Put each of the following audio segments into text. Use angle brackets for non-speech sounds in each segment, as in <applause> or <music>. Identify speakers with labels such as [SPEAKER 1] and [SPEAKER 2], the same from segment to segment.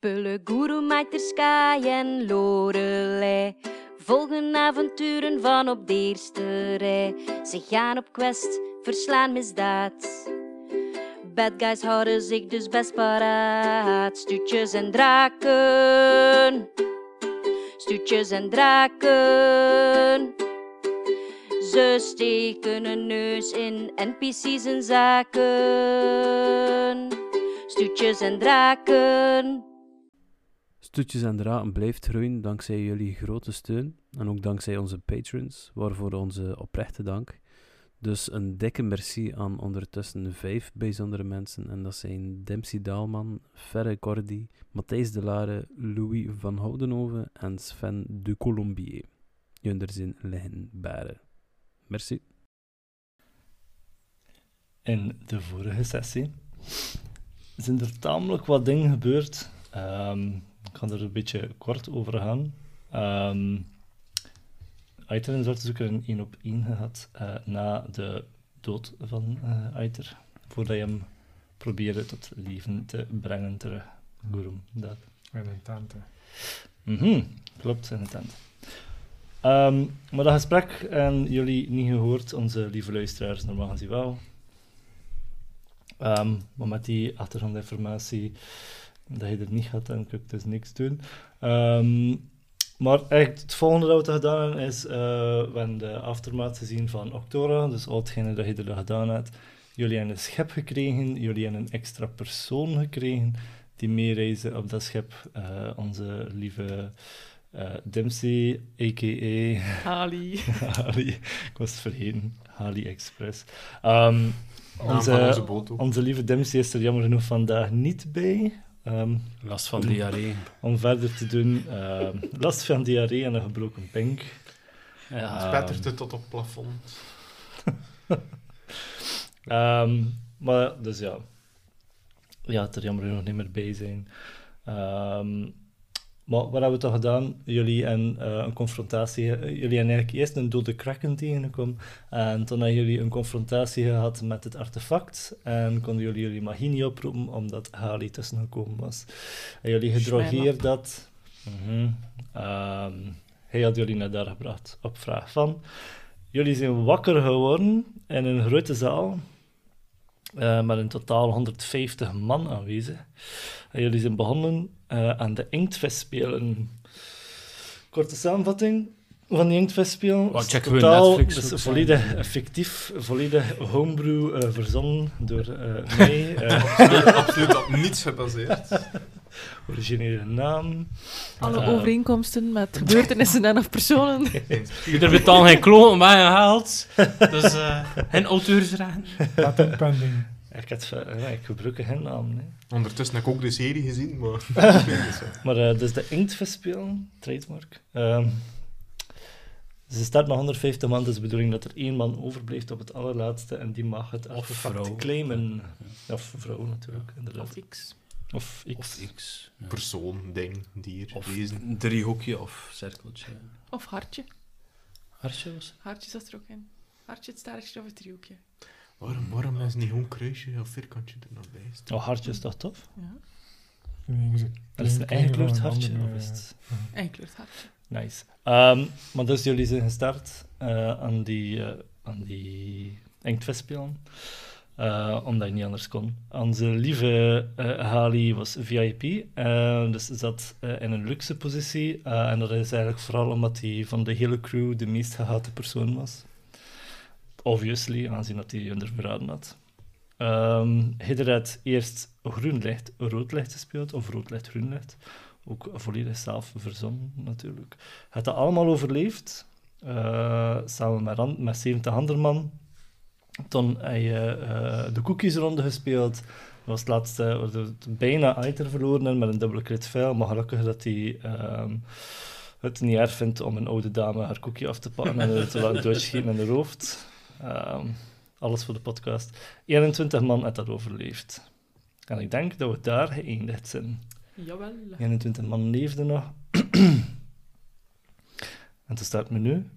[SPEAKER 1] Pulle, Guru, Maiter, Sky en Lorelei. Volgen avonturen van op de eerste rij. Ze gaan op quest, verslaan misdaad. Bad guys houden zich dus best paraat. Stuutjes en draken. Stuutjes en draken. Ze steken een neus in NPC's en zaken. Stuutjes en draken.
[SPEAKER 2] Stoetjes en Draken blijft groeien dankzij jullie grote steun en ook dankzij onze patrons, waarvoor onze oprechte dank. Dus een dikke merci aan ondertussen vijf bijzondere mensen en dat zijn Dempsey Daalman, Ferre Cordy, Matthijs de Lare, Louis van Houdenhoven en Sven de Colombier. Junder zijn liggen baren. Merci.
[SPEAKER 3] In de vorige sessie zijn er tamelijk wat dingen gebeurd. Ehm, ik kan er een beetje kort over gaan. Ehm Aiter en Zwarte Zoeker een één op één gehad eh, na de dood van eh Aiter. Voordat je hem probeerde tot leven te brengen terug. Goeroem, dat.
[SPEAKER 4] En een tante.
[SPEAKER 3] Mhm, klopt, in de tent. Ehm, maar dat gesprek en jullie niet gehoord, onze lieve luisteraars, normaal gezien wel. Ehm, maar met die achtergrondinformatie dat je er niet gaat, dan kan ik dus niks doen. Ehm, maar echt, het volgende dat we hebben gedaan is, eh, we hebben de aftermaat gezien van Octora, dus al hetgene dat je er gedaan hebt. Jullie hebben een schep gekregen, jullie hebben een extra persoon gekregen die meereizen op dat schip. eh, onze lieve eh Dempsey, <laughs> a.k.a.
[SPEAKER 5] Ali.
[SPEAKER 3] Hali. Ik was het vergeten. Hali Express. Ehm,
[SPEAKER 4] Naam van onze
[SPEAKER 3] onze,
[SPEAKER 4] boot ook.
[SPEAKER 3] onze lieve Dempsey is er jammer genoeg vandaag niet bij. Ehm,
[SPEAKER 2] Last van diarree.
[SPEAKER 3] om verder te doen, ehm, last van diarree en een gebroken pink.
[SPEAKER 2] Ja.
[SPEAKER 4] Spetterde tot op het plafond.
[SPEAKER 3] Ehm, maar dus ja. Ja, het er jammer genoeg niet meer bij zijn. Ehm, maar wat hebben we toch gedaan? Jullie en eh, een confrontatie. eh, jullie hebben eigenlijk eerst een dode kraken tegengekomen. En toen hebben jullie een confrontatie gehad met het artefact. En konden jullie jullie magie niet oproepen omdat Hali tussen gekomen was. En jullie gedrogeerd dat. Mhm. Ehm, hij had jullie naar daar gebracht op vraag van. Jullie zijn wakker geworden in een grote zaal. eh, met in totaal 150 man aanwezig. En jullie zijn begonnen eh, aan de inktvisspelen. Korte samenvatting van die inktvisspelen.
[SPEAKER 6] Wat
[SPEAKER 3] Is
[SPEAKER 6] checken we
[SPEAKER 3] totaal,
[SPEAKER 6] Netflix
[SPEAKER 3] dus
[SPEAKER 6] ook
[SPEAKER 3] volledig fictief, volledig homebrew eh, verzonnen door eh,
[SPEAKER 6] <laughs>
[SPEAKER 3] mij. eh,
[SPEAKER 4] Absoluut, absoluut op niets gebaseerd.
[SPEAKER 3] originele naam.
[SPEAKER 5] Alle
[SPEAKER 3] Eh.
[SPEAKER 5] overeenkomsten met gebeurtenissen en of personen. <laughs>
[SPEAKER 6] Er betaalt geen kloon, maar
[SPEAKER 2] <laughs>
[SPEAKER 6] geen geld. Dus eh geen auteursrechten.
[SPEAKER 7] Patent pending.
[SPEAKER 3] Ik, had, eh, ja, ik gebruik geen naam. Nee.
[SPEAKER 4] Ondertussen heb ik ook de serie gezien, maar...
[SPEAKER 3] Maar eh, dus de inktverspelen, trademark. Ehm, ze start met 150 man, dus de bedoeling dat er één man overblijft op het allerlaatste en die mag het
[SPEAKER 6] vrouw.
[SPEAKER 3] artefact claimen. Of vrouw natuurlijk, inderdaad.
[SPEAKER 6] Of X.
[SPEAKER 3] Of ik.
[SPEAKER 6] Of X. ja.
[SPEAKER 4] Persoon, ding, dier,
[SPEAKER 6] Of
[SPEAKER 4] wezen.
[SPEAKER 6] een driehoekje of cirkeltje.
[SPEAKER 5] Of hartje.
[SPEAKER 6] Harsje was het?
[SPEAKER 5] Hartje zat er ook in. Hartje, het staartje of het driehoekje.
[SPEAKER 4] Waarom, waarom is niet gewoon een kruisje of vierkantje er nog bij?
[SPEAKER 3] Oh, hartje is toch tof?
[SPEAKER 7] Nee, ik zeg-
[SPEAKER 3] Dat is een
[SPEAKER 7] ik
[SPEAKER 3] eigen
[SPEAKER 7] kan
[SPEAKER 3] kleurd
[SPEAKER 7] wel een
[SPEAKER 3] hartje.
[SPEAKER 7] andere-
[SPEAKER 3] Of is het...
[SPEAKER 5] Enkleurd hartje.
[SPEAKER 3] Nice. Ehm, maar dus jullie zijn gestart eh, aan die, eh aan die Engtvestspelen. Eh, omdat je niet anders kon. Onze lieve eh Hali was VIP, eh, dus zat eh, in een luxe positie. eh, en dat is eigenlijk vooral omdat hij van de hele crew de meest gehate persoon was. Obviously, aangezien dat hij onder verraden had. Ehm Hidder had eerst groen licht, rood licht gespeeld, of rood licht, groen licht. Ook volledig zelf verzonnen, natuurlijk. Hij had dat allemaal overleefd, eh, samen met, an- met 70 andere man. Toen heb je eh, de cookiesronde gespeeld. Dat was het laatste, waar we het bijna Aiter verloren hebben met een dubbele crit fail, maar gelukkig dat hij ehm, het niet erg vindt om een oude dame haar cookie af te pakken en haar te laten doodschieten in de hoofd. Ehm, alles voor de podcast. 21 man heeft dat overleefd. En ik denk dat we daar geëindigd zijn.
[SPEAKER 5] Jawel.
[SPEAKER 3] 21 man leefde nog. <clears throat> en toen staat me nu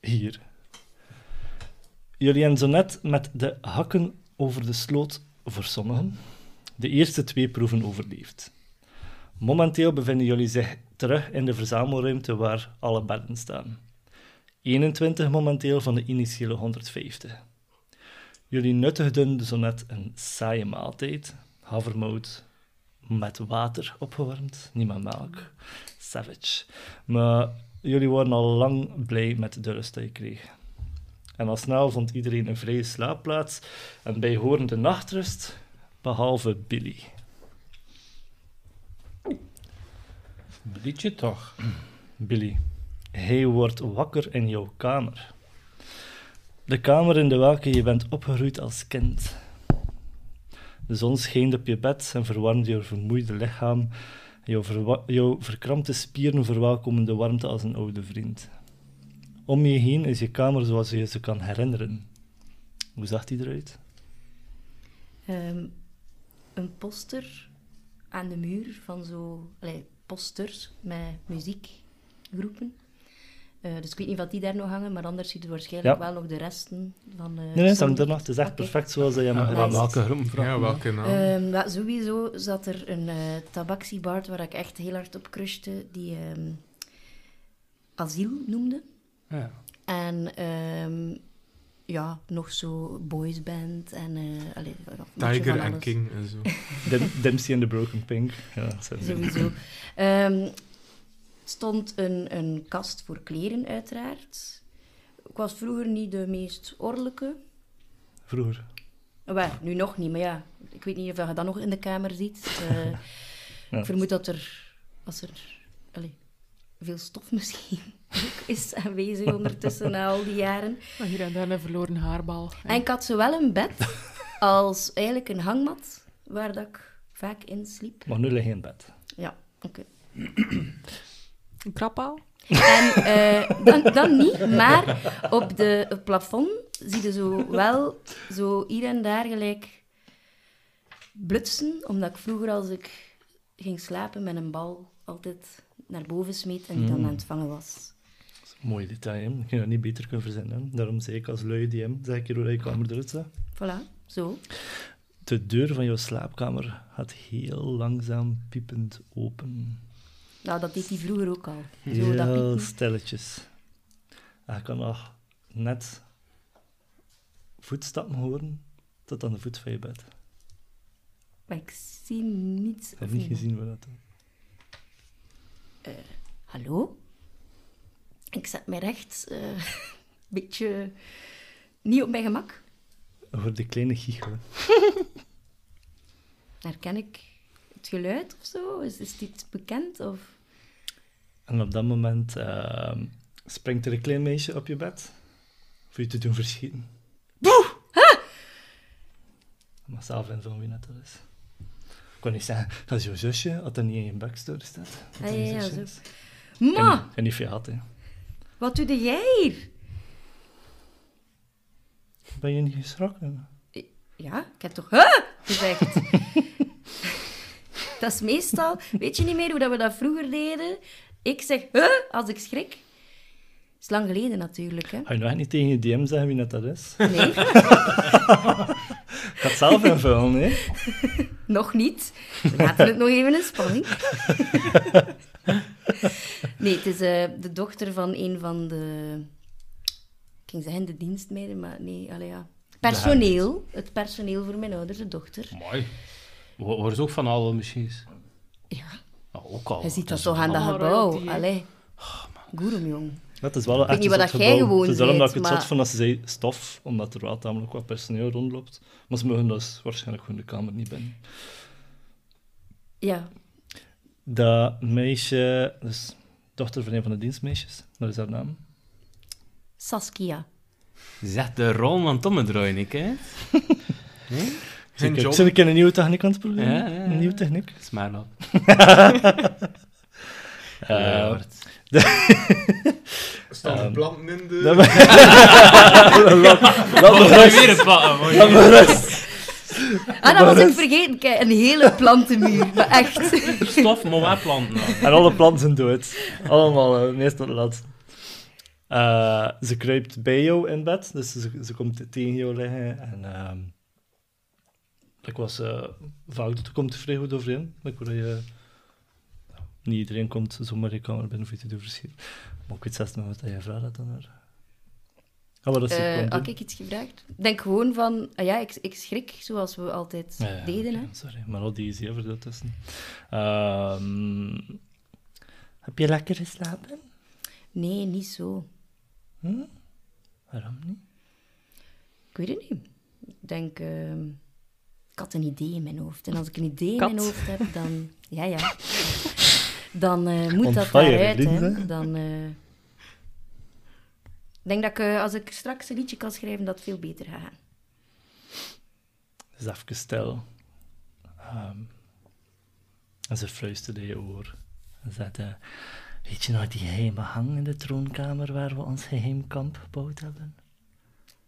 [SPEAKER 3] hier. Jullie hebben zo net met de hakken over de sloot voor sommigen de eerste twee proeven overleefd. Momenteel bevinden jullie zich terug in de verzamelruimte waar alle bedden staan. 21 momenteel van de initiële 150. Jullie nuttigden zo net een saaie maaltijd. Havermout met water opgewarmd, niet met melk. Savage. Maar jullie waren al lang blij met de rust die je kreeg. En al snel vond iedereen een vrije slaapplaats en bijhorende nachtrust, behalve Billy.
[SPEAKER 6] Een liedje toch?
[SPEAKER 3] Billy, hij wordt wakker in jouw kamer. De kamer in de welke je bent opgegroeid als kind. De zon scheen op je bed en verwarmde jouw vermoeide lichaam. Jouw, verwa- jouw verkrampte spieren verwelkomen de warmte als een oude vriend. Om je heen is je kamer zoals je ze kan herinneren. Hoe zag die eruit?
[SPEAKER 8] Ehm, een poster aan de muur van zo... Allee, posters met muziekgroepen. Eh, dus ik weet niet wat die daar nog hangen, maar anders ziet u waarschijnlijk
[SPEAKER 3] Ja.
[SPEAKER 8] wel nog de resten van... eh,
[SPEAKER 3] Nee, nee,
[SPEAKER 8] van-
[SPEAKER 3] Sam Het is echt
[SPEAKER 8] Oké.
[SPEAKER 3] perfect zoals dat je hem
[SPEAKER 6] Ja,
[SPEAKER 3] gedaan hebt.
[SPEAKER 6] welke groep vraag?
[SPEAKER 4] Ja, welke naam?
[SPEAKER 8] Ehm, ja, sowieso zat er een eh tabaxiebaard waar ik echt heel hard op crushte, die ehm, asiel noemde.
[SPEAKER 6] Ja.
[SPEAKER 8] En ehm, ja, nog zo boysband en... eh, allee, nog een beetje
[SPEAKER 4] Tiger
[SPEAKER 8] van
[SPEAKER 4] en
[SPEAKER 8] alles.
[SPEAKER 4] King en zo.
[SPEAKER 3] Dim- Dempsey and the Broken Pink. Ja, dat zijn ze.
[SPEAKER 8] Sowieso. Ehm stond een, een kast voor kleren, uiteraard. Ik was vroeger niet de meest ordelijke.
[SPEAKER 3] Vroeger.
[SPEAKER 8] Wel, nu nog niet, maar ja. Ik weet niet of je dat nog in de kamer ziet.
[SPEAKER 3] <laughs>
[SPEAKER 8] Eh,
[SPEAKER 3] Ja.
[SPEAKER 8] Ik vermoed dat er, als er allee, veel stof misschien <laughs> ook is aanwezig ondertussen na al die jaren.
[SPEAKER 5] Maar hier en daar een verloren haarbal.
[SPEAKER 8] En ik had zowel een
[SPEAKER 3] <laughs>
[SPEAKER 8] bed als eigenlijk een hangmat, waar dat ik vaak in sliep.
[SPEAKER 3] Maar nu lig je in bed.
[SPEAKER 8] Oké.
[SPEAKER 5] Een krabpaal.
[SPEAKER 8] En eh, dan, dan niet, maar op de, het plafond zie je zo wel zo hier en daar gelijk blutsen, omdat ik vroeger als ik ging slapen met een bal altijd naar boven smeet en die
[SPEAKER 3] Hmm.
[SPEAKER 8] dan aan het vangen was.
[SPEAKER 3] Mooi detail, hè? ik heb dat niet beter kunnen verzinnen. Daarom zei ik als lui DM, zeg ik hier hoe dat je kamer eruit zag.
[SPEAKER 8] Voilà, zo.
[SPEAKER 3] De deur van jouw slaapkamer gaat heel langzaam piepend open.
[SPEAKER 8] Nou, dat deed hij vroeger ook al. Zo, dat
[SPEAKER 3] Heel
[SPEAKER 8] piepen.
[SPEAKER 3] stilletjes. En je kan nog net voetstappen horen tot aan de voet van je bed. Ik
[SPEAKER 8] Maar ik zie niets. of
[SPEAKER 3] heb niet
[SPEAKER 8] niemand.
[SPEAKER 3] gezien wat dat
[SPEAKER 8] Hallo? Ik zet mij recht, eh, <laughs> een beetje niet op mijn gemak.
[SPEAKER 3] Voor de kleine giechel.
[SPEAKER 8] Herken ik het geluid of zo? Is, is dit bekend? Of...
[SPEAKER 3] En op dat moment ehm, springt er een klein meisje op je bed. Voor je te doen verschieten. Boe! Ik mag zelf invullen wie dat dat is. Ik kon niet zeggen, dat is jouw zusje, had dat niet in je backstory staat. Dat dat
[SPEAKER 8] Ah,
[SPEAKER 3] je
[SPEAKER 8] ja, ja,
[SPEAKER 3] zusje
[SPEAKER 8] zo.
[SPEAKER 3] is. Ehm.
[SPEAKER 8] Ma,
[SPEAKER 3] En, en niet veel had, hè.
[SPEAKER 8] wat doe jij hier?
[SPEAKER 3] Ben je niet geschrokken?
[SPEAKER 8] Ja, ik heb toch huh? gezegd. <laughs> dat is meestal... Weet je niet meer hoe dat we dat vroeger deden? Ik zeg huh als ik schrik. is lang geleden natuurlijk, hè?
[SPEAKER 3] Ga je nog niet tegen je DM zeggen wie dat, dat is?
[SPEAKER 8] Nee,
[SPEAKER 3] Ik ga het zelf <laughs> invullen, hè.
[SPEAKER 8] nog niet. We laten het nog even in spanning. nee, het is eh, de dochter van een van de... Ik ging zeggen de dienstmeiden, maar nee, allee, ja. Personeel. Het personeel voor mijn ouders, de dochter.
[SPEAKER 6] Mooi. Ho- Hoor ze ook van alle machines?
[SPEAKER 8] Ja.
[SPEAKER 6] Nou, ook al.
[SPEAKER 8] Je ziet dat
[SPEAKER 6] is
[SPEAKER 8] toch aan dat
[SPEAKER 5] allemaal
[SPEAKER 8] gebouw.
[SPEAKER 5] royalty, hè?
[SPEAKER 8] Allee. Goerum, jong.
[SPEAKER 3] Dat is wel echt
[SPEAKER 8] niet
[SPEAKER 3] een
[SPEAKER 8] wat
[SPEAKER 3] zot
[SPEAKER 8] jij
[SPEAKER 3] gebouw.
[SPEAKER 8] gewoon
[SPEAKER 3] Het is daarom dat ik
[SPEAKER 8] zei,
[SPEAKER 3] het
[SPEAKER 8] maar-
[SPEAKER 3] zot vond dat ze zei stof, omdat er wel tamelijk wat personeel rondloopt. Maar ze mogen dus waarschijnlijk gewoon de kamer niet binnen.
[SPEAKER 8] Ja,
[SPEAKER 3] Dat meisje, dus dochter van een van de dienstmeisjes, dat is haar naam.
[SPEAKER 8] Saskia.
[SPEAKER 6] Zet de rol van Tom het draaien, ik, hè?
[SPEAKER 4] Zijn
[SPEAKER 3] Zit ik,
[SPEAKER 4] job.
[SPEAKER 3] zit ik in een nieuwe techniek aan het proberen?
[SPEAKER 6] Ja, ja, ja.
[SPEAKER 3] Een nieuwe techniek.
[SPEAKER 6] Smaar op.
[SPEAKER 3] Eh,
[SPEAKER 4] Staan de planten in de...
[SPEAKER 3] dat-
[SPEAKER 6] <laughs> Laat me weer een pakken,
[SPEAKER 8] <laughs>
[SPEAKER 4] Oh,
[SPEAKER 6] mooi.
[SPEAKER 8] Ah, dat was ik vergeten. Kijk, een hele plantenmuur. Maar echt.
[SPEAKER 2] <laughs>
[SPEAKER 6] Stof, maar wat planten dan?
[SPEAKER 3] en alle planten zijn dood. Allemaal, eh, meest tot laat. Eh, ze kruipt bij jou in bed, dus ze, ze komt tegen jou liggen. En ehm, ik was eh, vaak, er komt er vrij goed overheen. Ik hoor dat je niet iedereen komt zomaar je kamer binnen voor je te doen verschil. Maar ik weet zelfs nog wat jij vraagt had aan haar. Ja, maar dat ze
[SPEAKER 8] Eh,
[SPEAKER 3] komt
[SPEAKER 8] had ik iets gevraagd? Denk gewoon van, ah ja, ik, ik schrik zoals we altijd
[SPEAKER 3] Ja, ja,
[SPEAKER 8] deden.
[SPEAKER 3] oké,
[SPEAKER 8] Hè?
[SPEAKER 3] Sorry, maar al die is hier voor tussen. Ehm, heb je lekker geslapen?
[SPEAKER 8] Nee, niet zo.
[SPEAKER 3] Hm? Waarom niet?
[SPEAKER 8] Ik weet het niet. Ik denk, ehm, ik had een idee in mijn hoofd. En als ik een idee
[SPEAKER 1] Kat.
[SPEAKER 8] in mijn hoofd heb, dan... Ja, ja. Dan eh, moet
[SPEAKER 3] On
[SPEAKER 8] dat
[SPEAKER 3] fire,
[SPEAKER 8] daaruit,
[SPEAKER 3] Linda.
[SPEAKER 8] hè. Dan... eh, Ik denk dat ik, eh, als ik straks een liedje kan schrijven, dat het veel beter gaat. gaan.
[SPEAKER 3] Dus even stil. Ehm, en ze fluisterde in je oor. En zei, eh, weet je nog die geheime hang in de troonkamer waar we ons geheim kamp gebouwd hebben?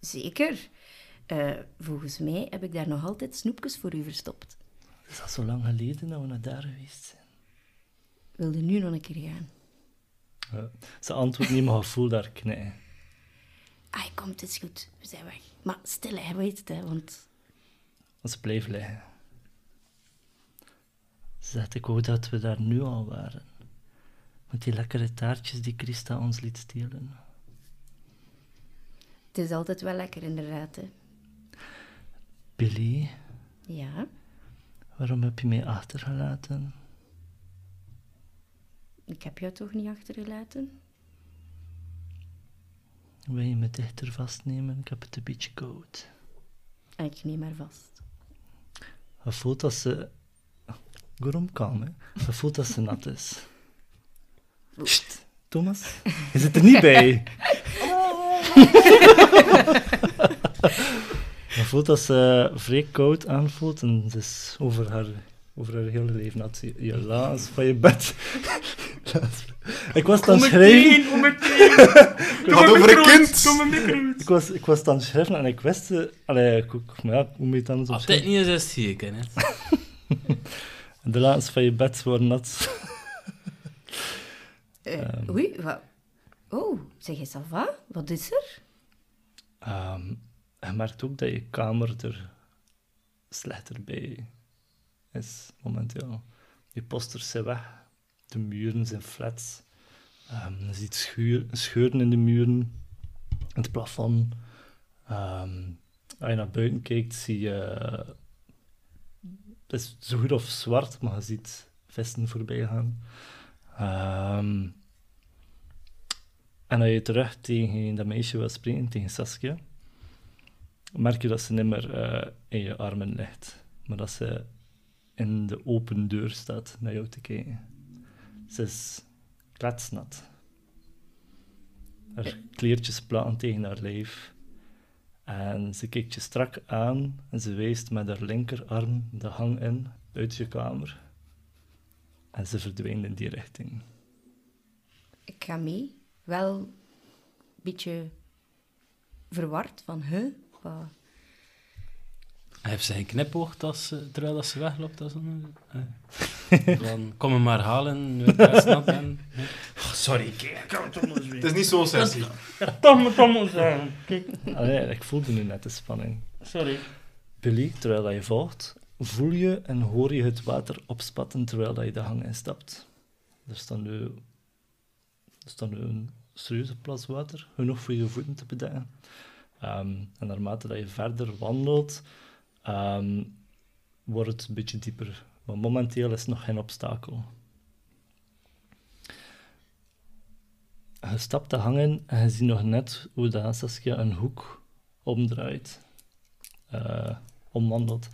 [SPEAKER 8] Zeker. Eh, volgens mij heb ik daar nog altijd snoepjes voor u verstopt.
[SPEAKER 3] Is dat zo lang geleden dat we naar daar geweest zijn?
[SPEAKER 8] Wilde nu nog een keer gaan.
[SPEAKER 3] Ze antwoordt niet, maar haar voel daar knikken.
[SPEAKER 8] Ai, komt, het is goed. We zijn weg. Maar stil, hè, weet het, hè, want...
[SPEAKER 3] Want ze bleef liggen. Ze zegt, ik hoop dat we daar nu al waren. Met die lekkere taartjes die Christa ons liet stelen.
[SPEAKER 8] Het is altijd wel lekker, inderdaad, hè.
[SPEAKER 3] Billy,
[SPEAKER 8] Ja.
[SPEAKER 3] waarom heb je mij achtergelaten?
[SPEAKER 8] Ik heb jou toch niet achtergelaten?
[SPEAKER 3] Wil je me dichter vastnemen? Ik heb het een beetje koud.
[SPEAKER 8] En Ah, ik neem haar vast.
[SPEAKER 3] Hij voelt dat ze... Waarom kalm, hè? Hij voelt dat ze nat is. Sst, Thomas, je zit er niet bij. Hij voelt dat ze vrij koud aanvoelt en het is over haar, over haar hele leven nat. Je- Je laas van je bed. Laas. Ik was dan schrijven.
[SPEAKER 6] om meteen.
[SPEAKER 4] Wat over een kind?
[SPEAKER 3] Ik was, ik was dan schrijven en ik wist... eh, Allee, ik ook, maar ja, hoe moet je het anders
[SPEAKER 2] Ah,
[SPEAKER 6] Als dit
[SPEAKER 3] opschrijven?
[SPEAKER 6] niet is, is het hier, Kenneth.
[SPEAKER 3] De laatste van je bed worden nat.
[SPEAKER 8] Eh,
[SPEAKER 3] Ehm.
[SPEAKER 8] Oei, wat? Oh, zeg eens af, wat? Wat is er?
[SPEAKER 3] Ehm, je merkt ook dat je kamer er slechter bij is momenteel. Je posters zijn weg, de muren zijn flats. Ehm, je ziet schuur- scheuren in de muren, het plafond. Ehm, als je naar buiten kijkt, zie je. Het is zo goed of zwart, maar je ziet vesten voorbij gaan. Ehm, en als je terug tegen dat meisje wil spreken, tegen Saskia, merk je dat ze niet meer eh, in je armen ligt, maar dat ze in de open deur staat naar jou te kijken. Ze is kletsnat. Haar kleertjes platen tegen haar lijf. En ze kijkt je strak aan en ze wijst met haar linkerarm de hang in uit je kamer. En ze verdwijnt in die richting.
[SPEAKER 8] Ik ga mee. Wel een beetje verward van, hè? Wat?
[SPEAKER 6] Hij heeft zijn knipoogt als ze- terwijl dat ze wegloopt. Als een, eh. Dan kom hem maar halen. nu ik daar snap ben. Oh, sorry, kijk, ik kan het toch nog
[SPEAKER 4] Het is niet zo'n sessie.
[SPEAKER 6] Tom, Tom, Tom.
[SPEAKER 3] Allee, ik voelde nu net de spanning.
[SPEAKER 6] Sorry.
[SPEAKER 3] Billy, terwijl dat je volgt, voel je en hoor je het water opspatten terwijl dat je de hang instapt. Er staat nu, er staat nu een serieuze plas water, genoeg voor je voeten te bedekken. Ehm, en naarmate dat je verder wandelt, ehm, wordt het een beetje dieper. Maar momenteel is nog geen obstakel. Je stapt de hangen en je ziet nog net hoe dat Saskia een hoek omdraait eh, omwandelt.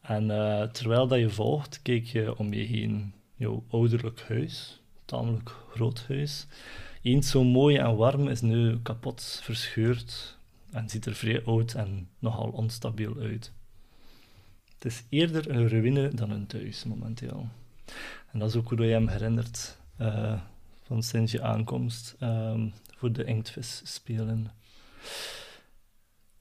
[SPEAKER 3] En eh, terwijl dat je volgt, keek je om je heen. Jouw ouderlijk huis, tamelijk groot huis. Eens zo mooi en warm is nu kapot verscheurd en ziet er vrij oud en nogal onstabiel uit. Het is eerder een ruïne dan een thuis momenteel. En dat is ook hoe dat je hem herinnert eh, van sinds je aankomst ehm, voor de inktvis spelen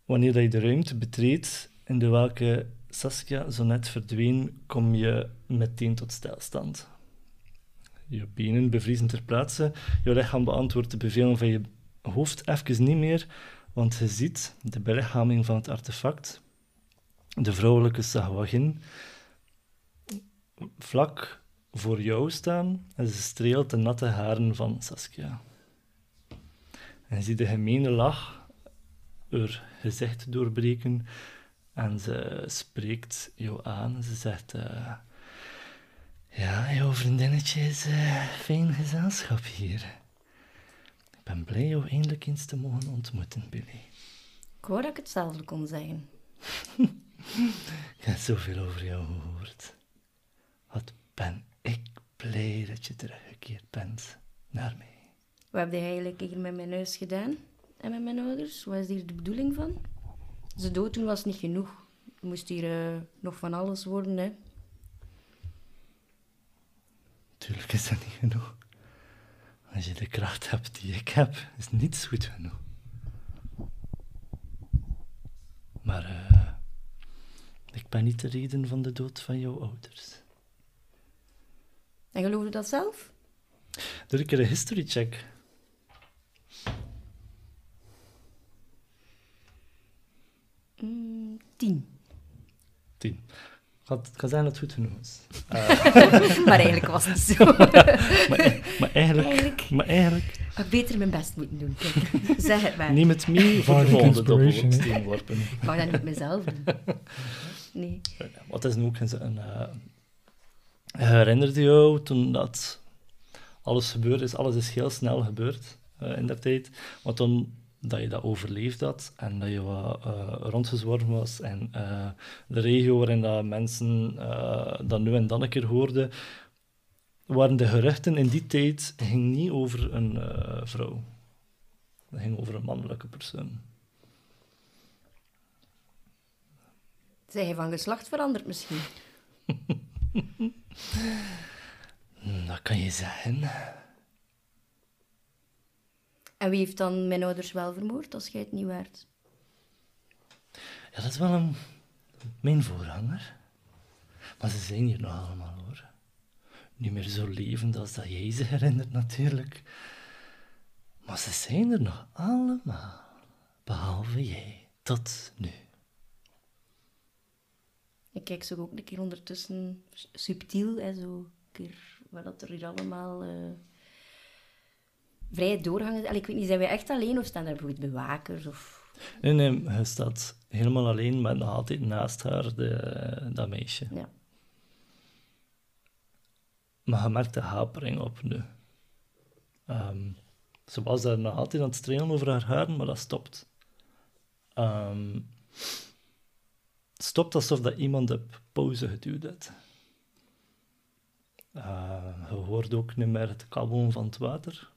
[SPEAKER 3] Wanneer dat je de ruimte betreedt in de welke Saskia zo net verdween, kom je meteen tot stilstand. Je benen bevriezen ter plaatse, je lichaam beantwoordt de bevelen van je hoofd even niet meer, want je ziet de belichaming van het artefact, de vrouwelijke Sahwagin, vlak voor jou staan en ze streelt de natte haren van Saskia. En je ziet de gemene lach haar gezicht doorbreken en ze spreekt jou aan. Ze zegt... eh, ja, jouw vriendinnetje is eh, fijn gezelschap hier. Ik ben blij jou eindelijk eens te mogen ontmoeten, Billy.
[SPEAKER 8] Ik wou dat ik hetzelfde kon zeggen.
[SPEAKER 3] Ik heb zoveel over jou gehoord. Wat ben ik blij dat je teruggekeerd bent naar mij.
[SPEAKER 8] Wat heb je eigenlijk hier met mijn huis gedaan? En met mijn ouders? Wat is hier de bedoeling van? Ze dood doen was niet genoeg. Er moest hier eh, nog van alles worden, hè.
[SPEAKER 3] Natuurlijk is dat niet genoeg. Als je de kracht hebt die ik heb, is niets goed genoeg. Maar eh, ik ben niet de reden van de dood van jouw ouders.
[SPEAKER 8] En geloof je dat zelf?
[SPEAKER 3] Doe ik er een history check?
[SPEAKER 8] Mm, tien.
[SPEAKER 3] Tien. Gaat, gaat zijn dat het goed
[SPEAKER 7] <laughs>
[SPEAKER 3] genoeg is.
[SPEAKER 8] <laughs> maar eigenlijk was het <laughs> zo.
[SPEAKER 3] maar, maar eigenlijk,
[SPEAKER 8] Eigenlijk
[SPEAKER 3] maar eigenlijk
[SPEAKER 8] had ik beter mijn best moeten doen. <laughs> Kijk, zeg het maar.
[SPEAKER 3] neem het mee voor de
[SPEAKER 7] Vaardig
[SPEAKER 3] volgende
[SPEAKER 7] inspiration, hè?
[SPEAKER 3] dobbelsteen worpen.
[SPEAKER 8] Ik mag dat niet met mezelf doen. <laughs> Nee.
[SPEAKER 3] Wat is nu ook eens een... eh herinnerde jou toen dat alles gebeurd is, alles is heel snel gebeurd eh, in dat tijd, maar toen dat je dat overleefd had en dat je wat eh, rondgezworven was en eh, de regio waarin dat mensen eh, dat nu en dan een keer hoorden, waren de geruchten in die tijd ging niet over een eh, vrouw. Dat ging over een mannelijke persoon.
[SPEAKER 8] Zijn je van geslacht veranderd misschien?
[SPEAKER 3] Hmm, Dat kan je zeggen.
[SPEAKER 8] En wie heeft dan mijn ouders wel vermoord als jij het niet waard?
[SPEAKER 3] Ja, dat is wel een... mijn voorganger. Maar ze zijn hier nog allemaal, hoor. Niet meer zo levend als dat jij ze herinnert, natuurlijk. Maar ze zijn er nog allemaal. Behalve jij. Tot nu.
[SPEAKER 8] Ik kijk zo ook een keer ondertussen s- subtiel en zo een keer wat dat er hier allemaal eh, vrij doorgangen. Allee, ik weet niet, zijn wij echt alleen of staan daar bijvoorbeeld bewakers? Of...
[SPEAKER 3] Nee, nee, je staat helemaal alleen, maar nog altijd naast haar, de, dat meisje.
[SPEAKER 8] Ja.
[SPEAKER 3] Maar je merkt de hapering op nu. Ehm, ze was daar nog altijd aan het strelen over haar haren, maar dat stopt. Ehm, het stopt alsof dat iemand op pauze geduwd heeft. Eh, je hoort ook niet meer het kabbelen van het water.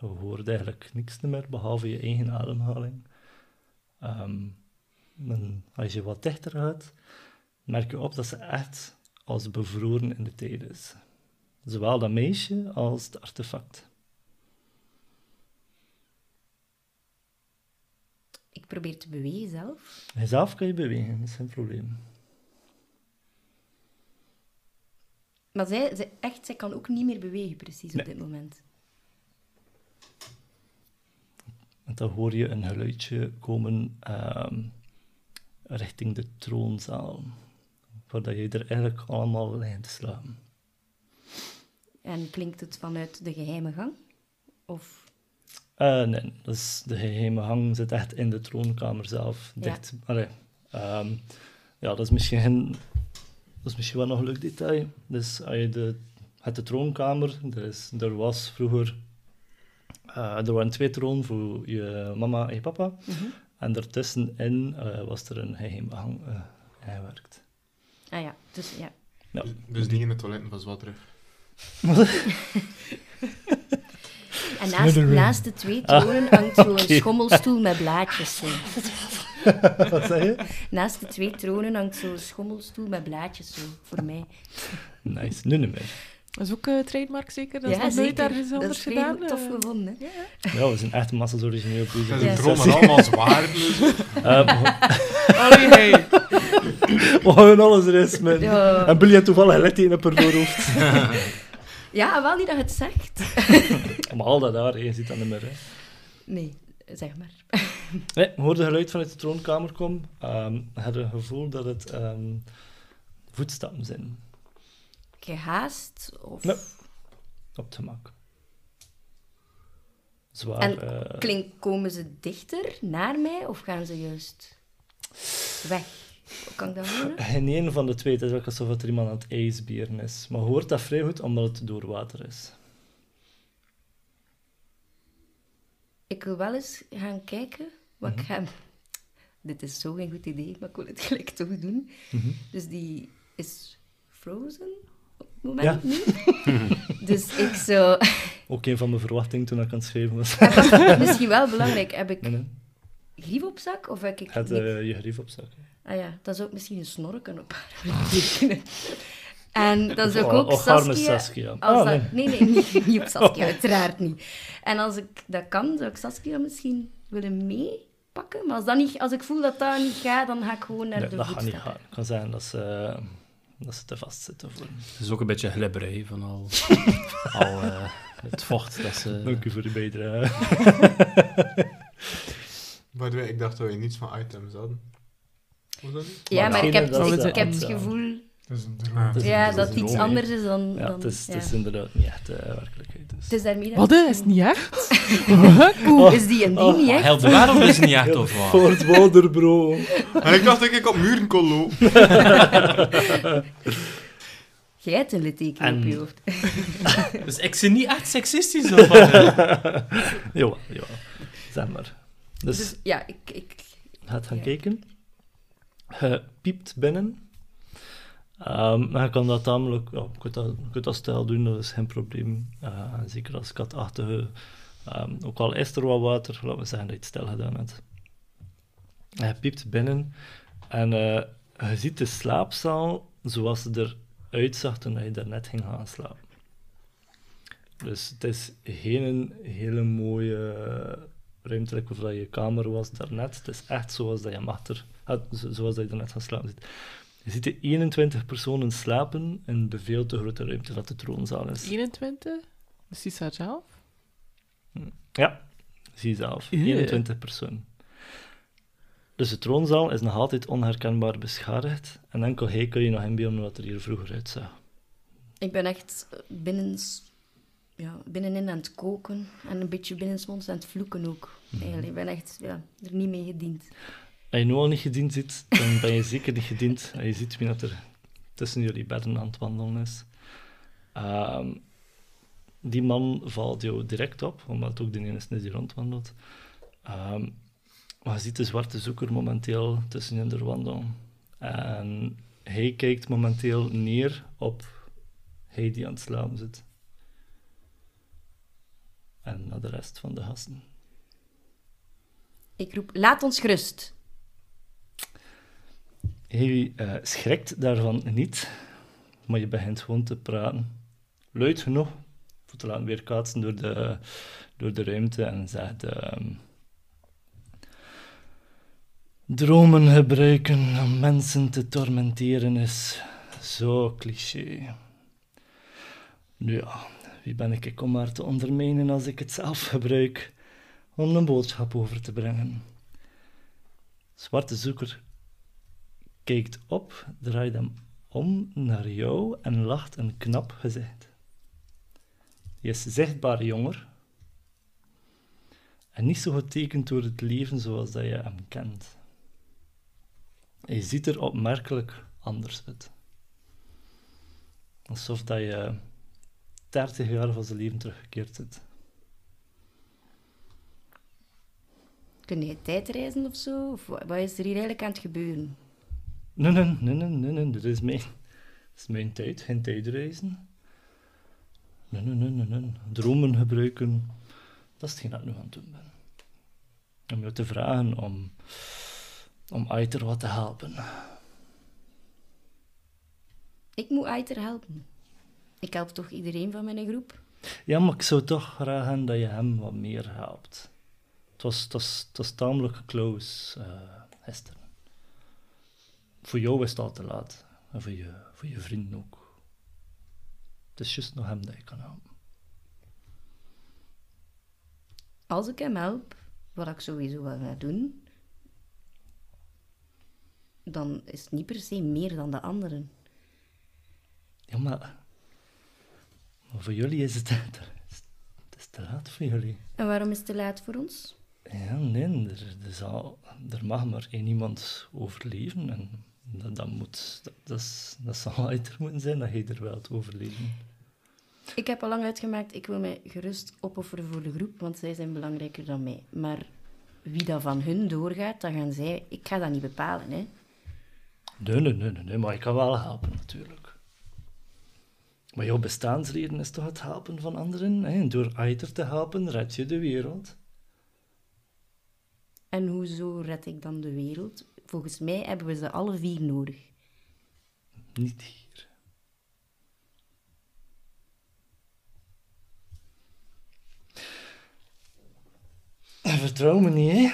[SPEAKER 3] Je hoort eigenlijk niks meer, behalve je eigen ademhaling. Ehm, en als je wat dichter gaat, merk je op dat ze echt als bevroren in de tijd is. Zowel dat meisje als het artefact.
[SPEAKER 8] Ik probeer te bewegen zelf.
[SPEAKER 3] Jezelf kan je bewegen, dat is geen probleem.
[SPEAKER 8] Maar zij, zij, echt, zij kan ook niet meer bewegen precies op dit moment.
[SPEAKER 3] En dan hoor je een geluidje komen ehm, richting de troonzaal. Waar dat je er eigenlijk allemaal lijnt te slapen.
[SPEAKER 8] En klinkt het vanuit de geheime gang? Of...
[SPEAKER 3] Eh, nee, dus de geheime hang zit echt in de troonkamer zelf.
[SPEAKER 8] Ja.
[SPEAKER 3] Dicht. Allee, ehm, ja, dat is misschien geen- dat is misschien wel nog een leuk detail. Dus als je de, het de troonkamer, er, is, er was vroeger, eh, er waren twee troon voor je mama en je papa.
[SPEAKER 8] Mhm.
[SPEAKER 3] En daartussenin eh, was er een geheime hang eh ingewerkt.
[SPEAKER 8] Ah ja, dus ja.
[SPEAKER 3] Ja.
[SPEAKER 4] Dus- Dus niet in de toiletten van Zwart terug.
[SPEAKER 8] En naast,
[SPEAKER 7] Slytherin.
[SPEAKER 8] naast de twee tronen hangt zo'n
[SPEAKER 3] Ah, oké.
[SPEAKER 8] schommelstoel met blaadjes. Zo.
[SPEAKER 3] <laughs> Wat zei je?
[SPEAKER 8] Naast de twee tronen hangt zo'n schommelstoel met blaadjes, zo, voor mij.
[SPEAKER 3] Nice, nu niet meer.
[SPEAKER 5] Dat is ook eh trademark zeker? Dat is nog nooit
[SPEAKER 8] zeker.
[SPEAKER 5] ergens
[SPEAKER 8] Dat
[SPEAKER 5] anders
[SPEAKER 8] is
[SPEAKER 5] gedaan?
[SPEAKER 8] redelijk tof
[SPEAKER 5] eh.
[SPEAKER 8] gevonden, hè.
[SPEAKER 3] Ja, we zijn echt massa's origineel.
[SPEAKER 4] Dat
[SPEAKER 8] Ja.
[SPEAKER 4] zijn dromen allemaal zwaar. dus-
[SPEAKER 3] Eh,
[SPEAKER 8] <laughs>
[SPEAKER 5] Allee,
[SPEAKER 3] <laughs>
[SPEAKER 5] hey.
[SPEAKER 3] Oh, en alles er is, man.
[SPEAKER 8] Ja.
[SPEAKER 3] En Billy heeft toevallig een letje op haar <laughs> voorhoofd.
[SPEAKER 8] Ja, wel niet dat je het zegt.
[SPEAKER 3] Maar al dat haar, je ziet dat niet meer. Hè.
[SPEAKER 8] Nee, zeg maar.
[SPEAKER 3] Nee, je hoorde geluid vanuit de troonkamer komen. Ehm je had een gevoel dat het ehm, voetstappen zijn.
[SPEAKER 8] Oké. gehaast? Of...
[SPEAKER 3] Nee. Op te maken. Zwaar.
[SPEAKER 8] En
[SPEAKER 3] eh,
[SPEAKER 8] Klink, komen ze dichter naar mij of gaan ze juist weg? Kan ik dat horen?
[SPEAKER 3] Geen één van de twee. Het is ook alsof er iemand aan het ijsbieren is. Maar je hoort dat vrij goed omdat het door water is.
[SPEAKER 8] Ik wil wel eens gaan kijken wat ik ga... Dit is zo geen goed idee, maar ik wil het gelijk toch doen. Dus die is frozen op het moment
[SPEAKER 3] Ja.
[SPEAKER 8] nu. dus ik zou...
[SPEAKER 3] Ook een van mijn verwachtingen toen ik aan het
[SPEAKER 8] <laughs>
[SPEAKER 3] schrijven was.
[SPEAKER 8] Misschien wel belangrijk. Heb ik
[SPEAKER 3] Nee, nee.
[SPEAKER 8] grief op zak? Of heb ik...
[SPEAKER 3] Had
[SPEAKER 8] niet-
[SPEAKER 3] eh, je grief op zak.
[SPEAKER 8] Ah ja, dan zou ik misschien een snorken op haar <laughs> willen tekenen. En dan zou ik
[SPEAKER 3] Oh,
[SPEAKER 8] ook
[SPEAKER 3] och, arme
[SPEAKER 8] Saskia...
[SPEAKER 3] Saskia.
[SPEAKER 8] Als
[SPEAKER 3] Ah,
[SPEAKER 8] dat-
[SPEAKER 3] nee.
[SPEAKER 8] nee. nee,
[SPEAKER 3] <laughs>
[SPEAKER 8] niet, niet op Saskia, uiteraard niet. En als ik dat kan, zou ik Saskia misschien willen meepakken. Maar als, dat niet, als ik voel dat dat niet gaat, dan ga ik gewoon naar
[SPEAKER 3] Nee,
[SPEAKER 8] de
[SPEAKER 3] dat gaat niet
[SPEAKER 8] voetstappen.
[SPEAKER 3] gaan. Het kan zijn dat ze, eh, dat ze te vast zitten voor.
[SPEAKER 6] Het is ook een beetje glibberij van al, al eh, het vocht dat ze...
[SPEAKER 3] Dank u voor de bijdrage.
[SPEAKER 4] By the way, ik dacht dat we niets van items hadden. Was dat niet?
[SPEAKER 8] Ja, maar ik heb,
[SPEAKER 3] Datgene
[SPEAKER 5] dat
[SPEAKER 8] ik,
[SPEAKER 5] ze
[SPEAKER 8] ik heb het
[SPEAKER 3] aan-
[SPEAKER 8] gevoel
[SPEAKER 7] Dat is een droom.
[SPEAKER 6] Ah.
[SPEAKER 8] ja,
[SPEAKER 6] dat
[SPEAKER 8] dat
[SPEAKER 6] is
[SPEAKER 8] het
[SPEAKER 6] een
[SPEAKER 8] iets
[SPEAKER 6] droom, hè.
[SPEAKER 8] anders is dan...
[SPEAKER 3] Ja,
[SPEAKER 8] dan
[SPEAKER 3] het is, het is
[SPEAKER 8] ja.
[SPEAKER 3] inderdaad niet echt eh, werkelijkheid. Dus.
[SPEAKER 8] Het is daarmee dat
[SPEAKER 5] Wat,
[SPEAKER 8] ik-
[SPEAKER 5] hè? is het niet echt? Huh? Oeh.
[SPEAKER 8] Is die en die
[SPEAKER 3] Oh,
[SPEAKER 8] niet echt?
[SPEAKER 6] Heel de wereld is niet echt, of wat?
[SPEAKER 3] <laughs> Voor het water, bro.
[SPEAKER 4] En ik dacht dat ik op muren kon lopen.
[SPEAKER 8] Jij hebt een litteken
[SPEAKER 3] En-
[SPEAKER 8] op je hoofd.
[SPEAKER 6] Dus ik zie niet echt seksistisch, of wat?
[SPEAKER 3] <laughs> Jawel, jawel. Zeg maar. Dus,
[SPEAKER 8] Dus ja, ik... ik
[SPEAKER 3] gaat gaan
[SPEAKER 8] Ja.
[SPEAKER 3] kijken. Je piept binnen. Ehm maar je kan dat tamelijk... Ja, je, kunt dat, je kunt dat stijl doen, dat is geen probleem. Eh, zeker als katachtige... ehm, ook al is er wat water, laten we zeggen dat je het stijl gedaan hebt. En je piept binnen. En eh, je ziet de slaapzaal zoals ze eruit zag toen je daarnet ging gaan slapen. Dus het is geen hele mooie eh, ruimtelijk of dat je kamer was daarnet. Het is echt zoals dat je achter, ah, zo- zoals dat je daarnet gaan slapen zit. Je ziet de 21 personen slapen in de veel te grote ruimte dat de troonzaal is.
[SPEAKER 5] 21? Is die haar zelf?
[SPEAKER 3] Ja, zie je zelf.
[SPEAKER 5] Ja.
[SPEAKER 3] 21 personen. Dus de troonzaal is nog altijd onherkenbaar beschadigd. En enkel hij kun je nog inbeelden wat er hier vroeger uitzag.
[SPEAKER 8] ik ben echt binnen, ja, binnenin aan het koken. En een beetje binnensmonds aan het vloeken ook. Eigenlijk, ik ben echt ja, er niet mee gediend.
[SPEAKER 3] Als je nu al niet gediend zit, dan ben je zeker niet gediend. En je ziet wie dat er tussen jullie bedden aan het wandelen is. Ehm, die man valt jou direct op, omdat het ook de ene is die rondwandelt. Ehm, maar je ziet de zwarte zoeker momenteel tussen hen er wandelen. En hij kijkt momenteel neer op hij die aan het slapen zit. En naar de rest van de gasten.
[SPEAKER 8] Ik roep, laat ons gerust.
[SPEAKER 3] Harry eh, schrikt daarvan niet, maar je begint gewoon te praten. Luid genoeg voor te laten weerkaatsen door de, door de ruimte en zegt... ehm, Dromen gebruiken om mensen te tormenteren is zo cliché. Nu ja, wie ben ik om haar te ondermijnen als ik het zelf gebruik om een boodschap over te brengen? Zwarte zoeker kijkt op, draait hem om naar jou en lacht een knap gezicht. Je is zichtbaar jonger en niet zo getekend door het leven zoals dat je hem kent. Je ziet er opmerkelijk anders uit. Alsof dat je 30 jaar van zijn leven teruggekeerd zit.
[SPEAKER 8] Kun je tijdreizen of zo? Of wa- wat is er hier eigenlijk aan het gebeuren?
[SPEAKER 3] Nee, nee, nee, nee, nee, nee, dit is mijn, dit is mijn tijd, geen tijdreizen. Nee, nee, nee, nee, nee, dromen gebruiken, dat is hetgeen dat ik nu aan het doen ben. Om jou te vragen om, om Aiter wat te helpen.
[SPEAKER 8] Ik moet Aiter helpen. Ik help toch iedereen van mijn groep?
[SPEAKER 3] Ja, maar ik zou toch graag hebben dat je hem wat meer helpt. Het was, het was, het was tamelijk close eh, gisteren. Voor jou is het al te laat. En voor je, voor je vrienden ook. Het is juist nog hem dat je kan helpen.
[SPEAKER 8] Als ik hem help, wat ik sowieso wel ga doen, dan is het niet per se meer dan de anderen.
[SPEAKER 3] Ja, maar Maar voor jullie is het, <laughs> het is te laat voor jullie.
[SPEAKER 8] En waarom is het te laat voor ons?
[SPEAKER 3] Ja, nee, er, er, zal, er mag maar één iemand overleven. En dat, dat, moet, dat, dat, is- dat zal <laughs> uit moeten zijn dat je er wel te overleven.
[SPEAKER 8] Ik heb al lang uitgemaakt, ik wil mij gerust opofferen voor de groep, want zij zijn belangrijker dan mij. Maar wie dat van hun doorgaat, dan gaan zij... Ik ga dat niet bepalen, hè.
[SPEAKER 3] Nee, nee, nee, nee, nee, maar ik kan wel helpen natuurlijk. Maar jouw bestaansreden is toch het helpen van anderen? Hè? En Door Aiter te helpen red je de wereld.
[SPEAKER 8] En hoezo red ik dan de wereld? Volgens mij hebben we ze alle vier nodig.
[SPEAKER 3] Niet hier. Vertrouw me niet, hè?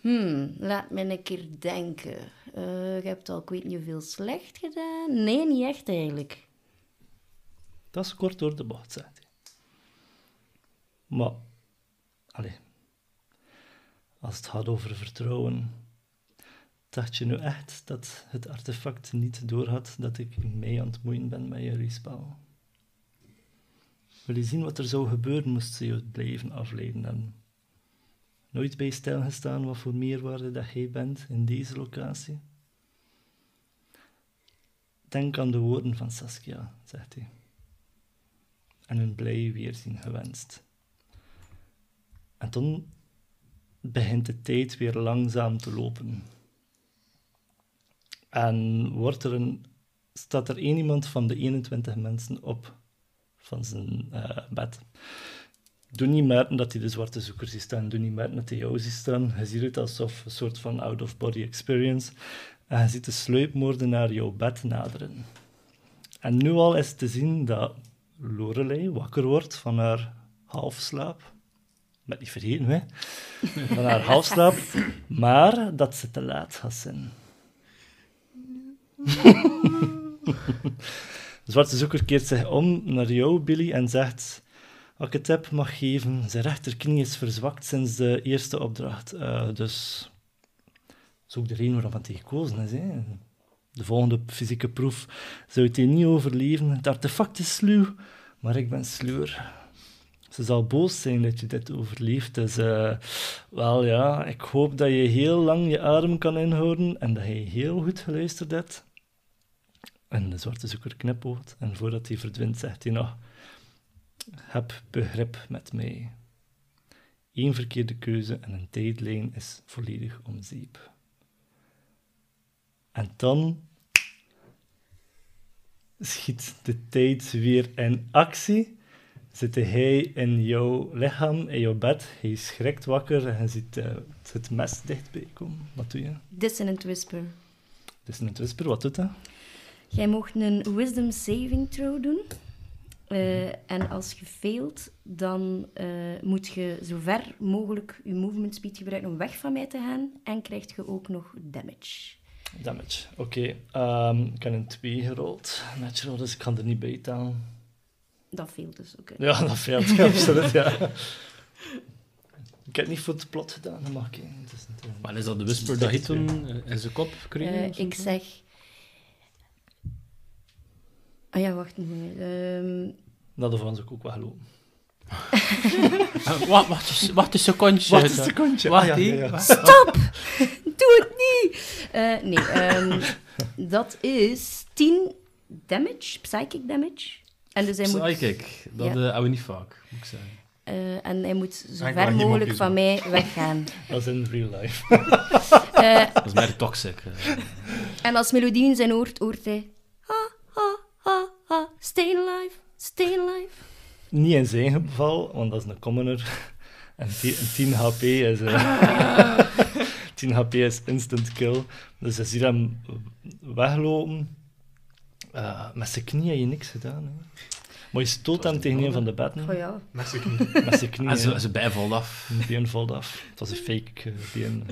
[SPEAKER 8] Hmm, laat me een keer denken. Eh, je hebt al, ik weet niet hoeveel slecht gedaan. Nee, niet echt eigenlijk.
[SPEAKER 3] Dat is kort door de bocht, zegt hij. Maar, allee, als het gaat over vertrouwen, dacht je nu echt dat het artefact niet doorhad dat ik mee aan het moeien ben met jullie spel? Wil je zien wat er zou gebeuren moest ze je blijven afleiden hebben? Nooit bij stilgestaan wat voor meerwaarde dat jij bent in deze locatie? Denk aan de woorden van Saskia, zegt hij en een blij weerzien gewenst. En dan begint de tijd weer langzaam te lopen. En wordt er een, staat er één iemand van de 21 mensen op van zijn eh, bed. Doe niet merken dat hij de zwarte zoeker ziet staan. Doe niet merken dat hij jou ziet staan. Je ziet het alsof een soort van out-of-body experience. En je ziet de sluipmoordenaar jouw bed naderen. En nu al is te zien dat Lorelei wakker wordt van haar halfslaap. Met niet vergeten, hè? Van haar halfslaap. Maar dat ze te laat gaat zijn. De zwarte zoeker keert zich om naar jou, Billy, en zegt... Als ik het heb mag geven, zijn rechterknie is verzwakt sinds de eerste opdracht. Eh, dus... Dat is ook de reden waarom het gekozen is, hè? De volgende fysieke proef zou het hier niet overleven. Het artefact is sluw, maar ik ben sluwer. Ze zal boos zijn dat je dit overleeft. Dus, eh, wel ja, ik hoop dat je heel lang je adem kan inhouden en dat je heel goed geluisterd hebt. En de zwarte zoeker knipoogt en voordat hij verdwijnt zegt hij nog... Heb begrip met mij. Eén verkeerde keuze en een tijdlijn is volledig om zeep. En dan schiet de tijd weer in actie. Zit hij in jouw lichaam, in jouw bed. Hij schrikt wakker en hij ziet eh, het mes dichtbij komen. Wat doe je?
[SPEAKER 8] Dissonant Whisper.
[SPEAKER 3] Het is een whisper, wat doet dat?
[SPEAKER 8] Jij mocht een wisdom saving throw doen. Eh, en als je failt, dan eh, moet je zo ver mogelijk je movement speed gebruiken om weg van mij te gaan. En krijg je ook nog damage.
[SPEAKER 3] Damage. Oké, ehm, ik heb een 2 gerold. Natural, dus ik kan er niet bij tellen.
[SPEAKER 8] Dat failt dus, oké.
[SPEAKER 3] Ja, <laughs> dat veelt je absoluut, ja. <laughs> Ik heb het niet voor het plot gedaan, dat mag ik. niet. Het is niet, eh,
[SPEAKER 6] Maar is dat de whisper dat hij toen eh, in zijn kop kreeg?
[SPEAKER 8] Eh,
[SPEAKER 6] of zo?
[SPEAKER 8] ik zeg... Ah ja, wacht een moment. Ehm, <laughs>
[SPEAKER 3] Nou, Dat de Frans ook weglopen.
[SPEAKER 6] Eh, Wacht, wacht, een- wacht een secondje.
[SPEAKER 3] Wat is de kontje?
[SPEAKER 6] Wacht,
[SPEAKER 3] Ah, ja, ja,
[SPEAKER 6] hè.
[SPEAKER 3] ja.
[SPEAKER 8] Stop! Doe het niet! Eh, nee, ehm, dat is 10 damage, psychic damage. En dus hij moet...
[SPEAKER 6] Psychic, dat
[SPEAKER 8] Ja.
[SPEAKER 6] eh, hebben we niet vaak, moet ik zeggen.
[SPEAKER 8] Eh, en hij moet zo
[SPEAKER 7] Ah, ik
[SPEAKER 8] ver
[SPEAKER 7] wou geen
[SPEAKER 8] mogelijk
[SPEAKER 7] mopjes
[SPEAKER 8] van mij weggaan.
[SPEAKER 3] Dat is in real life.
[SPEAKER 8] Eh,
[SPEAKER 6] Dat is meer toxic. eh.
[SPEAKER 8] en als Melodie in zijn oor hoort hij... Ha, ha, ha, ha, stay alive, stay alive.
[SPEAKER 3] Niet in zijn geval, want dat is een commoner. <laughs> En 10, 10 HP is... eh
[SPEAKER 5] <laughs>
[SPEAKER 3] 10 HP is instant kill. Dus je ziet hem weglopen. Eh, met zijn knieën heb je niks gedaan. Hè. Maar je stoot hem tegen een van de bedden.
[SPEAKER 8] Oh ja.
[SPEAKER 4] Mes ik niet.
[SPEAKER 3] Met zijn
[SPEAKER 2] Ah,
[SPEAKER 3] knieën.
[SPEAKER 6] En ze, ze bijvalt af.
[SPEAKER 3] Een been valt af. Het was
[SPEAKER 5] <laughs>
[SPEAKER 3] een fake eh, been.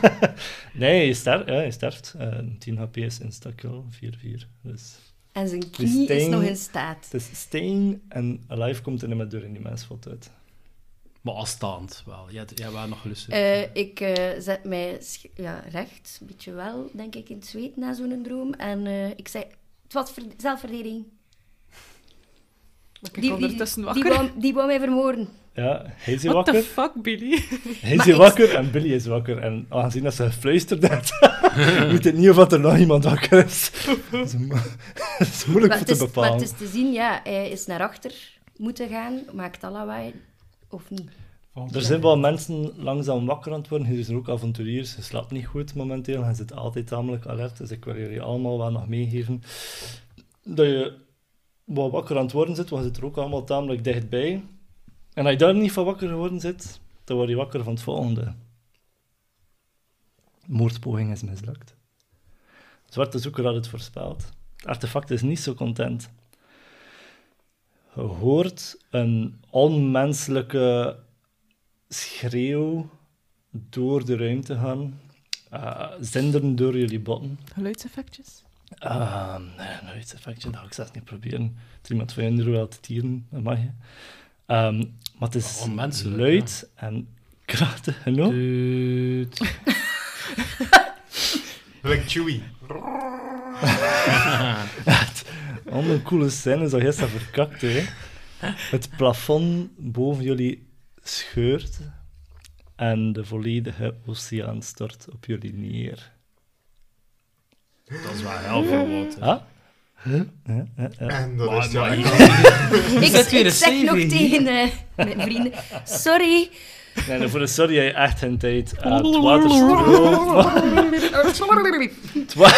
[SPEAKER 3] <laughs> nee, je, sterft. ja, je sterft. Eh, 10 HP is insta-kill. 4-4. Dus...
[SPEAKER 8] En zijn knie is
[SPEAKER 3] steen-
[SPEAKER 8] nog in staat.
[SPEAKER 3] Het is steen en alive komt er niet meer door in die mensvot uit.
[SPEAKER 6] Maar als staand wel. Jij, jij waren nog gelussen.
[SPEAKER 8] Eh, ik eh, zet mij sch- ja, recht, een beetje wel, denk ik, in het zweet na zo'n droom. En eh, ik zei, het was verd- zelfverdediging.
[SPEAKER 5] Ik die, ondertussen
[SPEAKER 8] die,
[SPEAKER 5] wakker.
[SPEAKER 8] wou, die wou mij vermoorden.
[SPEAKER 3] Ja, hij is hier
[SPEAKER 5] What the
[SPEAKER 3] wakker.
[SPEAKER 5] fuck, Billy?
[SPEAKER 3] Hij is
[SPEAKER 8] Maar
[SPEAKER 3] hier
[SPEAKER 8] ik-
[SPEAKER 3] wakker en Billy is wakker. En aangezien dat ze <laughs> gefluisterd heeft, weet het niet of dat er nog iemand wakker
[SPEAKER 8] <laughs>
[SPEAKER 3] is. Dat is, mo- <laughs> dat is moeilijk
[SPEAKER 8] Maar het,
[SPEAKER 3] voor te
[SPEAKER 8] is, maar het
[SPEAKER 3] bepalen.
[SPEAKER 8] is te zien, ja, hij is naar achter moeten gaan. Maakt dat lawaai of niet?
[SPEAKER 3] Er zijn wel mensen langzaam wakker aan het worden. Er zijn ook avonturiers. Je slaapt niet goed momenteel. Je zit altijd tamelijk alert. Dus ik wil jullie allemaal wel nog meegeven dat je wat wakker aan het worden zit. Want je zit er ook allemaal tamelijk dichtbij. En als je daar niet van wakker geworden zit, dan word je wakker van het volgende. Moordpoging is mislukt. Zwarte zoeker had het voorspeld. Het artefact is niet zo content. Je hoort een onmenselijke schreeuw door de ruimte gaan, eh, zinderen door jullie botten.
[SPEAKER 5] Geluidseffectjes.
[SPEAKER 3] Ehm, nee, nou, iets effectje, dat ga ik zelfs niet proberen. Het is iemand van jullie wel te tieren, dat mag je. Ehm, maar het is
[SPEAKER 6] Onmenselijk,
[SPEAKER 3] luid en krachtig genoeg. <laughs>
[SPEAKER 6] Duut.
[SPEAKER 4] Like Chewie.
[SPEAKER 3] Allemaal een coole scène, zo gisteren verkakt, hè. Het plafond boven jullie scheurt en de volledige oceaan stort op jullie neer.
[SPEAKER 6] <laughs> Dat is wel heel veel water.
[SPEAKER 3] Ah? Huh? Huh? Huh? Huh?
[SPEAKER 4] En dat
[SPEAKER 6] Maar-
[SPEAKER 4] is ja...
[SPEAKER 6] maar-
[SPEAKER 4] ik-
[SPEAKER 8] Ik,
[SPEAKER 6] zet weer
[SPEAKER 8] ik
[SPEAKER 6] een
[SPEAKER 8] zeg
[SPEAKER 6] CV
[SPEAKER 8] nog
[SPEAKER 6] hier.
[SPEAKER 8] tegen eh, mijn vrienden, sorry.
[SPEAKER 3] Nee, nee, voor de sorry heb je echt geen tijd. Eh, het
[SPEAKER 5] <laughs>
[SPEAKER 3] water stroomt. Het, wa-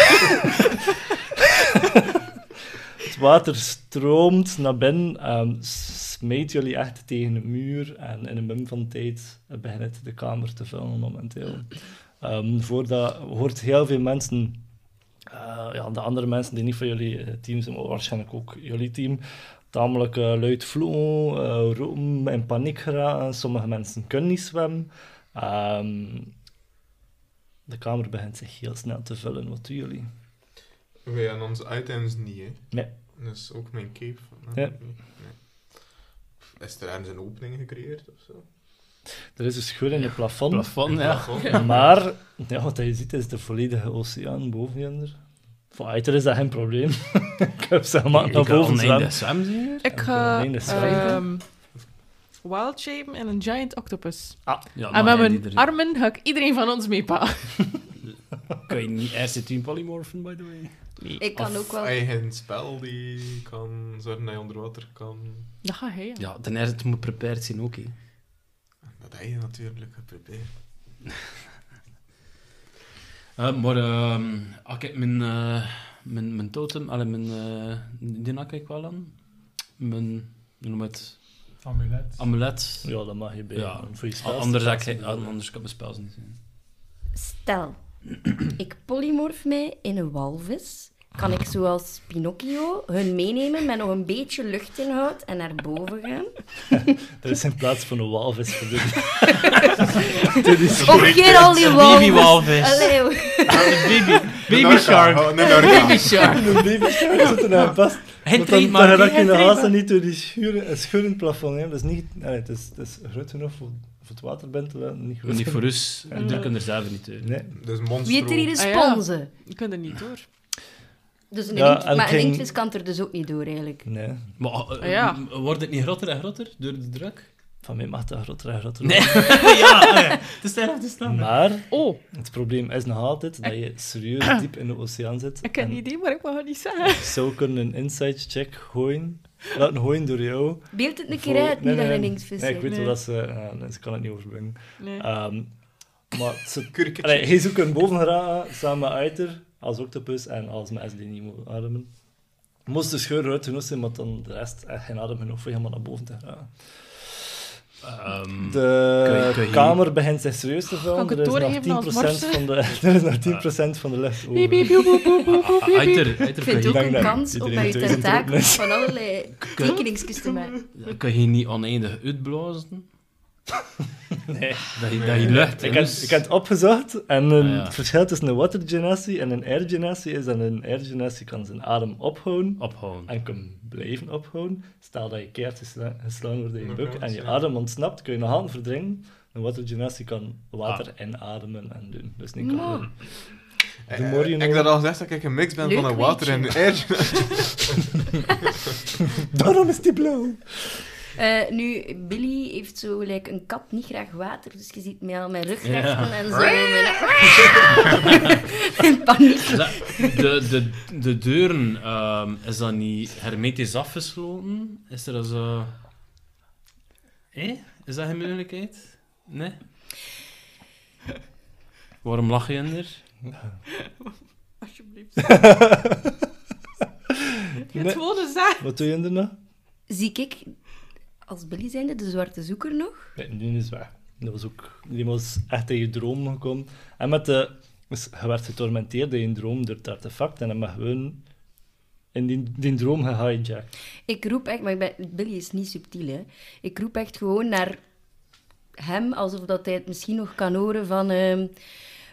[SPEAKER 3] het water stroomt naar binnen, ehm, smijt jullie echt tegen de muur en in een mum van tijd begint de kamer te vullen momenteel. Ehm voordat hoort heel veel mensen, eh, ja, de andere mensen die niet van jullie eh, team zijn, maar waarschijnlijk ook jullie team, tamelijk eh, luid vloeien, eh roepen, in paniek geraken. Sommige mensen kunnen niet zwemmen. Ehm, de kamer begint zich heel snel te vullen. Wat doen jullie?
[SPEAKER 4] Wij hebben onze items niet, hè.
[SPEAKER 3] Nee.
[SPEAKER 4] Dat is ook mijn cape.
[SPEAKER 3] Ja.
[SPEAKER 4] Nee. Is er ergens een opening gecreëerd of zo?
[SPEAKER 3] Er is een scheur in het plafond.
[SPEAKER 6] Plafond, ja.
[SPEAKER 3] <laughs> Maar ja, wat je ziet is de volledige oceaan boven je. Voor Aiter is dat geen probleem. <laughs> ik heb ze allemaal
[SPEAKER 6] Ik
[SPEAKER 3] naar
[SPEAKER 6] kan
[SPEAKER 3] boven
[SPEAKER 6] oneindig
[SPEAKER 3] zwemmen.
[SPEAKER 6] zwemmen zien hier.
[SPEAKER 5] Ik
[SPEAKER 3] Ja,
[SPEAKER 5] ga
[SPEAKER 3] nee, dat is
[SPEAKER 5] ehm, wild shapen en een giant octopus.
[SPEAKER 6] Ja,
[SPEAKER 5] en
[SPEAKER 6] maar
[SPEAKER 5] met
[SPEAKER 6] in
[SPEAKER 5] mijn
[SPEAKER 6] ieder-
[SPEAKER 5] armen ga ik iedereen van
[SPEAKER 8] <laughs>
[SPEAKER 5] ons meepakken.
[SPEAKER 6] Kun je niet RC10 polymorphen, by the way?
[SPEAKER 8] Ik kan ook wel...
[SPEAKER 4] Eigen spel die kan zorgen dat je onder water kan.
[SPEAKER 5] Dat ga hij, ja.
[SPEAKER 6] Ja, ten eerste het moet prepared zijn ook, hè.
[SPEAKER 4] Dat heb je natuurlijk geprobeerd.
[SPEAKER 6] Eh, maar ehm ik heb mijn, eh, mijn, mijn totem, allee, mijn, eh die hak ik wel aan. Mijn, hoe noem het,
[SPEAKER 7] Amulet.
[SPEAKER 6] amulet.
[SPEAKER 3] Ja, dat mag je bij.
[SPEAKER 6] dus. Ja. Ah,
[SPEAKER 3] Voor je spel
[SPEAKER 6] Anders,
[SPEAKER 3] staat
[SPEAKER 6] had ik,
[SPEAKER 3] ze-
[SPEAKER 6] anders kan mijn spels niet zien.
[SPEAKER 8] Stel, ik polymorf mij in een walvis. Kan ik zoals Pinocchio hun meenemen met nog een beetje luchtinhoud en naar boven gaan?
[SPEAKER 3] Er is in plaats van een walvis
[SPEAKER 6] <laughs>
[SPEAKER 3] gebeurd.
[SPEAKER 8] Of keer al die walvis.
[SPEAKER 6] Baby walvis.
[SPEAKER 8] Allee, hoor.
[SPEAKER 6] Baby,
[SPEAKER 4] Een
[SPEAKER 6] baby
[SPEAKER 4] orka,
[SPEAKER 6] shark.
[SPEAKER 4] oh, Een orka.
[SPEAKER 6] shark.
[SPEAKER 3] Een baby shark zit er nou
[SPEAKER 6] <laughs>
[SPEAKER 3] vast.
[SPEAKER 6] Hij
[SPEAKER 3] Want dan
[SPEAKER 6] treedt
[SPEAKER 3] maar
[SPEAKER 6] maar.
[SPEAKER 3] raak je
[SPEAKER 6] hij
[SPEAKER 3] de
[SPEAKER 6] treedt
[SPEAKER 3] hazen
[SPEAKER 6] maar.
[SPEAKER 3] niet door die schuren, een scheur in het plafond. Hè. Dat is niet, nee, het, is, het is groot genoeg voor, voor het water binnen te laten. Niet groot
[SPEAKER 6] Niet
[SPEAKER 3] genoeg.
[SPEAKER 6] voor ons. En daar kunnen er zelf niet eh. uit.
[SPEAKER 3] Nee.
[SPEAKER 4] Dat is een monster.
[SPEAKER 8] Wie heeft er hier een
[SPEAKER 5] Ah, ja.
[SPEAKER 8] sponsen?
[SPEAKER 5] Ik kan er niet door.
[SPEAKER 8] Dus een
[SPEAKER 3] Ja,
[SPEAKER 8] inkt-
[SPEAKER 3] en
[SPEAKER 8] maar
[SPEAKER 3] ging-
[SPEAKER 8] een inktvis kan er dus ook niet door, eigenlijk.
[SPEAKER 3] nee.
[SPEAKER 6] Maar eh,
[SPEAKER 5] Ah, ja.
[SPEAKER 6] m- wordt het niet groter en groter door de druk?
[SPEAKER 3] Van mij mag dat groter en groter
[SPEAKER 6] Nee.
[SPEAKER 3] worden.
[SPEAKER 6] <laughs> ja, eh, het is daar af te staan. <laughs>
[SPEAKER 3] Maar
[SPEAKER 5] Oh,
[SPEAKER 3] het probleem is nog altijd dat je serieus diep in de oceaan zit.
[SPEAKER 5] ik heb
[SPEAKER 3] en
[SPEAKER 5] een idee, maar ik mag het niet zeggen.
[SPEAKER 3] Zo kunnen een insight check gooien. Laten gooien door jou.
[SPEAKER 8] Beeld het een
[SPEAKER 3] Voor-
[SPEAKER 8] keer uit,
[SPEAKER 3] nee,
[SPEAKER 8] niet dat
[SPEAKER 3] nee,
[SPEAKER 8] je een
[SPEAKER 3] nee.
[SPEAKER 8] inktvis
[SPEAKER 3] Nee, ik weet
[SPEAKER 8] bent.
[SPEAKER 5] Nee.
[SPEAKER 3] wel dat ze... ja, nee, ze kan het niet overbrengen.
[SPEAKER 6] Ah,
[SPEAKER 5] Nee.
[SPEAKER 3] Ehm, maar ze...
[SPEAKER 4] Kurkertje.
[SPEAKER 3] Allee, hij zoekt een boven geraken, samen met Uiter, als octopus en als mijn SD niet moet ademen. Moest de scheur eruit genoeg zijn, maar dan de rest echt geen adem genoeg voor helemaal naar boven te gaan.
[SPEAKER 6] Ehm,
[SPEAKER 3] De
[SPEAKER 6] Kun je- kun je-
[SPEAKER 3] kamer begint zich serieus te
[SPEAKER 5] Kan ik
[SPEAKER 3] vullen.
[SPEAKER 5] het
[SPEAKER 3] Er is nog 10%
[SPEAKER 5] doorgeven als
[SPEAKER 3] van
[SPEAKER 5] morsen?
[SPEAKER 3] de, <laughs> er is nog 10% van de lucht over.
[SPEAKER 5] Piep, piep, piep, piep, piep, piep, piep, piep.
[SPEAKER 6] ah, Uiter, uiter,
[SPEAKER 8] Ik
[SPEAKER 6] kun
[SPEAKER 8] vind het
[SPEAKER 6] je-
[SPEAKER 8] ook een
[SPEAKER 3] Dank dat
[SPEAKER 8] kans om
[SPEAKER 3] iedereen
[SPEAKER 8] bij je
[SPEAKER 3] thuis aan het
[SPEAKER 8] tentakel
[SPEAKER 3] openen is.
[SPEAKER 8] van allerlei tekeningsjes te maken.
[SPEAKER 6] kun je niet oneindig uitblazen?
[SPEAKER 3] Nee.
[SPEAKER 6] Dat je, dat je lucht...
[SPEAKER 3] Ik
[SPEAKER 6] en
[SPEAKER 3] heb,
[SPEAKER 6] dus-
[SPEAKER 3] ik heb het opgezocht en een,
[SPEAKER 6] Ah, ja.
[SPEAKER 3] het verschil tussen een watergeneratie en een airgeneratie is dat een airgeneratie kan zijn adem ophouden
[SPEAKER 6] Ophouden.
[SPEAKER 3] en kan blijven ophouden. Stel dat je keert gesla- geslaan wordt in je
[SPEAKER 4] Nog
[SPEAKER 3] buik
[SPEAKER 4] wel,
[SPEAKER 3] en je
[SPEAKER 4] ja.
[SPEAKER 3] adem ontsnapt, kun je nog handen
[SPEAKER 7] Ah.
[SPEAKER 3] verdringen. Een watergeneratie kan water inademen en doen. Dus niet kan
[SPEAKER 8] Maar-
[SPEAKER 3] doen. De more you
[SPEAKER 4] Eh, ik
[SPEAKER 3] know.
[SPEAKER 4] heb dat al gezegd dat ik een mix ben
[SPEAKER 8] Leuk
[SPEAKER 4] van een water en een air. <laughs>
[SPEAKER 7] Daarom is die blauw.
[SPEAKER 8] Eh, nu, Billy heeft zo gelijk een kat niet graag water, dus je ziet mij al mijn rug
[SPEAKER 6] Ja.
[SPEAKER 8] rechten en zo. mijn- <laughs> In paniek.
[SPEAKER 6] De, de, de deuren, ehm, is dat niet hermetisch afgesloten? Is er zo... Hé? Is dat geen mogelijkheid? Nee? Waarom lach je in er?
[SPEAKER 5] Alsjeblieft. <laughs> Je hebt gewoon een zaak.
[SPEAKER 3] Wat doe je in de nou?
[SPEAKER 8] Zie ik, als Billy zijnde, de zwarte zoeker nog?
[SPEAKER 3] Nee, die is weg. Dat was ook, die was echt in je droom gekomen. En met de, dus je werd getormenteerd in je droom door het artefact en dan mag gewoon in die, die droom gehijacked.
[SPEAKER 8] Ik roep echt, maar ik ben, Billy is niet subtiel, hè. Ik roep echt gewoon naar hem, alsof dat hij het misschien nog kan horen van... ehm,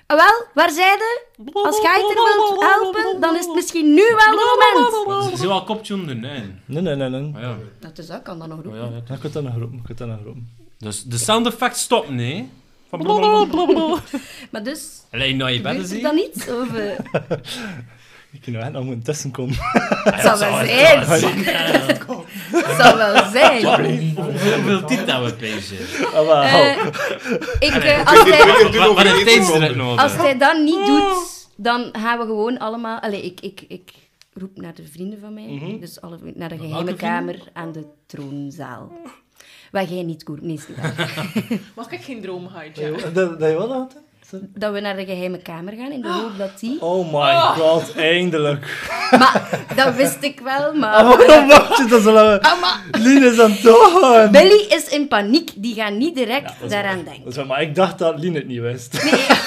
[SPEAKER 8] "Ah, wel, waar zijde? Als jij er wilt helpen, dan is het misschien nu wel het moment.
[SPEAKER 6] Ze zijn wel kopje onder, nee.
[SPEAKER 3] Nee, nee, nee, nee.
[SPEAKER 6] Maar ja,
[SPEAKER 8] Dat is dat, kan dan nog
[SPEAKER 6] maar
[SPEAKER 8] roepen.
[SPEAKER 6] ja, ja.
[SPEAKER 3] Dan kunt dat nog roepen, je kunt dat nog roepen.
[SPEAKER 6] Dus de sound effects stopt, nee? Van
[SPEAKER 8] Maar dus,
[SPEAKER 6] Alleen naar je bedden
[SPEAKER 8] gebeurt er
[SPEAKER 6] zien?
[SPEAKER 8] dan iets? Of, eh,
[SPEAKER 3] Ik kan nou echt nog moeten <laughs> tussenkomen.
[SPEAKER 8] Het zal wel zijn. Het zal wel zijn.
[SPEAKER 6] Hoeveel tijd hebben we, Peesje?
[SPEAKER 3] Ah, wel.
[SPEAKER 8] Eh, ik, eh, als, hij,
[SPEAKER 6] Wat een tijdsdruk
[SPEAKER 8] als
[SPEAKER 6] nodig.
[SPEAKER 8] hij dat niet doet, dan gaan we gewoon allemaal... Allee, ik, ik, ik roep naar de vrienden van mij.
[SPEAKER 3] Mhm.
[SPEAKER 8] Dus alle, vrienden- naar de geheime
[SPEAKER 6] Welke vrienden?
[SPEAKER 8] kamer aan de troonzaal. Waar jij niet koert. Nee, is niet waar.
[SPEAKER 3] <laughs>
[SPEAKER 5] Mag ik geen droom
[SPEAKER 6] Ah,
[SPEAKER 5] hijack?
[SPEAKER 3] Dat dat je wat had?
[SPEAKER 8] Dat we naar de geheime kamer gaan in de hoop dat die...
[SPEAKER 3] Oh my god, <laughs> eindelijk.
[SPEAKER 8] Maar dat wist ik wel, maar...
[SPEAKER 3] Waarom wacht je dat zo lang? Lien is aan het doen.
[SPEAKER 8] Billy is in paniek. Die gaat niet direct daaraan denken.
[SPEAKER 3] Dat is wel- Dus Maar ik dacht dat Lien het niet wist. <laughs>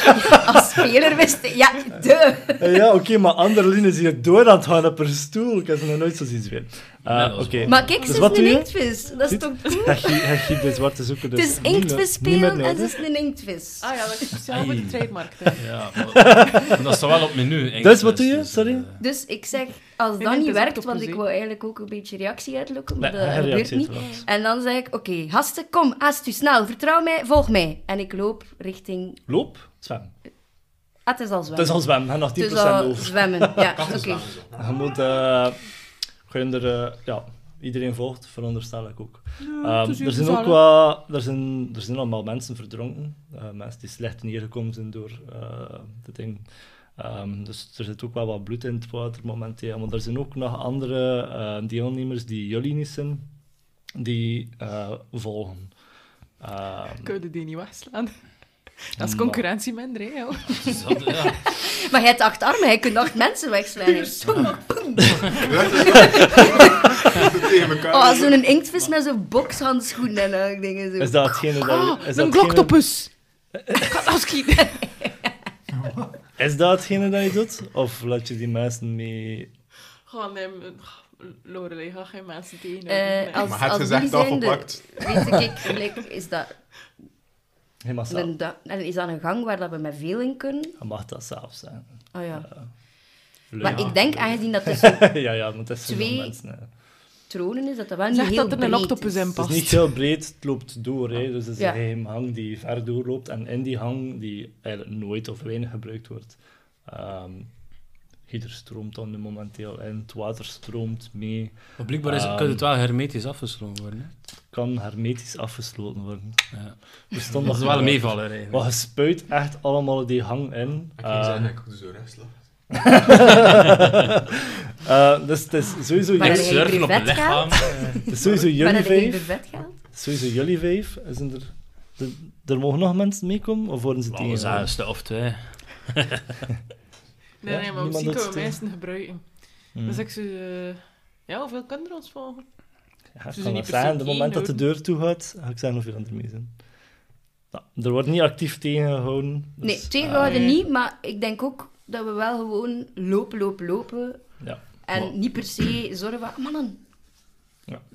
[SPEAKER 8] Nee, <laughs> als speler wist ik... Ja, de...
[SPEAKER 3] Eh, Ja, oké, maar andere Lien is hier door aan het gaan op haar stoel. Ik heb ze nog nooit zo zien zweren. Eh,
[SPEAKER 6] Nee, dat is
[SPEAKER 3] oké.
[SPEAKER 8] Maar kijk, ze
[SPEAKER 3] Dus wat
[SPEAKER 8] is een
[SPEAKER 3] doe je?
[SPEAKER 8] inktvis. Dat is
[SPEAKER 3] Ziet?
[SPEAKER 8] toch goed?
[SPEAKER 3] Hij giet- hij giet de zwarte zoeken.
[SPEAKER 8] Het
[SPEAKER 3] Dus
[SPEAKER 8] is
[SPEAKER 3] niet meer-
[SPEAKER 8] inktvis
[SPEAKER 3] niet meer
[SPEAKER 8] spelen en ze
[SPEAKER 3] nodig.
[SPEAKER 8] is een inktvis.
[SPEAKER 5] Ah ja, dat is speciaal voor de
[SPEAKER 6] Ai.
[SPEAKER 5] trademark. hè.
[SPEAKER 6] Ja, maar- dat staat wel op menu. Engels,
[SPEAKER 3] Dus wat doe je? Sorry?
[SPEAKER 6] eh,
[SPEAKER 8] Dus ik zeg, als dat
[SPEAKER 5] Ik denk
[SPEAKER 8] niet
[SPEAKER 5] dat
[SPEAKER 8] werkt,
[SPEAKER 5] het
[SPEAKER 8] want ik
[SPEAKER 5] oplossing.
[SPEAKER 8] wil eigenlijk ook een beetje reactie uitlokken, maar
[SPEAKER 3] Nee,
[SPEAKER 8] dat
[SPEAKER 3] hij
[SPEAKER 8] gebeurt
[SPEAKER 3] reageert
[SPEAKER 8] niet.
[SPEAKER 3] wel.
[SPEAKER 8] En dan zeg ik, oké, gasten, kom, haast u snel, vertrouw mij, volg mij. En ik loop richting...
[SPEAKER 3] Loop, zwem.
[SPEAKER 8] Ah, het is al
[SPEAKER 3] Het is
[SPEAKER 8] zwemmen.
[SPEAKER 3] al zwem, we hebben nog 10%
[SPEAKER 8] Het is al
[SPEAKER 3] over. <laughs>
[SPEAKER 8] zwemmen, ja, oké.
[SPEAKER 3] Je moet... eh, gewoon er, eh, ja, iedereen volgt, veronderstel ik ook. Ehm,
[SPEAKER 5] het is
[SPEAKER 3] er zijn ook
[SPEAKER 5] gezellig.
[SPEAKER 3] wat... Er zijn, er zijn allemaal mensen verdronken. eh, mensen die slecht neergekomen zijn door eh dit ding. Ehm, dus er zit ook wel wat bloed in het water momenteel. Maar er zijn ook nog andere eh, deelnemers die jullie niet zijn, die eh, volgen. Ehm,
[SPEAKER 5] Kun je die niet wegslaan? Dat is
[SPEAKER 6] Mm.
[SPEAKER 3] Maar-
[SPEAKER 5] concurrentie minder, hè, joh.
[SPEAKER 6] dus dat- ja.
[SPEAKER 8] Maar jij hebt acht armen, hij kunt acht mensen wegslaan. hè.
[SPEAKER 4] Tegen elkaar.
[SPEAKER 8] Oh, zo'n inktvis met zo'n bokshandschoenen en eh, dingen zo.
[SPEAKER 3] Is dat hetgene dat...
[SPEAKER 5] Ah,
[SPEAKER 3] is dat
[SPEAKER 5] een
[SPEAKER 3] hetgene-
[SPEAKER 5] gloktopus! Ik ga dat
[SPEAKER 8] Eh,
[SPEAKER 5] schieten.
[SPEAKER 3] Is dat hetgene dat je doet? Of laat je die mensen mee...
[SPEAKER 5] Gewoon, nee, Lorelei, ga geen mensen tegen.
[SPEAKER 8] Eh, als,
[SPEAKER 4] Maar het
[SPEAKER 8] als
[SPEAKER 4] gezegd
[SPEAKER 8] die zijn,
[SPEAKER 4] afgepakt.
[SPEAKER 8] weet ik, gelijk, is dat
[SPEAKER 3] Helemaal zelf.
[SPEAKER 8] Een da- en is dat een gang waar dat we met veel in kunnen?
[SPEAKER 3] Dat mag dat zelf zijn.
[SPEAKER 8] Oh ja.
[SPEAKER 3] Leuk.
[SPEAKER 8] maar ik denk, aangezien dat er zo'n
[SPEAKER 3] <laughs> ja, ja, maar het is
[SPEAKER 8] Twee-
[SPEAKER 3] Twee... mensen. hè.
[SPEAKER 8] tronen is, dat dat wel niet
[SPEAKER 5] Zeg
[SPEAKER 8] heel
[SPEAKER 5] dat er
[SPEAKER 8] breed
[SPEAKER 5] een octopus
[SPEAKER 8] is.
[SPEAKER 5] in
[SPEAKER 3] Het
[SPEAKER 5] past.
[SPEAKER 3] is niet heel breed, het loopt door. Hè. Dus het is
[SPEAKER 8] Ja.
[SPEAKER 3] een geheim hang die ver doorloopt. En in die hang, die eigenlijk nooit of weinig gebruikt wordt, ehm ieder stroomt dan nu momenteel in. Het water stroomt mee.
[SPEAKER 6] Maar blijkbaar is, kan het wel hermetisch afgesloten worden. hè.
[SPEAKER 3] Kan hermetisch afgesloten worden.
[SPEAKER 6] Ja.
[SPEAKER 3] Er stond
[SPEAKER 6] Dat is
[SPEAKER 3] nog-
[SPEAKER 6] wel een meevaller.
[SPEAKER 3] Maar
[SPEAKER 6] eigenlijk.
[SPEAKER 3] je spuit echt allemaal die hang in.
[SPEAKER 4] Ik
[SPEAKER 3] Ehm,
[SPEAKER 4] ging zeggen, ik doe zo rest.
[SPEAKER 3] <laughs> eh, dus het is sowieso
[SPEAKER 8] Maar
[SPEAKER 6] Ik
[SPEAKER 8] dat
[SPEAKER 3] jullie,
[SPEAKER 8] hij
[SPEAKER 6] surfen op
[SPEAKER 8] privé
[SPEAKER 6] een lichaam.
[SPEAKER 3] het is sowieso
[SPEAKER 8] Maar
[SPEAKER 3] jullie
[SPEAKER 8] dat ik in de
[SPEAKER 3] vijf.
[SPEAKER 8] vet gaat?
[SPEAKER 3] Sowieso jullie vijf. Zijn er, er, er mogen nog mensen meekomen? Of worden ze
[SPEAKER 6] Laten we
[SPEAKER 3] tegen?
[SPEAKER 6] zeggen, een stuk of twee.
[SPEAKER 5] Nee,
[SPEAKER 3] Ja,
[SPEAKER 5] nee, maar
[SPEAKER 3] niemand
[SPEAKER 5] misschien
[SPEAKER 3] doet
[SPEAKER 5] kunnen we
[SPEAKER 3] het, hè.
[SPEAKER 5] mensen gebruiken.
[SPEAKER 3] Hmm.
[SPEAKER 5] Dus ik zo... eh, ja, hoeveel kunnen er ons volgen?
[SPEAKER 3] Ja, ik kan
[SPEAKER 5] Ze zijn
[SPEAKER 3] dat
[SPEAKER 5] niet per se
[SPEAKER 3] zeggen. De moment dat de
[SPEAKER 5] één,
[SPEAKER 3] deur toe gaat, ga ik zeggen hoeveel er mee zijn. Nou, er wordt niet actief tegengehouden. Dus,
[SPEAKER 8] Nee, twee
[SPEAKER 3] eh,
[SPEAKER 8] woorden
[SPEAKER 5] nee.
[SPEAKER 8] niet, maar ik denk ook dat we wel gewoon lopen, lopen, lopen.
[SPEAKER 3] Ja.
[SPEAKER 8] En
[SPEAKER 3] Maar-
[SPEAKER 8] niet per se zorgen van, mannen,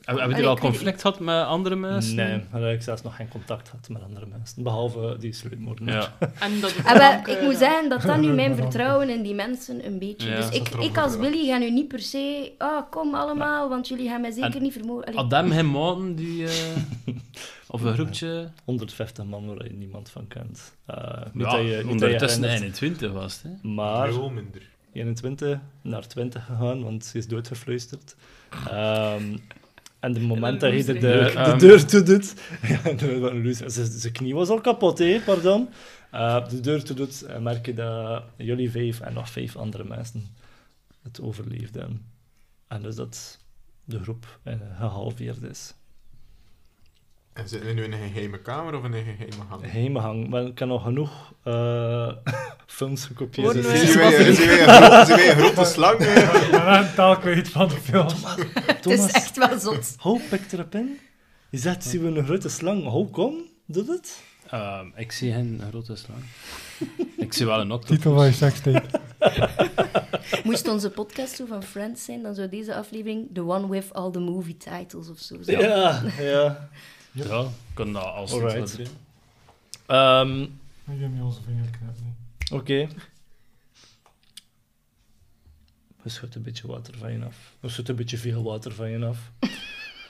[SPEAKER 6] Hebben we
[SPEAKER 8] Allee,
[SPEAKER 6] hier al
[SPEAKER 8] ik weet
[SPEAKER 6] conflict gehad met andere mensen?
[SPEAKER 3] eh, Nee, maar dat ik zelfs nog geen contact had met andere mensen. Behalve die sluitmoordenaar.
[SPEAKER 6] Ja.
[SPEAKER 5] En dat
[SPEAKER 8] En
[SPEAKER 5] drank,
[SPEAKER 8] Ah, wel, ik
[SPEAKER 5] eh,
[SPEAKER 8] moet zeggen dat dat nu mijn
[SPEAKER 7] Ja.
[SPEAKER 8] vertrouwen in die mensen een beetje...
[SPEAKER 6] Ja,
[SPEAKER 8] dus
[SPEAKER 4] dat
[SPEAKER 8] ik,
[SPEAKER 4] erom
[SPEAKER 8] ik als
[SPEAKER 4] gedraaid.
[SPEAKER 8] Willy ga nu niet per se... Ah, kom allemaal, want jullie gaan mij zeker
[SPEAKER 6] En-
[SPEAKER 8] niet vermoorden. Allee,
[SPEAKER 6] Had hem geen maten die... <laughs> eh, of een groepje...
[SPEAKER 3] 150 man waar je niemand van kent. Eh, niet
[SPEAKER 6] Ja,
[SPEAKER 3] dat je, niet dat je
[SPEAKER 6] ondertussen
[SPEAKER 3] herinnert,
[SPEAKER 6] 21 was het, hè.
[SPEAKER 3] Maar
[SPEAKER 4] Veel minder.
[SPEAKER 3] 21 naar 20 gegaan, want ze is doodgefluisterd. Ehm en de moment dat hij de, de,
[SPEAKER 6] Ja,
[SPEAKER 3] de
[SPEAKER 6] ehm.
[SPEAKER 3] deur toe doet... <laughs> Ja, de- wat een loser. Zijn- Zijn knie was al kapot, hè, pardon. Eh, de deur toe doet, eh, merk je dat jullie vijf en nog vijf andere mensen het overleefden. En dus dat de groep eh, gehalveerd is.
[SPEAKER 4] En zitten we nu in een geheime kamer of in een geheime <laughs> gang?
[SPEAKER 3] Hemenhang, maar ik heb nog genoeg eh, <laughs> films gekopieerd.
[SPEAKER 5] Worden
[SPEAKER 3] Dus-
[SPEAKER 5] we-
[SPEAKER 4] Zien wij zien wij een gro- zien wij een grote slang? eh?
[SPEAKER 7] Ik ben echt een taal kwijt van de film.
[SPEAKER 8] <laughs> het is
[SPEAKER 3] Thomas,
[SPEAKER 8] echt wel zot. <laughs>
[SPEAKER 3] hoe pikt erop in? Je zegt, zien we een grote slang. Hoe kom? Doet het?
[SPEAKER 6] Ehm, ik zie geen grote slang. <laughs> ik zie wel een octopus.
[SPEAKER 7] Titel van je sekstape.
[SPEAKER 8] Moest onze podcast zo van Friends zijn, dan zou deze aflevering The One With All The Movie Titles of zo zijn.
[SPEAKER 3] Ja, ja.
[SPEAKER 6] Ja, ik kan dat als titel
[SPEAKER 3] Alright.
[SPEAKER 6] erin.
[SPEAKER 3] Ehm,
[SPEAKER 7] Ik heb niet onze vinger knippen.
[SPEAKER 3] Oké. Er schudt een beetje water van je af. Er schudt een beetje veel water van je af.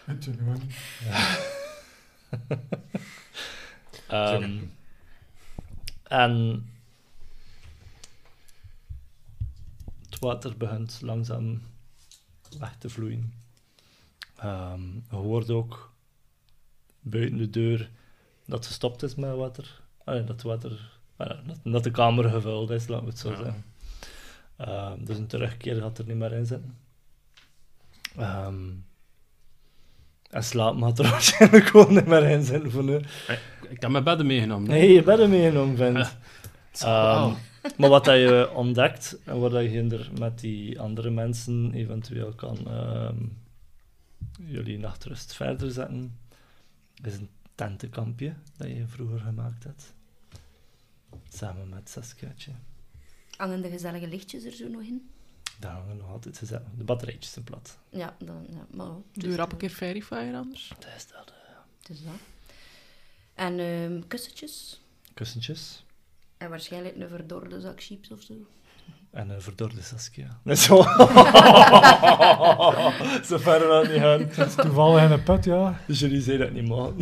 [SPEAKER 7] Weet je gewoon niet.
[SPEAKER 3] <laughs> Ehm, en het water begint langzaam weg te vloeien. Ehm, je hoort ook buiten de deur dat gestopt is met water. Allee, dat water, eh, dat, dat de kamer gevuld is, laten we het zo
[SPEAKER 6] Ja.
[SPEAKER 3] zeggen. Ehm, dus een terugkeer gaat er niet meer in zitten. Ehm, en slaap gaat er <laughs> waarschijnlijk gewoon niet meer in zitten voor nu.
[SPEAKER 6] Ik heb mijn bedden meegenomen. hè.
[SPEAKER 3] Nee, je bent er meegenomen, vent.
[SPEAKER 6] Ja.
[SPEAKER 3] Ehm,
[SPEAKER 6] Wauw.
[SPEAKER 3] <laughs> maar wat dat je ontdekt en waar dat je er met die andere mensen eventueel kan ehm, jullie nachtrust verder zetten, is een tentenkampje dat je vroeger gemaakt hebt. Samen met Saskiatje.
[SPEAKER 8] Hangen de gezellige lichtjes er zo nog in?
[SPEAKER 3] Daar hangen nog altijd gezet. De batterijtjes zijn plat.
[SPEAKER 8] Ja, dan, ja maar... ja, het is
[SPEAKER 5] Doe rap een
[SPEAKER 8] wel-
[SPEAKER 5] keer Fairy Fire
[SPEAKER 3] <laughs>
[SPEAKER 5] anders.
[SPEAKER 3] Dat is dat. eh.
[SPEAKER 8] het is dat. En ehm, kussentjes.
[SPEAKER 3] Kussentjes.
[SPEAKER 8] En waarschijnlijk een verdorde zak chips of zo.
[SPEAKER 3] En een verdorde Saskia. Net zo. zo ver wel niet gaan.
[SPEAKER 7] Het is toevallig in een put, ja.
[SPEAKER 3] Dus jullie zeiden dat niet mogen.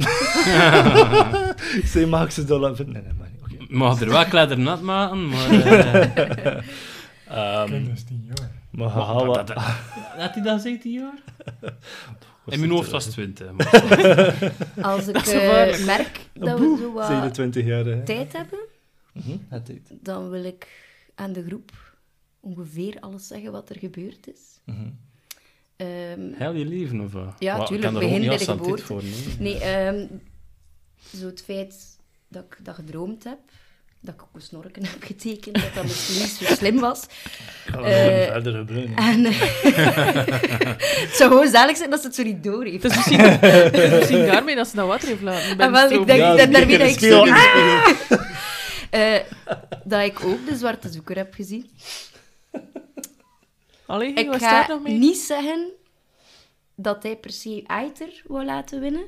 [SPEAKER 3] ik zei, mag ik ze dan laten? Nee, nee, maar niet. Oké.
[SPEAKER 6] Mag er wel kleder nat maken,
[SPEAKER 7] <laughs>
[SPEAKER 6] maar... eh,
[SPEAKER 7] Kind
[SPEAKER 3] Ehm,
[SPEAKER 7] is tien jaar.
[SPEAKER 3] maar
[SPEAKER 6] maar
[SPEAKER 3] gehaald.
[SPEAKER 6] dat- dat- Had hij dat 17 jaar? In mijn hoofd was het 20.
[SPEAKER 5] <laughs>
[SPEAKER 8] Als ik
[SPEAKER 5] is
[SPEAKER 8] eh,
[SPEAKER 5] gevaarlijk.
[SPEAKER 8] merk dat we
[SPEAKER 3] Boe,
[SPEAKER 8] zo wat
[SPEAKER 3] Zijn de 20 jaar, hè?
[SPEAKER 8] tijd hebben,
[SPEAKER 3] Mhm, het tijd.
[SPEAKER 8] dan wil ik aan de groep ongeveer alles zeggen wat er gebeurd is.
[SPEAKER 3] Mhm.
[SPEAKER 8] Ehm,
[SPEAKER 6] Heel je leven, of wat?
[SPEAKER 8] Ja,
[SPEAKER 6] Maar ik
[SPEAKER 8] tuurlijk,
[SPEAKER 6] kan er
[SPEAKER 8] begin
[SPEAKER 6] ook
[SPEAKER 8] bij
[SPEAKER 6] niet
[SPEAKER 8] de
[SPEAKER 6] als aan dit
[SPEAKER 8] geboorte.
[SPEAKER 6] voor, nee.
[SPEAKER 8] nee, ehm, zo het feit dat ik dat gedroomd heb, dat ik ook een snorken heb getekend, dat dat misschien niet zo slim was.
[SPEAKER 3] Ik ga dat
[SPEAKER 8] Eh,
[SPEAKER 3] nog verder gebruiken.
[SPEAKER 8] En eh, <laughs> het zou gewoon zalig zijn dat ze het zo niet door heeft.
[SPEAKER 5] Het is misschien, het is misschien daarmee dat ze dat water heeft laten. bij
[SPEAKER 8] Ah,
[SPEAKER 5] de
[SPEAKER 8] wel,
[SPEAKER 5] stroom.
[SPEAKER 8] ik denk
[SPEAKER 3] Ja,
[SPEAKER 8] dat daarmee
[SPEAKER 3] zeker,
[SPEAKER 8] dat ik
[SPEAKER 3] de spiegel
[SPEAKER 8] zo...
[SPEAKER 3] in de
[SPEAKER 8] Eh, dat ik ook de zwarte zoeker heb gezien.
[SPEAKER 5] Allee,
[SPEAKER 8] Ik
[SPEAKER 5] was daar
[SPEAKER 8] ga
[SPEAKER 5] nog mee?
[SPEAKER 8] niet zeggen dat hij per se Aiter wou laten winnen.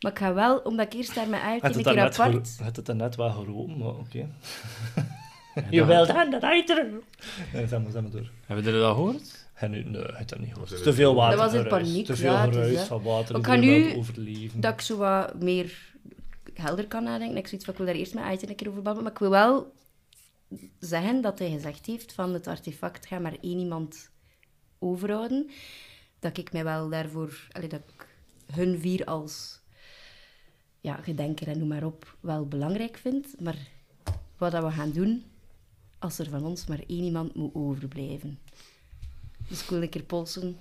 [SPEAKER 8] Maar ik ga wel, omdat ik eerst daar met
[SPEAKER 3] Had
[SPEAKER 8] Aiter een
[SPEAKER 3] het
[SPEAKER 8] keer
[SPEAKER 3] daarnet
[SPEAKER 8] apart...
[SPEAKER 3] gero- had het daarnet wel geroepen, maar oké.
[SPEAKER 6] Ja,
[SPEAKER 3] Je
[SPEAKER 6] dan-
[SPEAKER 3] wilt aan dat uiter. Nee, zeg maar, zeg maar door.
[SPEAKER 6] Hebben jullie dat gehoord?
[SPEAKER 3] En nu, nee, het dat niet gehoord.
[SPEAKER 4] Dat
[SPEAKER 3] Te veel water.
[SPEAKER 8] Dat was in
[SPEAKER 3] geruis.
[SPEAKER 8] paniek,
[SPEAKER 3] Te veel
[SPEAKER 8] ja, het is
[SPEAKER 3] geruis
[SPEAKER 8] dat.
[SPEAKER 3] van water.
[SPEAKER 8] Ik
[SPEAKER 3] Ik
[SPEAKER 8] ga
[SPEAKER 3] kan nu
[SPEAKER 8] nu-
[SPEAKER 3] overleven.
[SPEAKER 8] Dat ik zo wat meer helder kan nadenken. Ik zoiets van, ik wil daar eerst met Aiter een keer over babbelen. Maar ik wil wel zeggen dat hij gezegd heeft van het artefact ga maar één iemand overhouden. Dat ik mij wel daarvoor... Allee, dat ik hun vier als ja, gedenker en noem maar op wel belangrijk vind. Maar wat dat we gaan doen als er van ons maar één iemand moet overblijven. Dus ik wil een keer polsen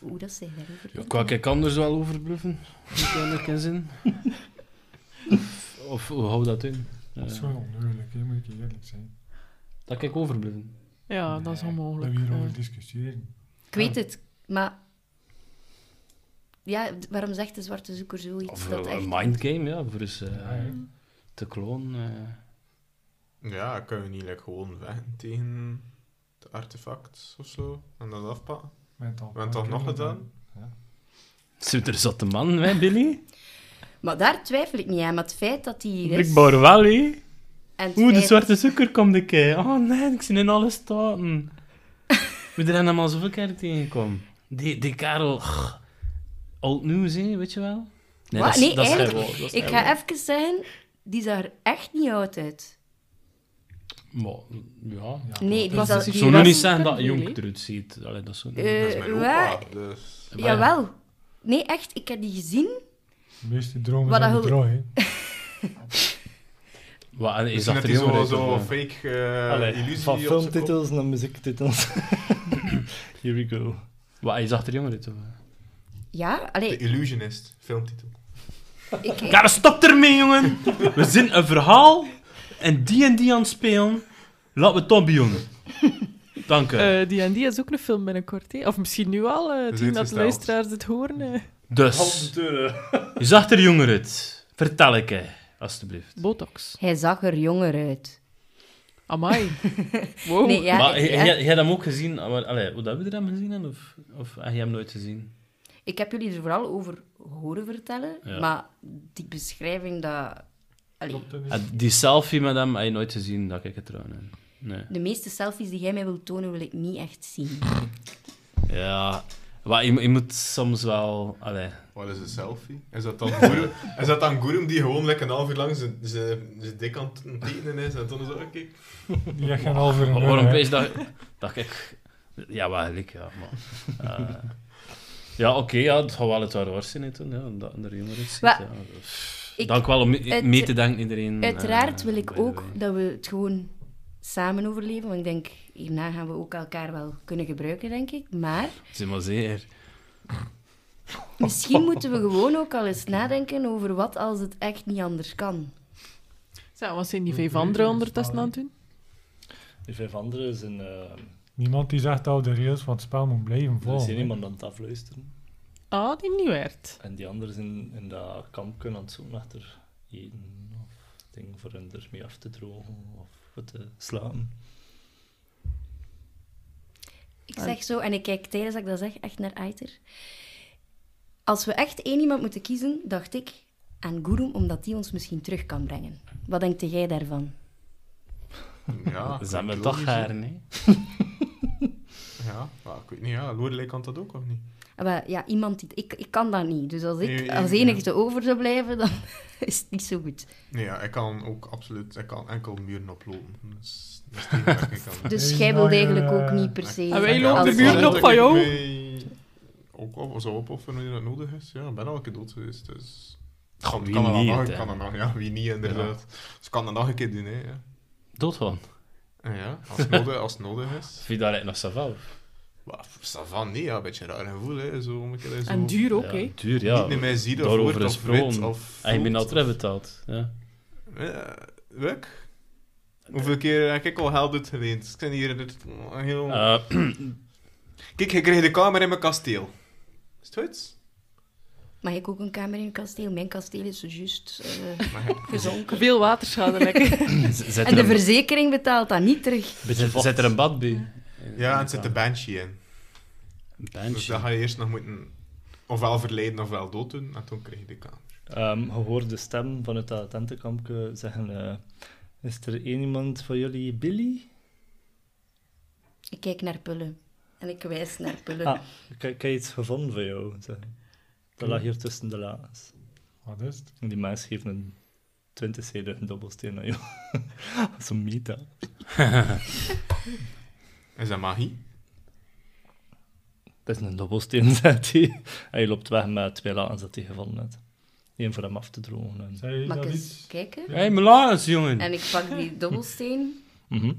[SPEAKER 8] hoe dat zij daarover
[SPEAKER 6] Ja,
[SPEAKER 8] denken.
[SPEAKER 6] kan ik anders wel overbluffen? Niet eigenlijk in zin. Of- Of hoe hou dat in? Eh,
[SPEAKER 7] Dat is wel onheugelijk, hè, moet ik je eerlijk zijn.
[SPEAKER 6] dat ik overbluffen.
[SPEAKER 5] Ja, dat is onmogelijk. Eh,
[SPEAKER 7] Dat we hierover
[SPEAKER 5] Ja.
[SPEAKER 7] discussiëren.
[SPEAKER 8] Ik weet het, maar... Ja, d- waarom zegt de zwarte zoeker zoiets?
[SPEAKER 6] Of
[SPEAKER 8] dat
[SPEAKER 6] eh,
[SPEAKER 8] echt...
[SPEAKER 6] een mindgame, ja, voor eens eh,
[SPEAKER 7] Ja, ja.
[SPEAKER 6] te klonen. eh.
[SPEAKER 4] Ja, kunnen we niet like, gewoon vechten tegen het artefact of zo? En dat afpakken?
[SPEAKER 7] We hebben het al
[SPEAKER 4] We hebben het al nog
[SPEAKER 7] gedaan.
[SPEAKER 4] gedaan?
[SPEAKER 2] Zoeter zotte man, hè, Billy?
[SPEAKER 8] Maar daar twijfel ik niet aan, maar het feit dat hij hier is...
[SPEAKER 2] Ik boor wel, hè?
[SPEAKER 8] en het
[SPEAKER 2] Oeh, de
[SPEAKER 8] feit-
[SPEAKER 2] zwarte suiker komt de kei. Oh nee, ik zit in alle staten. <laughs> We zijn hem al zoveel keer tegengekomen. Die, die Karel... ugh. Old news, hè, weet je wel?
[SPEAKER 8] Wat?
[SPEAKER 2] dat is-
[SPEAKER 8] Nee,
[SPEAKER 2] dat is
[SPEAKER 8] eigenlijk-
[SPEAKER 2] hij wel, dat is
[SPEAKER 8] Ik
[SPEAKER 2] hij
[SPEAKER 8] ga even zeggen, die zag er echt niet oud uit.
[SPEAKER 2] wel. Maar, ja, ja.
[SPEAKER 8] Nee, die
[SPEAKER 5] was
[SPEAKER 8] zag...
[SPEAKER 5] dus
[SPEAKER 8] die
[SPEAKER 5] hier-
[SPEAKER 2] Zo nu
[SPEAKER 5] was-
[SPEAKER 2] niet zeggen dat
[SPEAKER 5] Billy?
[SPEAKER 2] jong eruit ziet. Allee, dat is zo...
[SPEAKER 8] Eh,
[SPEAKER 4] Dat is mijn
[SPEAKER 8] wa-
[SPEAKER 4] opa, dus...
[SPEAKER 2] Maar ja.
[SPEAKER 8] Jawel. Nee, echt, ik heb die gezien.
[SPEAKER 7] De meeste dromen
[SPEAKER 8] Wat
[SPEAKER 7] zijn
[SPEAKER 8] dat
[SPEAKER 7] bedrog, hè.
[SPEAKER 2] Wat, en is
[SPEAKER 4] Misschien
[SPEAKER 2] dat er
[SPEAKER 4] hij
[SPEAKER 2] jonger
[SPEAKER 4] zo,
[SPEAKER 2] uit,
[SPEAKER 4] zo
[SPEAKER 2] of wat?
[SPEAKER 4] fake eh,
[SPEAKER 3] Allee,
[SPEAKER 4] illusie
[SPEAKER 3] van
[SPEAKER 4] op zijn kop.
[SPEAKER 3] filmtitels naar muziektitels. <laughs> Here we go.
[SPEAKER 2] Wat, hij zag er jonger uit, of wat?
[SPEAKER 8] Ja,
[SPEAKER 4] The
[SPEAKER 8] allee,
[SPEAKER 4] Illusionist, filmtitel.
[SPEAKER 8] ik...
[SPEAKER 2] Karel, stop ermee, jongen! We zijn een verhaal en die en die aan het spelen. Laten we het toch beginnen. Dank u.
[SPEAKER 5] Eh, die en die is ook een film binnenkort. hè. Of misschien nu al,
[SPEAKER 4] is
[SPEAKER 5] eh toen dat de
[SPEAKER 4] uitgesteld.
[SPEAKER 5] luisteraars het horen.
[SPEAKER 8] <laughs>
[SPEAKER 5] eh.
[SPEAKER 2] dus, je zag er jonger uit. Vertel ik, hè, alstublieft.
[SPEAKER 5] Botox.
[SPEAKER 8] Hij zag er jonger uit. <laughs>
[SPEAKER 5] Amai.
[SPEAKER 6] Oh,
[SPEAKER 5] Wow.
[SPEAKER 8] Nee, ja,
[SPEAKER 6] <laughs>
[SPEAKER 2] maar
[SPEAKER 8] ik- eh,
[SPEAKER 2] heb jij jij hem ook gezien? Ah, maar, Allee, hoe dat we er hem gezien hebben? Of, of heb je hem nooit gezien?
[SPEAKER 8] Ik heb jullie er vooral over horen vertellen,
[SPEAKER 2] Ja.
[SPEAKER 8] maar die beschrijving dat... Allee,
[SPEAKER 7] Klopt dat niet?
[SPEAKER 2] Ah, Die selfie met hem heb je nooit gezien, dat ik het trouwens. Nee.
[SPEAKER 8] de meeste selfies die jij mij wilt tonen, wil ik niet echt zien.
[SPEAKER 2] Ja, maar je, je moet soms wel... Allee.
[SPEAKER 4] Wat is een selfie? Is dat dan Gurum, is dat dan Gurum die gewoon lekker een half uur lang zijn- zijn zijn dik aan het tekenen is en dan zo, oké.
[SPEAKER 7] Jij gaat al voor een
[SPEAKER 2] Wa-
[SPEAKER 7] uur,
[SPEAKER 2] waarom
[SPEAKER 7] hè.
[SPEAKER 2] wees dat... Dat ik... Ja, wel gelijk, ja. Maar, eh, ja, oké, ja, het gaat wel het waar zijn hè, toen, ja, dat er jonger is.
[SPEAKER 8] Wa-
[SPEAKER 2] ja. Dus
[SPEAKER 8] ik-
[SPEAKER 2] Dank wel om
[SPEAKER 8] uit-
[SPEAKER 2] mee te denken, iedereen.
[SPEAKER 8] Uiteraard
[SPEAKER 2] eh,
[SPEAKER 8] wil
[SPEAKER 2] by
[SPEAKER 8] ik
[SPEAKER 2] the
[SPEAKER 8] ook
[SPEAKER 2] way.
[SPEAKER 8] dat we het gewoon samen overleven, want ik denk, hierna gaan we ook elkaar wel kunnen gebruiken, denk ik. Maar
[SPEAKER 2] Zeg maar zeer.
[SPEAKER 8] misschien moeten we gewoon ook al eens nadenken over wat als het echt niet anders kan.
[SPEAKER 5] Zeg, wat zijn die vijf andere ondertussen aan het doen?
[SPEAKER 3] Die vijf anderen zijn... eh,
[SPEAKER 7] Niemand die zegt al de rails van het spel moet blijven
[SPEAKER 3] er
[SPEAKER 7] volgen.
[SPEAKER 3] is
[SPEAKER 7] hè.
[SPEAKER 3] hier iemand aan het afluisteren.
[SPEAKER 5] Ah, die Nieuwaard.
[SPEAKER 3] En die anderen zijn in dat kamp aan het zoeken achter eten of dingen voor hen ermee af te drogen of wat te slaan.
[SPEAKER 8] Ik
[SPEAKER 2] Ah.
[SPEAKER 8] zeg zo, en ik kijk tijdens dat ik dat zeg echt naar Aiter. Als we echt één iemand moeten kiezen, dacht ik aan Gurum, omdat die ons misschien terug kan brengen. Wat denkt jij daarvan?
[SPEAKER 4] Ja,
[SPEAKER 2] <laughs> Ze hebben
[SPEAKER 4] ik
[SPEAKER 2] toch
[SPEAKER 4] weet niet,
[SPEAKER 2] haar, nee?
[SPEAKER 4] Ja, maar ik weet niet, ja, Lorelei kan dat ook, of niet?
[SPEAKER 8] Ah, wel, Ja, iemand die... Ik, ik kan dat niet. Dus als
[SPEAKER 4] Nee,
[SPEAKER 8] ik
[SPEAKER 4] nee,
[SPEAKER 8] als enige
[SPEAKER 4] ja.
[SPEAKER 8] te over zou blijven, dan <laughs> is het niet zo goed.
[SPEAKER 4] Nee, ja, ik kan ook absoluut, ik kan enkel muren oplopen. Dat is, dat is het enige dat ik kan.
[SPEAKER 8] <laughs>
[SPEAKER 4] doen.
[SPEAKER 8] Dus
[SPEAKER 7] Nee,
[SPEAKER 8] jij
[SPEAKER 7] maar
[SPEAKER 8] wilt
[SPEAKER 7] je-
[SPEAKER 8] eigenlijk ook niet per se...
[SPEAKER 5] En Ah, wij
[SPEAKER 4] Ik kan
[SPEAKER 5] lopen de
[SPEAKER 8] als-
[SPEAKER 4] altijd
[SPEAKER 5] muren op
[SPEAKER 4] wel
[SPEAKER 5] van jou.
[SPEAKER 4] dat ik mij Ook op, zo opofferen wanneer dat nodig is. Ja, ik ben al een keer dood geweest, dus... Kan,
[SPEAKER 2] wie
[SPEAKER 4] kan dat
[SPEAKER 2] niet,
[SPEAKER 4] nog,
[SPEAKER 2] hè?
[SPEAKER 4] kan dat nog, ja, wie niet inderdaad. Dus ik kan dat nog een keer doen, hè. Ja,
[SPEAKER 2] Dood gewoon.
[SPEAKER 4] En ja als, nodig, als nodig is.
[SPEAKER 2] Vind je dat eigenlijk nog saval?
[SPEAKER 4] Maar Savan, nee, ja, een beetje een raar gevoel, hè. Zo, een keer zo...
[SPEAKER 5] En duur ook, hè.
[SPEAKER 2] Ja, duur, ja.
[SPEAKER 4] niet meer mij ziet of
[SPEAKER 2] daarover
[SPEAKER 4] hoort of
[SPEAKER 2] gesproken.
[SPEAKER 4] weet of
[SPEAKER 2] En je bent al
[SPEAKER 4] voelt.
[SPEAKER 2] terug betaald. Ja.
[SPEAKER 4] Ja, leuk. Hoeveel keer heb ik al geld uitgeleend? Ik ben hier in het heel...
[SPEAKER 2] Eh,
[SPEAKER 4] Kijk, ik kreeg de kamer in mijn kasteel. Is het goed?
[SPEAKER 8] Mag ik ook een kamer in een kasteel? Mijn kasteel is zojuist eh
[SPEAKER 4] Mag ik-
[SPEAKER 8] gezonken.
[SPEAKER 5] Veel <laughs> waterschade lekker.
[SPEAKER 2] z- zet
[SPEAKER 8] En
[SPEAKER 2] er
[SPEAKER 8] de
[SPEAKER 2] een-
[SPEAKER 8] verzekering betaalt dat niet terug.
[SPEAKER 3] Beetje
[SPEAKER 2] zet-
[SPEAKER 3] vocht.
[SPEAKER 2] Zet er een bad bij.
[SPEAKER 4] Ja, en het zit de banshee in.
[SPEAKER 2] Een
[SPEAKER 4] Dus dan
[SPEAKER 2] bandje.
[SPEAKER 4] ga je eerst nog moeten... Ofwel verleiden ofwel dood doen. En toen kreeg je de kamer.
[SPEAKER 3] Ehm je hoort de stem vanuit dat tentenkampje zeggen... eh, is er één iemand van jullie, Billy?
[SPEAKER 8] Ik kijk naar Pullen. En ik wijs naar Pullen.
[SPEAKER 3] Ah, ik, ik heb iets gevonden voor jou. Zeg. Dat lag hier tussen de laars.
[SPEAKER 7] Wat is het?
[SPEAKER 3] En die mens geeft een 20 zedige dobbelsteen aan jou. <laughs> Dat is een meta.
[SPEAKER 4] Is dat magie?
[SPEAKER 3] Dat is een dobbelsteen, <laughs> zegt hij. En je loopt weg met twee lakens dat hij gevonden heeft. Eén voor hem af te drogen. En...
[SPEAKER 7] Zei je
[SPEAKER 8] Mag
[SPEAKER 7] dat
[SPEAKER 8] ik eens
[SPEAKER 7] iets?
[SPEAKER 8] kijken?
[SPEAKER 2] Hé, hey, Melaas,
[SPEAKER 8] En
[SPEAKER 2] jongen.
[SPEAKER 8] ik pak die dobbelsteen
[SPEAKER 3] Mhm.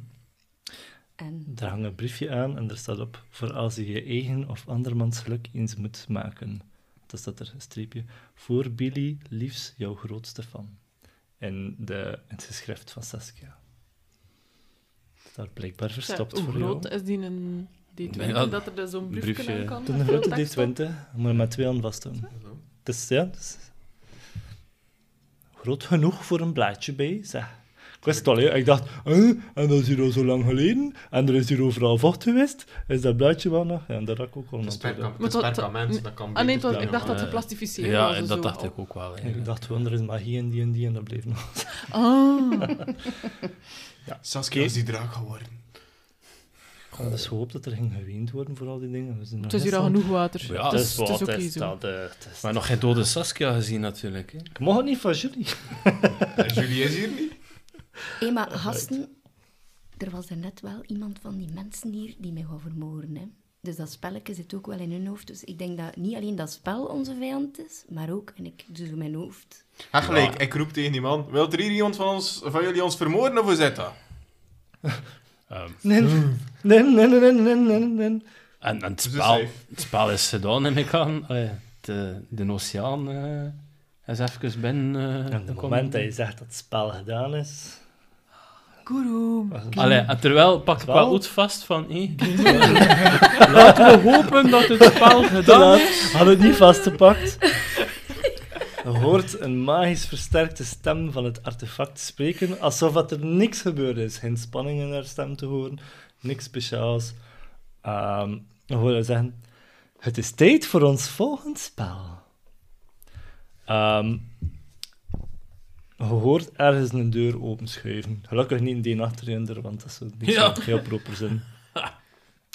[SPEAKER 8] en...
[SPEAKER 3] Er hangt een briefje aan en er staat op... Voor als je je eigen of andermans geluk eens moet maken. Dat staat er, een streepje. Voor Billy, liefst jouw grootste fan. En de, het geschrift van Saskia. Daar blijkbaar verstopt
[SPEAKER 5] Hoe
[SPEAKER 3] voor
[SPEAKER 5] groot
[SPEAKER 3] jou.
[SPEAKER 5] is die een... Die
[SPEAKER 2] Ik
[SPEAKER 5] D20,
[SPEAKER 2] denk dat-
[SPEAKER 5] dat er dus zo'n briefje,
[SPEAKER 2] briefje,
[SPEAKER 5] aan kan. <laughs>
[SPEAKER 3] Het is een
[SPEAKER 5] met
[SPEAKER 3] grote
[SPEAKER 5] veel tekst op.
[SPEAKER 3] D20. Je moet er met twee aan vasthouden. Dus Het is, ja, het is groot genoeg voor een blaadje bij, zeg. Ik wist het al, hè. ik dacht, huh? en dat is hier al zo lang geleden, en er is hier overal vocht geweest. Is dat blaadje wel nog? Ja, en dat had ik ook al
[SPEAKER 4] Het is
[SPEAKER 3] natuurlijk.
[SPEAKER 4] perkam-
[SPEAKER 5] Maar
[SPEAKER 4] het is
[SPEAKER 5] tot- tot-
[SPEAKER 4] perkament, dat kan
[SPEAKER 5] Ah nee, het was-
[SPEAKER 4] beter
[SPEAKER 5] ik dacht dat het
[SPEAKER 4] dan,
[SPEAKER 5] geplastificeerd was.
[SPEAKER 6] Ja, en
[SPEAKER 5] en
[SPEAKER 6] dat
[SPEAKER 5] zo.
[SPEAKER 6] dacht ik ook wel. hè.
[SPEAKER 3] Ik dacht gewoon, er is magie in die en die, en dat bleef nog.
[SPEAKER 5] Ah.
[SPEAKER 4] eh, Saskia is die draak geworden.
[SPEAKER 3] Ik had dus gehoopt dat er ging geweend worden voor al die dingen. We zijn
[SPEAKER 5] Het
[SPEAKER 3] nog
[SPEAKER 5] is hier al
[SPEAKER 3] gisteren-
[SPEAKER 5] genoeg water.
[SPEAKER 6] Ja,
[SPEAKER 5] het is,
[SPEAKER 3] wat,
[SPEAKER 5] het is
[SPEAKER 3] het
[SPEAKER 5] oké
[SPEAKER 3] is
[SPEAKER 5] zo.
[SPEAKER 3] dat, eh, het is-
[SPEAKER 6] Maar nog geen dode Saskia gezien, natuurlijk. Hè.
[SPEAKER 3] Ik mag het niet van jullie.
[SPEAKER 4] En Julie is hier niet?
[SPEAKER 8] Hé, maar gasten, er was er net wel iemand van die mensen hier die mij wou vermoorden, hè. Dus dat spelletje zit ook wel in hun hoofd. Dus ik denk dat niet alleen dat spel onze vijand is, maar ook, en ik doe zo mijn hoofd.
[SPEAKER 4] Ha, gelijk, ik roep tegen die man. Wilt er hier iemand van, ons, van jullie ons vermoorden of hoe zit dat?
[SPEAKER 6] Ehm,
[SPEAKER 3] Nee, nee, nee, nee, nee, nee, nee, nee.
[SPEAKER 6] en, en het,
[SPEAKER 4] Dus
[SPEAKER 6] spel,
[SPEAKER 4] safe.
[SPEAKER 6] het spel is gedaan, neem ik aan. Allee, de, de oceaan eh, is even binnen. eh,
[SPEAKER 3] En op het
[SPEAKER 6] gekomen.
[SPEAKER 3] moment dat je zegt dat het spel gedaan is...
[SPEAKER 5] Guru.
[SPEAKER 6] Allee, en terwijl pak ik
[SPEAKER 3] Spel?
[SPEAKER 6] wel goed vast van... <laughs> hé, laten we hopen dat het <laughs> spel
[SPEAKER 3] Te
[SPEAKER 6] gedaan is.
[SPEAKER 3] laat, had het niet vastgepakt. Je hoort een magisch versterkte stem van het artefact spreken, alsof dat er niks gebeurd is. Geen spanning in haar stem te horen, niks speciaals. Ehm je hoort haar zeggen, het is tijd voor ons volgend spel. Ehm je hoort ergens een deur openschuiven. Gelukkig niet een achter je er, want dat zou niet
[SPEAKER 6] Ja.
[SPEAKER 3] zo heel proper <laughs> zijn.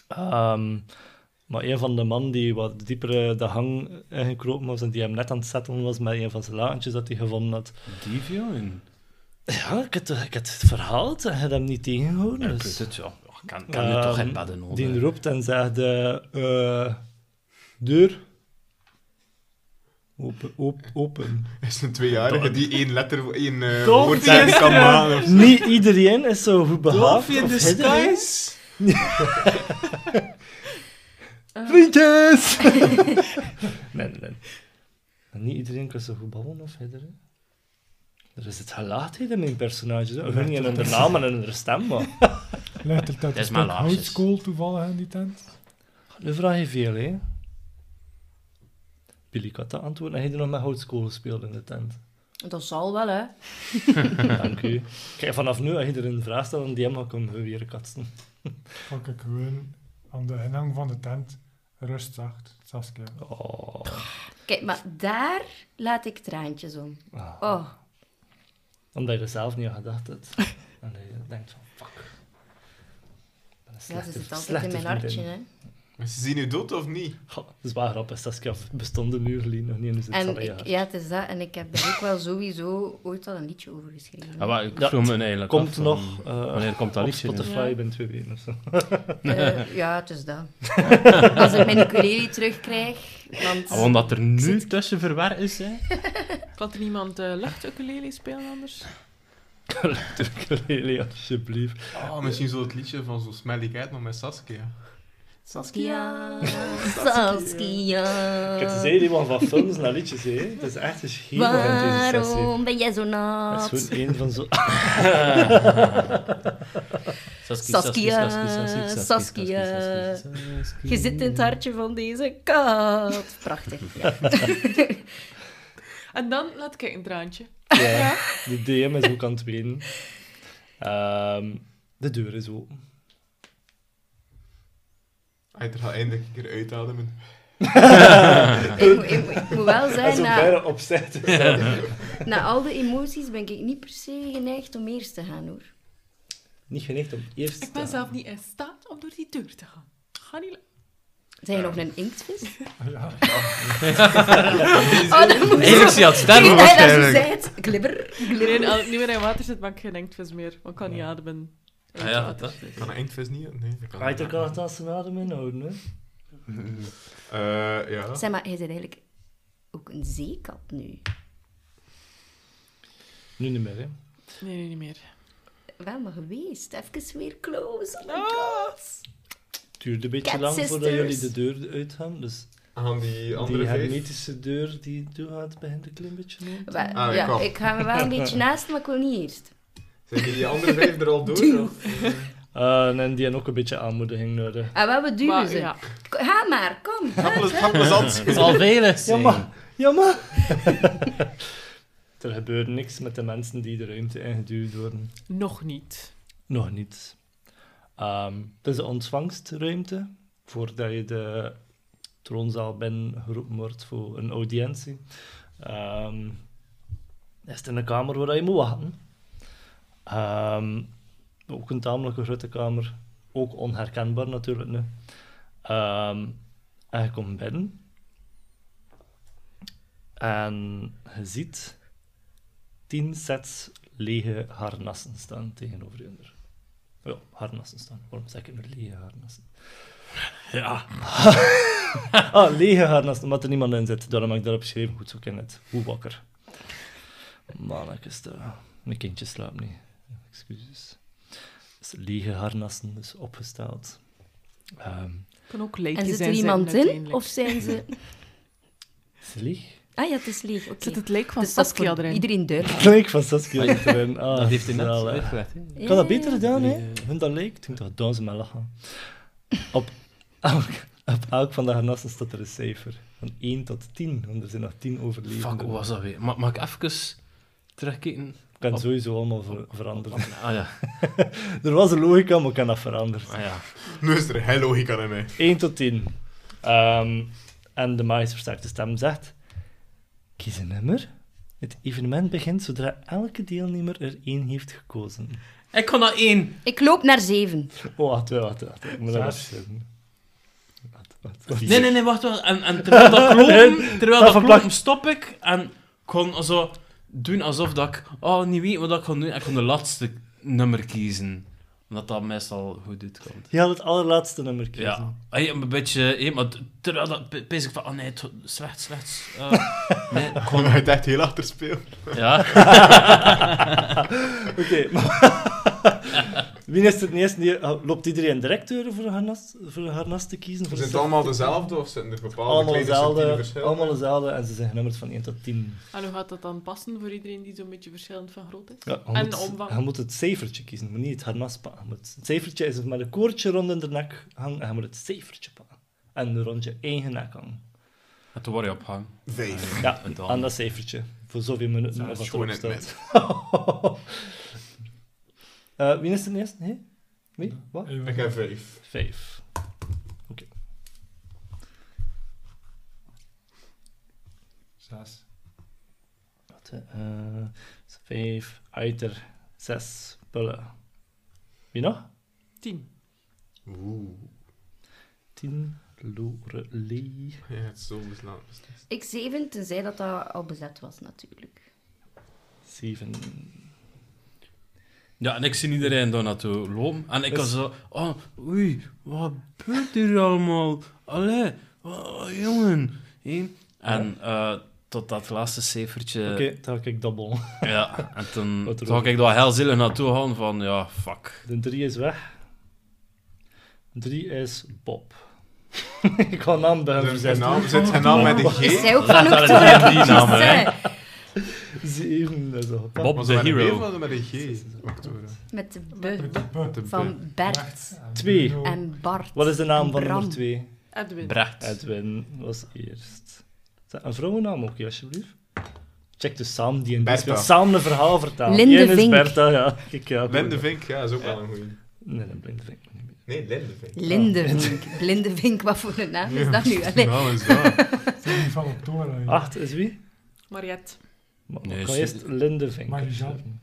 [SPEAKER 3] Ehm, maar een van de mannen die wat dieper eh, de hang ingekropen was en die hem net aan het zetten was met een van zijn laantjes dat hij gevonden had.
[SPEAKER 6] Divion?
[SPEAKER 3] Ja, ik heb, ik heb het verhaald en heb hem niet tegengehouden.
[SPEAKER 6] Ja,
[SPEAKER 3] dus,
[SPEAKER 6] het, ja. Ja, kan, kan nu toch
[SPEAKER 3] Ehm,
[SPEAKER 6] geen bedden nodig.
[SPEAKER 3] Die roept en zegt: eh, eh, Deur. Open, op, open.
[SPEAKER 4] Is een tweejarige
[SPEAKER 3] Toch.
[SPEAKER 4] die één letter, één eh,
[SPEAKER 3] Toch,
[SPEAKER 4] woord zeggen kan
[SPEAKER 3] gisteren.
[SPEAKER 4] maken. of-
[SPEAKER 3] Niet iedereen is zo goed behaafd. of iedereen. <laughs> Vriendjes! nee, nee, nee. En niet iedereen kan zo goed babbelen of hidderen. Er is het gelaatheid in mijn personage. zo. Gewoon niet in hun naam en in hun stem, maar...
[SPEAKER 7] Ligt er dat
[SPEAKER 6] is
[SPEAKER 7] een
[SPEAKER 6] mijn
[SPEAKER 7] stuk
[SPEAKER 6] laarsjes.
[SPEAKER 7] houtskool toevallig in die tent?
[SPEAKER 3] Nu vraag je veel, hè? Billy, ik had dat antwoord. En hij nog met houtskool gespeeld in de tent.
[SPEAKER 8] Dat zal wel, hè.
[SPEAKER 3] Dank u. Kijk, vanaf nu, als je er een vraag stelt, een DM ga ik hem weer katsen.
[SPEAKER 7] Pak ik gewoon aan de ingang van de tent rust zacht. Saskia.
[SPEAKER 3] Oh.
[SPEAKER 8] Kijk, maar daar laat ik traantjes om.
[SPEAKER 3] Ah.
[SPEAKER 8] Oh,
[SPEAKER 3] Omdat je er zelf niet aan gedacht hebt. En dat je denkt van, fuck. Ik ben een
[SPEAKER 8] ja, ze
[SPEAKER 3] slechte-
[SPEAKER 8] zit altijd
[SPEAKER 3] slechte
[SPEAKER 8] in mijn hartje,
[SPEAKER 3] vriendin.
[SPEAKER 8] hè.
[SPEAKER 4] Maar Ze zien u dood of niet?
[SPEAKER 3] Goh, dat is wel grappig. Saskia bestond een uur geleden nog niet in dus het zal
[SPEAKER 8] En
[SPEAKER 3] een
[SPEAKER 8] ik,
[SPEAKER 3] jaar.
[SPEAKER 8] ja, het is dat. En ik heb er ook wel sowieso ooit al een liedje over geschreven.
[SPEAKER 6] Ja, maar Ah, ik
[SPEAKER 3] Dat
[SPEAKER 6] vroeg me eigenlijk
[SPEAKER 3] komt
[SPEAKER 6] af van-
[SPEAKER 3] nog. eh,
[SPEAKER 6] wanneer komt dat
[SPEAKER 3] op
[SPEAKER 6] liedje nu?
[SPEAKER 3] Spotify
[SPEAKER 8] Ja.
[SPEAKER 3] binnen twee weken of zo. <laughs>
[SPEAKER 8] Eh, ja, het is
[SPEAKER 6] <laughs>
[SPEAKER 8] dat. Als ik mijn ukulele terugkrijg, want...
[SPEAKER 6] Ah, Omdat er nu tussen verwar is, <laughs> hè.
[SPEAKER 5] Kan er niemand eh luchtukulele spelen anders?
[SPEAKER 3] Ukulele,
[SPEAKER 8] Eh.
[SPEAKER 3] alsjeblieft.
[SPEAKER 4] Ah, misschien zo het liedje van zo Smelly Cat nog met Saskia.
[SPEAKER 8] Saskia, Saskia.
[SPEAKER 3] Kijk, ze zei die man van films naar liedjes, hè. Het is echt een schierig in deze sessie.
[SPEAKER 8] Waarom ben jij zo
[SPEAKER 3] Dat is
[SPEAKER 8] nat?
[SPEAKER 3] gewoon een van zo...
[SPEAKER 6] Saskia,
[SPEAKER 8] Saskia, Saskia. Je zit in het hartje van deze kat. Prachtig,
[SPEAKER 3] <laughs>
[SPEAKER 8] ja.
[SPEAKER 5] En dan laat ik een traantje.
[SPEAKER 3] Ja, de DM is ook aan het wenen. Ehm, de deur is open.
[SPEAKER 4] Hij er gaat Ah, eindelijk een keer uitademen.
[SPEAKER 8] Ik, moet- ik moet- ik moet wel
[SPEAKER 3] En
[SPEAKER 8] zijn,
[SPEAKER 3] zo
[SPEAKER 8] na,
[SPEAKER 3] verre opzij te
[SPEAKER 8] na al de emoties ben ik niet per se geneigd om eerst te gaan, hoor.
[SPEAKER 3] <laughs> Niet geneigd om eerst
[SPEAKER 5] Ik ben zelf niet in staat om door die deur te gaan. Ga niet...
[SPEAKER 8] Zijn je nog een inktvis?
[SPEAKER 7] Ja.
[SPEAKER 8] Oh, dat moet
[SPEAKER 6] Eigenlijk zie je aan het sterven,
[SPEAKER 8] Nee, dat is
[SPEAKER 6] waarschijnlijk.
[SPEAKER 8] hoe zij het. Glibber, glibber.
[SPEAKER 5] Iedereen, als ik niet meer in water zit, ben ik geen inktvis meer. Want ik kan niet ademen.
[SPEAKER 6] Ah ja, dat-
[SPEAKER 4] Kan een inktvis niet? Nee, dat kan
[SPEAKER 3] Uit
[SPEAKER 4] niet.
[SPEAKER 3] elkaar het als een adem inhouden, hè.
[SPEAKER 4] Eh, ja.
[SPEAKER 8] Zeg maar, jij bent eigenlijk ook een zeekat nu.
[SPEAKER 3] Nu niet meer, hè.
[SPEAKER 5] Nee, nee, niet meer.
[SPEAKER 8] Wel, maar geweest. Even weer close. Oh my
[SPEAKER 5] Ah.
[SPEAKER 8] god.
[SPEAKER 3] Het duurde een beetje
[SPEAKER 8] Cat
[SPEAKER 3] lang voordat jullie
[SPEAKER 8] sisters.
[SPEAKER 3] de deur uitgaan, dus
[SPEAKER 4] Aan die andere
[SPEAKER 3] die
[SPEAKER 4] vijf.
[SPEAKER 3] hermetische deur die toegaat begint een klein beetje rond. te-
[SPEAKER 8] Wel,
[SPEAKER 4] Ah, ik
[SPEAKER 8] ja,
[SPEAKER 4] ook.
[SPEAKER 8] ik ga er wel een beetje naast, maar ik wil niet eerst.
[SPEAKER 4] Zijn die, die andere vijf er
[SPEAKER 3] <laughs>
[SPEAKER 4] al door? of?
[SPEAKER 3] Eh, en die hebben ook een beetje aanmoediging nodig.
[SPEAKER 8] Ah, wel, we duwen
[SPEAKER 5] Maar,
[SPEAKER 8] ze.
[SPEAKER 5] ja.
[SPEAKER 8] Ga maar, kom.
[SPEAKER 3] <laughs>
[SPEAKER 4] Ga plezant.
[SPEAKER 6] Het zal veilig zijn.
[SPEAKER 3] Ja, maar... <laughs> Er gebeurt niks met de mensen die de ruimte ingeduwd worden.
[SPEAKER 5] Nog niet.
[SPEAKER 3] Nog niet. Ehm, het is de ontvangstruimte, voordat je de troonzaal binnengeroepen wordt voor een audiëntie. Ehm, is het in een kamer waar je moet wachten. Ehm, ook een tamelijk grote kamer. Ook onherkenbaar natuurlijk nu. Ehm, en je komt binnen. En je ziet tien sets lege harnassen staan tegenover je. Ja, harnassen staan. Waarom zeg ik nu lege harnassen?
[SPEAKER 6] Ja.
[SPEAKER 3] <laughs> Ah, lege harnassen, omdat er niemand in zit. Daarom heb ik daarop geschreven. Goed, zo ken ik het. Hoe wakker. Mannetjes, de... mijn kindje slaapt niet. Excuses. Dus lege harnassen, dus opgesteld. Ehm
[SPEAKER 5] Kan ook leedje
[SPEAKER 8] En
[SPEAKER 5] zijn.
[SPEAKER 8] zit er
[SPEAKER 5] zijn
[SPEAKER 8] iemand in?
[SPEAKER 5] uiteindelijk.
[SPEAKER 8] Of zijn
[SPEAKER 5] <laughs>
[SPEAKER 8] ze...
[SPEAKER 3] Slieg?
[SPEAKER 8] Ah ja, het is leeg. Oké.
[SPEAKER 5] Zit het leek van
[SPEAKER 8] Dus dat is
[SPEAKER 5] Saskia
[SPEAKER 8] voor
[SPEAKER 5] erin?
[SPEAKER 8] Iedereen deur.
[SPEAKER 3] Leek van Saskia erin. Ah,
[SPEAKER 6] dat heeft hij net
[SPEAKER 3] zalig.
[SPEAKER 6] uitgelegd. hè.
[SPEAKER 3] Ik had dat beter gedaan, hè?
[SPEAKER 6] Nee, eh.
[SPEAKER 3] Hun dat leek. Toen dacht ik, dansen met lachen. Op elk, op elk van de harnassen staat er een cijfer. Van 1 tot 10, want er zijn nog 10 overlevenden.
[SPEAKER 6] Fuck, hoe was dat weer? Ma mag ik even terugkijken?
[SPEAKER 3] Ik ben
[SPEAKER 6] Op-
[SPEAKER 3] sowieso allemaal ver- veranderd.
[SPEAKER 6] Ah ja,
[SPEAKER 3] <laughs> Er was een logica, maar ik heb dat veranderd.
[SPEAKER 6] ah ja.
[SPEAKER 4] Nu is er heel logica in mij.
[SPEAKER 3] 1 tot 10. Ehm, en de magisch versterkte stem zegt: Kies een nummer. Het evenement begint zodra elke deelnemer er één heeft gekozen.
[SPEAKER 6] Ik kon dat één.
[SPEAKER 8] Ik loop naar zeven.
[SPEAKER 3] Oh, wacht, wacht, wacht. Ik moet dat
[SPEAKER 7] Zes.
[SPEAKER 3] afzetten. Wacht, wacht, wacht.
[SPEAKER 6] Nee, nee, nee, wacht wel. En, en terwijl dat kloppen, terwijl
[SPEAKER 3] Dat
[SPEAKER 6] dat
[SPEAKER 3] verplakt.
[SPEAKER 6] kloppen stop ik en kon zo doen alsof dat ik oh, niet weet wat ik kon doen. Ik kon de laatste nummer kiezen. Omdat dat meestal goed uitkomt.
[SPEAKER 3] Je had het allerlaatste nummer kiezen.
[SPEAKER 6] Ja, hey, een beetje... Hey, maar terwijl dat... pe- Pees ik van, oh nee, het- slecht, slecht. eh, nee,
[SPEAKER 4] Ik kon het echt heel achter spelen.
[SPEAKER 6] ja.
[SPEAKER 3] <laughs> Oké, maar- <laughs> Wie is het eerst? neer- Loopt iedereen direct door voor een harnas, voor een harnas te kiezen? Voor
[SPEAKER 4] Zijn het
[SPEAKER 3] een-
[SPEAKER 4] allemaal dezelfde of zijn er bepaalde
[SPEAKER 3] allemaal
[SPEAKER 4] kleders en tien
[SPEAKER 3] dezelfde,
[SPEAKER 4] verschillen?
[SPEAKER 3] allemaal dezelfde en ze zijn genummerd van 1 tot 10.
[SPEAKER 5] En hoe gaat dat dan passen voor iedereen die zo'n beetje verschillend van groot is?
[SPEAKER 3] Ja, je,
[SPEAKER 5] En de
[SPEAKER 3] moet,
[SPEAKER 5] omvang.
[SPEAKER 3] je moet het cijfertje kiezen, je moet niet het harnas pakken. Je moet- Het cijfertje is met een koordje rond de nek hangen en je moet het cijfertje pakken. En rond je eigen nek hangen.
[SPEAKER 6] En toen word je opgehangen.
[SPEAKER 4] Vijf.
[SPEAKER 3] Ja,
[SPEAKER 6] En dan?
[SPEAKER 3] aan dat cijfertje. Voor zoveel minuten
[SPEAKER 4] Dat
[SPEAKER 3] of
[SPEAKER 4] is
[SPEAKER 3] wat
[SPEAKER 4] gewoon
[SPEAKER 3] erop
[SPEAKER 4] het
[SPEAKER 3] staat. <laughs> Eh, wie is het eerst? Nee? Wie? Wat?
[SPEAKER 7] Even-
[SPEAKER 4] Ik heb vijf.
[SPEAKER 3] Vijf. Oké.
[SPEAKER 7] Zes.
[SPEAKER 3] Wat, eh, eh, vijf, uiter, zes, bullen. Wie nog?
[SPEAKER 5] Tien.
[SPEAKER 4] Oeh.
[SPEAKER 3] Tien, Lorelei.
[SPEAKER 4] Ja, het is zo beslaat.
[SPEAKER 8] Ik zeven, tenzij dat dat al bezet was, natuurlijk.
[SPEAKER 3] Zeven.
[SPEAKER 6] Ja, en ik zie iedereen daar naartoe lopen. En ik
[SPEAKER 3] Dus-
[SPEAKER 6] was zo... Oh, oei, wat gebeurt hier allemaal? Allee, oh, jongen. Hé. En eh, tot dat laatste cijfertje...
[SPEAKER 3] Oké, dan ga ik dubbel.
[SPEAKER 6] Ja, en toen
[SPEAKER 3] Wat er
[SPEAKER 6] zag ik daar heel zielig naartoe gaan van... Ja, fuck.
[SPEAKER 3] De drie is weg. Drie is Bob. <laughs> ik ga naam bij hem
[SPEAKER 4] Zijn
[SPEAKER 3] verzetten.
[SPEAKER 4] naam, zit zijn naam met een
[SPEAKER 8] Ik
[SPEAKER 4] G?
[SPEAKER 8] zei ook van
[SPEAKER 6] Dat
[SPEAKER 8] October.
[SPEAKER 6] zijn die namen, hè.
[SPEAKER 3] Zeven, dat is al gepakt.
[SPEAKER 6] Bob
[SPEAKER 4] Was
[SPEAKER 6] the
[SPEAKER 4] het met een B of
[SPEAKER 6] hero.
[SPEAKER 4] was het met een G? October.
[SPEAKER 8] Met de be
[SPEAKER 4] Met de B.
[SPEAKER 8] van Bert
[SPEAKER 3] Twee.
[SPEAKER 7] Bruno.
[SPEAKER 8] en Bart.
[SPEAKER 3] Wat is de naam van
[SPEAKER 8] Bram.
[SPEAKER 3] nummer twee?
[SPEAKER 5] Edwin.
[SPEAKER 6] Brecht.
[SPEAKER 3] Edwin was eerst. Zeg, Een vrouwennaam ook, ja, alsjeblieft. Check dus samen die en die.
[SPEAKER 4] Bertha.
[SPEAKER 3] speelt Samen een verhaal vertalen.
[SPEAKER 8] Linde
[SPEAKER 3] Eén is
[SPEAKER 8] Vink.
[SPEAKER 3] Bertha, ja. Ik, ja
[SPEAKER 4] Linde
[SPEAKER 3] goed.
[SPEAKER 4] Vink, ja, is ook wel een goeie.
[SPEAKER 3] Nee, nee, Linde Vink. moet niet meer.
[SPEAKER 4] Nee, Linde Vink.
[SPEAKER 8] Lindevink. Blindevink, wat voor een naam is dat
[SPEAKER 4] <laughs>
[SPEAKER 8] nu? Allee.
[SPEAKER 4] Nou, is dat.
[SPEAKER 7] Zijn die van oktober? hè?
[SPEAKER 3] Acht is wie?
[SPEAKER 5] Mariette.
[SPEAKER 3] Maar,
[SPEAKER 6] Nee,
[SPEAKER 3] ik ga
[SPEAKER 6] is-
[SPEAKER 3] eerst Linde Vink.
[SPEAKER 7] Marie-Jean.
[SPEAKER 3] opschrijven.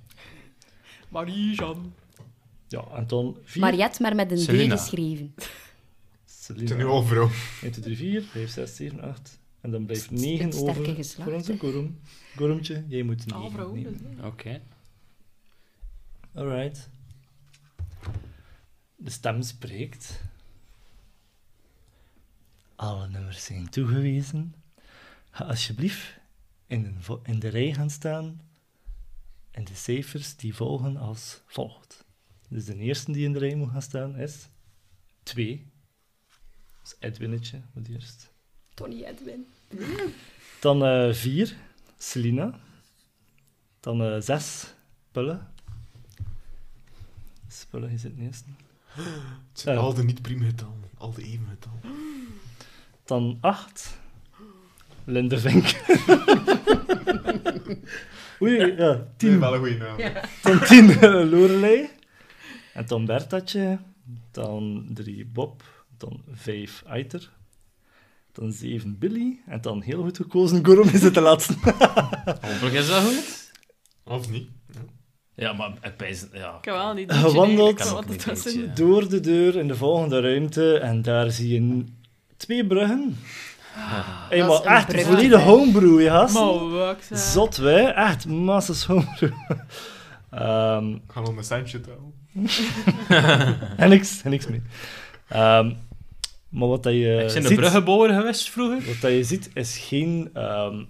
[SPEAKER 5] Marie-Jean.
[SPEAKER 3] Ja, en dan vier.
[SPEAKER 8] Mariette, maar met een D
[SPEAKER 6] Selena.
[SPEAKER 8] geschreven.
[SPEAKER 4] Het
[SPEAKER 3] Selina.
[SPEAKER 4] zijn nu al vrouw.
[SPEAKER 3] 1, 2, 3, 4, 5, 6, 7, 8. En dan blijft
[SPEAKER 8] Het is het
[SPEAKER 3] 9
[SPEAKER 8] sterke
[SPEAKER 3] over
[SPEAKER 8] geslacht,
[SPEAKER 3] voor onze
[SPEAKER 8] hè. Ah,
[SPEAKER 3] Gorum. Gorumtje, jij moet 9
[SPEAKER 5] Alle vrouwen.
[SPEAKER 3] nemen.
[SPEAKER 5] dus, hè.
[SPEAKER 6] Oké.
[SPEAKER 3] Alright. De stem spreekt. Alle nummers zijn toegewezen. Ga alsjeblieft in, een vo- in de rij gaan staan. En de cijfers die volgen als volgt. Dus de eerste die in de rij moet gaan staan is 2. Dus Edwinnetje moet eerst.
[SPEAKER 8] Tony Edwin.
[SPEAKER 3] Dan eh, vier, Selina. Dan eh, zes, Pulle. Pulle is het eerste.
[SPEAKER 4] Het zijn
[SPEAKER 3] Ja.
[SPEAKER 4] al de niet-priemgetallen. Al de evengetallen.
[SPEAKER 3] Dan acht, Linde Vink. <laughs> Oei, ja,
[SPEAKER 4] Dat is
[SPEAKER 3] tien.
[SPEAKER 4] wel een goede naam.
[SPEAKER 3] Dan tien <laughs> eh, Lorelei. En dan Bertatje. Dan drie Bob. Dan vijf Eiter. Dan zeven Billy. En dan heel goed gekozen Gorom is het de laatste.
[SPEAKER 6] Hopelijk is dat goed.
[SPEAKER 4] Of niet?
[SPEAKER 6] Ja, maar ik pijs... Ja.
[SPEAKER 5] Ik heb wel niet
[SPEAKER 3] Gewandeld.
[SPEAKER 6] Kan ook
[SPEAKER 5] Wat het
[SPEAKER 6] niet
[SPEAKER 5] was
[SPEAKER 6] eentje.
[SPEAKER 5] in.
[SPEAKER 3] Door de deur in de volgende ruimte. En daar zie je twee bruggen. Hey,
[SPEAKER 8] Dat
[SPEAKER 3] maar
[SPEAKER 8] is een
[SPEAKER 3] echt,
[SPEAKER 8] brug.
[SPEAKER 3] volledig homebrew, je gasten.
[SPEAKER 5] Maar wat, eh.
[SPEAKER 3] Zot, wij. Echt, massa's homebrew. <laughs> Ehm,
[SPEAKER 4] Ik ga nog een centje trouwen.
[SPEAKER 3] en niks, en niks mee. Ehm, maar wat dat je
[SPEAKER 6] ik ben een
[SPEAKER 3] eh, ziet-
[SPEAKER 6] bruggenbouwer geweest vroeger.
[SPEAKER 3] Wat dat je ziet is geen ehm,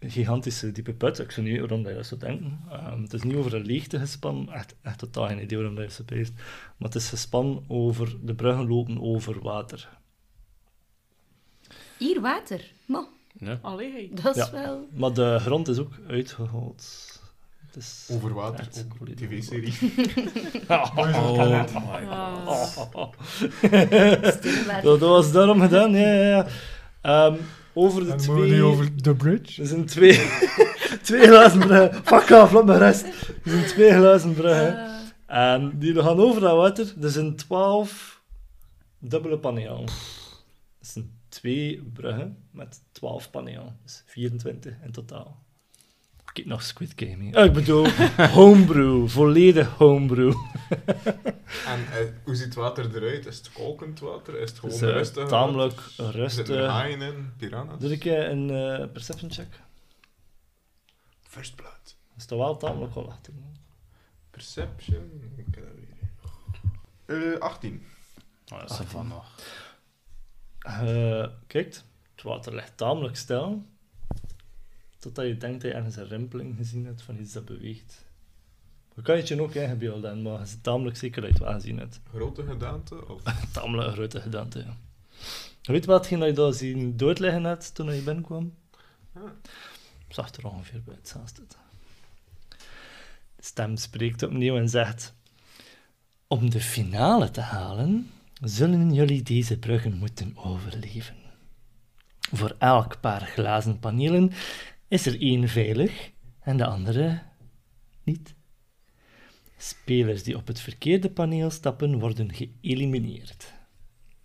[SPEAKER 3] gigantische diepe put. Ik weet niet waarom dat je dat zou denken. Ehm, het is niet over een leegte gespan. Echt, echt totaal geen idee waarom dat je zo bezig is. Maar het is gespan over... De bruggen lopen over water.
[SPEAKER 8] Hier water. Maar
[SPEAKER 5] Allee, hey.
[SPEAKER 8] dat is
[SPEAKER 3] Ja.
[SPEAKER 8] wel...
[SPEAKER 3] Maar de grond is ook uitgehold. Het is...
[SPEAKER 4] Over water.
[SPEAKER 3] Echt,
[SPEAKER 4] ook
[SPEAKER 3] volledig
[SPEAKER 4] TV-serie.
[SPEAKER 6] Oh my
[SPEAKER 5] Ah.
[SPEAKER 6] god.
[SPEAKER 8] stil water.
[SPEAKER 3] dat, dat was daarom gedaan, ja, ja, ja. Ehm, over de
[SPEAKER 7] Dan moeten we
[SPEAKER 3] twee...
[SPEAKER 7] die over de bridge.
[SPEAKER 3] Er zijn twee, <laughs> twee glazen bruggen. Fuck af, laat me rest. Er zijn twee glazen bruggen.
[SPEAKER 8] eh,
[SPEAKER 3] En die gaan over dat water. Er zijn twaalf dubbele panelen. Het zijn twee bruggen met twaalf panelen. Dus 24 in totaal. Ik heb nog Squid Game. hè. Ah, ik
[SPEAKER 7] <laughs>
[SPEAKER 3] bedoel, homebrew. Volledig homebrew.
[SPEAKER 4] En eh, hoe ziet het water eruit? Is het kokend water? Is het gewoon
[SPEAKER 3] Dus, eh,
[SPEAKER 4] rustig?
[SPEAKER 3] tamelijk
[SPEAKER 4] Zitten er
[SPEAKER 3] rustig.
[SPEAKER 4] haaien in? Piranha's?
[SPEAKER 3] Doe ik eh, een eh, perception check?
[SPEAKER 4] First blood.
[SPEAKER 3] Dat is toch wel tamelijk wel achter. hè?
[SPEAKER 6] Oh,
[SPEAKER 4] Perception. Ik heb dat weer. Eh 18.
[SPEAKER 6] Oh, dat is er van nog.
[SPEAKER 3] Eh, kijkt, het water ligt tamelijk stil. Totdat je denkt dat je ergens een rimpeling gezien hebt van iets dat beweegt. Je kan het je ook ingebeeld hebben, maar je is tamelijk zeker dat je het wel gezien hebt.
[SPEAKER 4] Grote gedaante? Of...
[SPEAKER 3] <laughs> Tamelijk een grote gedaante, ja. Weet je wat hetgeen dat je daar zien doodliggen had toen je binnenkwam?
[SPEAKER 4] Ah.
[SPEAKER 3] Zag er ongeveer bij hetzelfde uit. De stem spreekt opnieuw en zegt... Om de finale te halen, zullen jullie deze bruggen moeten overleven. Voor elk paar glazen panelen is er één veilig en de andere niet. Spelers die op het verkeerde paneel stappen, worden geëlimineerd.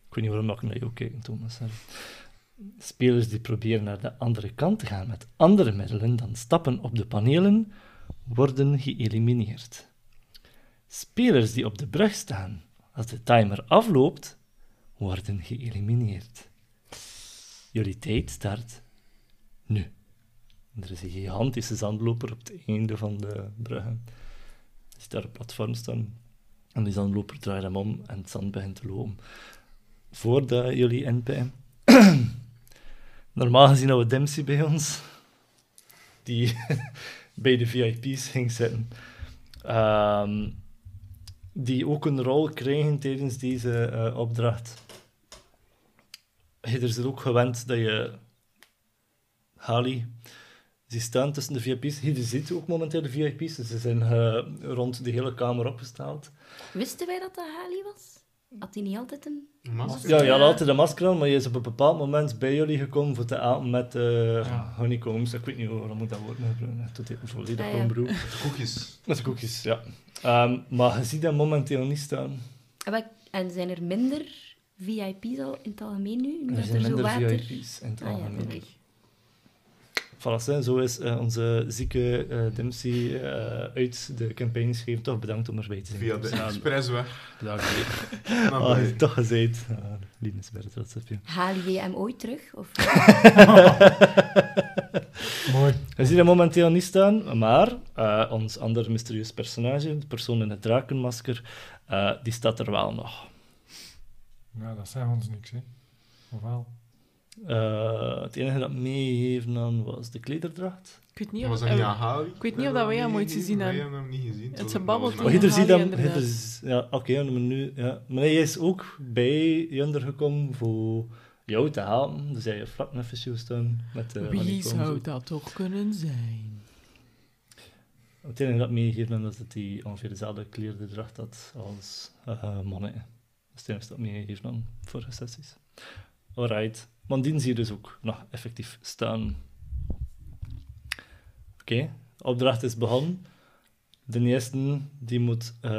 [SPEAKER 3] Ik weet niet waarom ik naar jou kijk, Thomas. Sorry. Spelers die proberen naar de andere kant te gaan met andere middelen dan stappen op de panelen, worden geëlimineerd. Spelers die op de brug staan als de timer afloopt, worden geëlimineerd. Jullie tijd start nu. Er is een gigantische zandloper op het einde van de bruggen zit daar een platform staan. En die zandloper draait hem om en het zand begint te lopen. Voordat jullie inpikken. <clears throat> Normaal gezien hadden we Dempsey bij ons. Die <laughs> bij de VIP's ging zitten. Ehm, die ook een rol kregen tijdens deze eh, opdracht. Je is het ook gewend dat je Hali ze staan tussen de VIP's. Je ziet ook momenteel de VIP's. Dus ze zijn eh, rond de hele kamer opgesteld.
[SPEAKER 8] Wisten wij dat dat Hali was? Had hij niet altijd een...
[SPEAKER 4] Masker.
[SPEAKER 3] Ja, je had altijd een masker aan, maar je is op een bepaald moment bij jullie gekomen voor te eten met eh honeycombs. Ik weet niet waarom moet dat woord meer gebruiken. Tot dit volledig
[SPEAKER 8] Ah, ja.
[SPEAKER 3] homebrew.
[SPEAKER 4] Koekjes.
[SPEAKER 3] Met de koekjes, ja. Ehm, maar je ziet dat momenteel niet staan.
[SPEAKER 8] En wat- Ah, En zijn er minder VIP's al in het algemeen nu? Nu
[SPEAKER 3] Er
[SPEAKER 8] dat
[SPEAKER 3] zijn
[SPEAKER 8] er zo
[SPEAKER 3] minder
[SPEAKER 8] water...
[SPEAKER 3] VIP's in het
[SPEAKER 8] Ah ja,
[SPEAKER 3] algemeen.
[SPEAKER 8] gelukkig.
[SPEAKER 3] Voilà, zo, zo is eh, onze zieke eh Dempsey eh, uit de campagne geschreven. Toch bedankt om erbij te zijn.
[SPEAKER 4] Via de
[SPEAKER 6] Ja.
[SPEAKER 4] expressweg.
[SPEAKER 6] Bedankt.
[SPEAKER 3] <laughs> Ah, hij
[SPEAKER 4] naar beneden.
[SPEAKER 3] heeft toch gezegd. Ah, Linus werd trots op je.
[SPEAKER 8] Halen jij hem ooit terug? Of...
[SPEAKER 7] Mooi.
[SPEAKER 3] <laughs> We zien hem momenteel niet staan, maar eh, ons ander mysterieus personage, de persoon in het drakenmasker, eh, die staat er wel nog.
[SPEAKER 7] Nou, dat zijn ons niks, hè. Of wel?
[SPEAKER 3] Eh, het enige dat meegegeven aan was de klederdracht.
[SPEAKER 5] Ik weet niet
[SPEAKER 4] Dat
[SPEAKER 5] of...
[SPEAKER 4] was dat niet
[SPEAKER 5] eh,
[SPEAKER 4] aan Hali?
[SPEAKER 5] ik weet niet of dat wij hem ooit gezien
[SPEAKER 4] Nee,
[SPEAKER 5] hebben.
[SPEAKER 4] hebben hem niet gezien.
[SPEAKER 5] Het
[SPEAKER 4] was
[SPEAKER 5] is een
[SPEAKER 4] een- dat was
[SPEAKER 5] babbeltje.
[SPEAKER 4] een-
[SPEAKER 3] Maar Hitter
[SPEAKER 5] Hali
[SPEAKER 3] Oh, ziet hem.
[SPEAKER 5] inderdaad.
[SPEAKER 3] Hitter is- ja, Oké, maar nu. Ja. Maar hij is ook bij Junder gekomen voor jou te halen. Dus hij heeft vlak naar Fissio staan. Met, eh,
[SPEAKER 5] Wie
[SPEAKER 3] honeycombs.
[SPEAKER 5] zou dat toch kunnen zijn?
[SPEAKER 3] Het enige dat meegegeven was dat hij ongeveer dezelfde kleerde dracht had als eh mannen. Dat is het enige dat meegegeven aan vorige sessies. Alright. Want die zie je dus ook nog effectief staan. Oké, opdracht is begonnen. De eerste die moet eh,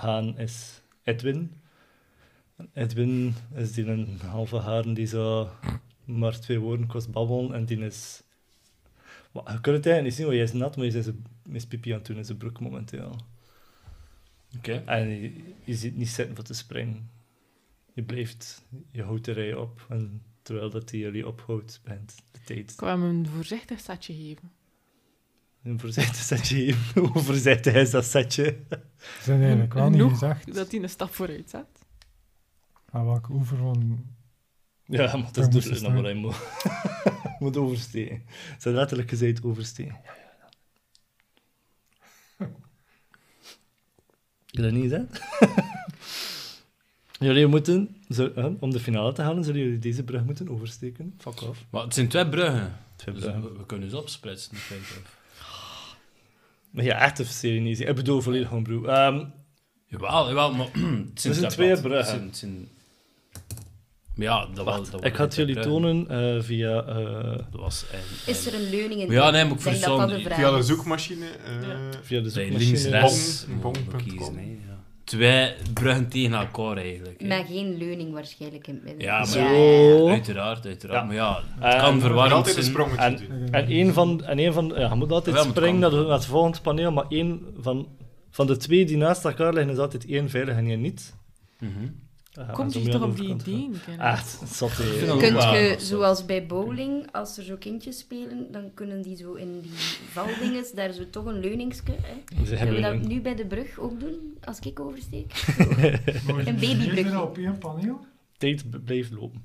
[SPEAKER 3] gaan is Edwin. Edwin is die een halve haren die zo maar twee woorden kost babbelen en die is... Maar je kunt het eigenlijk niet zien, want hij is nat, maar hij is, in zijn- hij is pipi aan het doen in zijn broek momenteel.
[SPEAKER 6] Oké.
[SPEAKER 3] En je, je zit niet zitten voor te springen. Je blijft, je houdt de rij op. En terwijl dat die jullie ophoudt, bent de tijd.
[SPEAKER 5] Ik wou hem een voorzichtig setje geven.
[SPEAKER 3] Een verzette <laughs> setje. Hoe verzette hij dat setje?
[SPEAKER 7] Ze zijn eigenlijk wel niet
[SPEAKER 5] Genoeg
[SPEAKER 7] gezegd
[SPEAKER 5] Dat hij een stap vooruit zet.
[SPEAKER 7] aan welke oever van...
[SPEAKER 3] Ja, maar dat
[SPEAKER 7] Daar
[SPEAKER 3] is
[SPEAKER 7] moest
[SPEAKER 3] dus
[SPEAKER 7] ze
[SPEAKER 3] nog wat hij <laughs> moet. moet oversteken. Ze hebben letterlijk gezegd oversteken. Ja, ja, <laughs> ja. Is dat <laughs> niet, hè? jullie moeten, zo- hè, om de finale te halen, zullen jullie deze brug moeten oversteken. Fuck off.
[SPEAKER 6] Maar het zijn twee bruggen.
[SPEAKER 3] Twee
[SPEAKER 6] Dus
[SPEAKER 3] bruggen.
[SPEAKER 6] we, we kunnen ze opsplitsen. in feite, of-
[SPEAKER 3] Maar ja, echt een serie E, niet. Ik bedoel volledig gewoon broer. Ehm,
[SPEAKER 6] Jawel, jawel, maar... <clears throat> Het
[SPEAKER 3] zijn
[SPEAKER 6] daar
[SPEAKER 3] twee
[SPEAKER 6] wat.
[SPEAKER 3] bruggen.
[SPEAKER 6] Het zijn- het zijn- Maar Ja, dat was... dat was
[SPEAKER 3] ik had
[SPEAKER 6] twee
[SPEAKER 3] jullie
[SPEAKER 6] bruggen.
[SPEAKER 3] tonen eh, via... eh,
[SPEAKER 6] Dat was... een-
[SPEAKER 8] Is er een leuning in?
[SPEAKER 6] Maar ja, nee, maar
[SPEAKER 8] Ik
[SPEAKER 6] ik
[SPEAKER 8] denk dat dat
[SPEAKER 6] verzon-
[SPEAKER 8] de vraag
[SPEAKER 4] Via de
[SPEAKER 8] is.
[SPEAKER 4] zoekmachine. eh,
[SPEAKER 3] via de
[SPEAKER 6] Nee,
[SPEAKER 3] zoekmachine.
[SPEAKER 6] links, rechts.
[SPEAKER 4] Bong, bong
[SPEAKER 6] mogen we
[SPEAKER 4] punt
[SPEAKER 6] kiezen,
[SPEAKER 4] com.
[SPEAKER 6] hè, ja. Twee bruggen tegen elkaar, eigenlijk. hè.
[SPEAKER 8] Maar geen leuning waarschijnlijk in het midden.
[SPEAKER 6] Ja, maar-
[SPEAKER 3] Zo.
[SPEAKER 6] Uiteraard, uiteraard.
[SPEAKER 3] Oh. Ja.
[SPEAKER 6] Maar ja, het
[SPEAKER 3] Eh,
[SPEAKER 6] kan
[SPEAKER 3] en-
[SPEAKER 4] Je moet
[SPEAKER 6] verwarrend
[SPEAKER 4] altijd een
[SPEAKER 6] zijn.
[SPEAKER 4] sprongetje doen.
[SPEAKER 3] En één van... En één van ja, je moet altijd
[SPEAKER 6] Wel, maar het
[SPEAKER 3] springen
[SPEAKER 6] kan.
[SPEAKER 3] naar, de- naar het volgende paneel, maar één van... Van de twee die naast elkaar liggen, is altijd één veilig en één niet.
[SPEAKER 6] Mhm.
[SPEAKER 3] Eh,
[SPEAKER 5] Komt
[SPEAKER 3] zo
[SPEAKER 5] u
[SPEAKER 3] moet
[SPEAKER 5] toch
[SPEAKER 3] aan
[SPEAKER 5] op
[SPEAKER 3] de
[SPEAKER 5] die
[SPEAKER 3] overkant gaan.
[SPEAKER 5] ideeën? Ken?
[SPEAKER 3] Ah, zat
[SPEAKER 6] vind dat
[SPEAKER 8] Kunt
[SPEAKER 6] Ja,
[SPEAKER 8] je,
[SPEAKER 6] dat is wel-
[SPEAKER 8] zoals bij bowling, als er zo kindjes spelen, dan kunnen die zo in die valdinges, daar zo toch een leuningske. Hè?
[SPEAKER 3] Ze
[SPEAKER 8] Kunnen we
[SPEAKER 3] hebben
[SPEAKER 8] dat
[SPEAKER 3] een...
[SPEAKER 8] nu bij de brug ook doen, als ik oversteek?
[SPEAKER 7] Een
[SPEAKER 8] babybrugje.
[SPEAKER 7] op één paneel?
[SPEAKER 3] Tijd b- blijft lopen.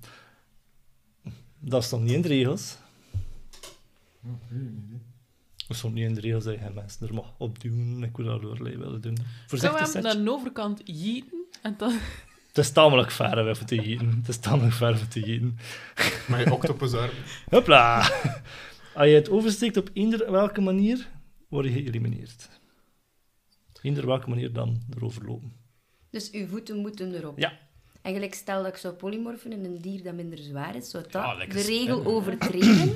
[SPEAKER 3] Dat stond niet in de regels.
[SPEAKER 7] Oh, geen idee.
[SPEAKER 3] Dat stond niet in de regels dat je geen mensen er mag opduwen. Ik wil dat allerlei willen doen.
[SPEAKER 5] Zou
[SPEAKER 3] Voorzichtig,
[SPEAKER 5] hem
[SPEAKER 3] setje.
[SPEAKER 5] naar de overkant jieten en dan...
[SPEAKER 3] Het is tamelijk ver om even te eten. Het is tamelijk ver om te eten.
[SPEAKER 4] Maar je octopusarm.
[SPEAKER 3] Hopla! <laughs> Als je het oversteekt op eender welke manier, word je geëlimineerd. Eender welke manier dan erover lopen.
[SPEAKER 8] Dus uw voeten moeten erop.
[SPEAKER 3] Ja.
[SPEAKER 8] En gelijk stel dat ik zou polymorfen in een dier dat minder zwaar is, zou dat
[SPEAKER 6] Ja, lekker
[SPEAKER 8] de regel
[SPEAKER 6] springen.
[SPEAKER 8] overtreden?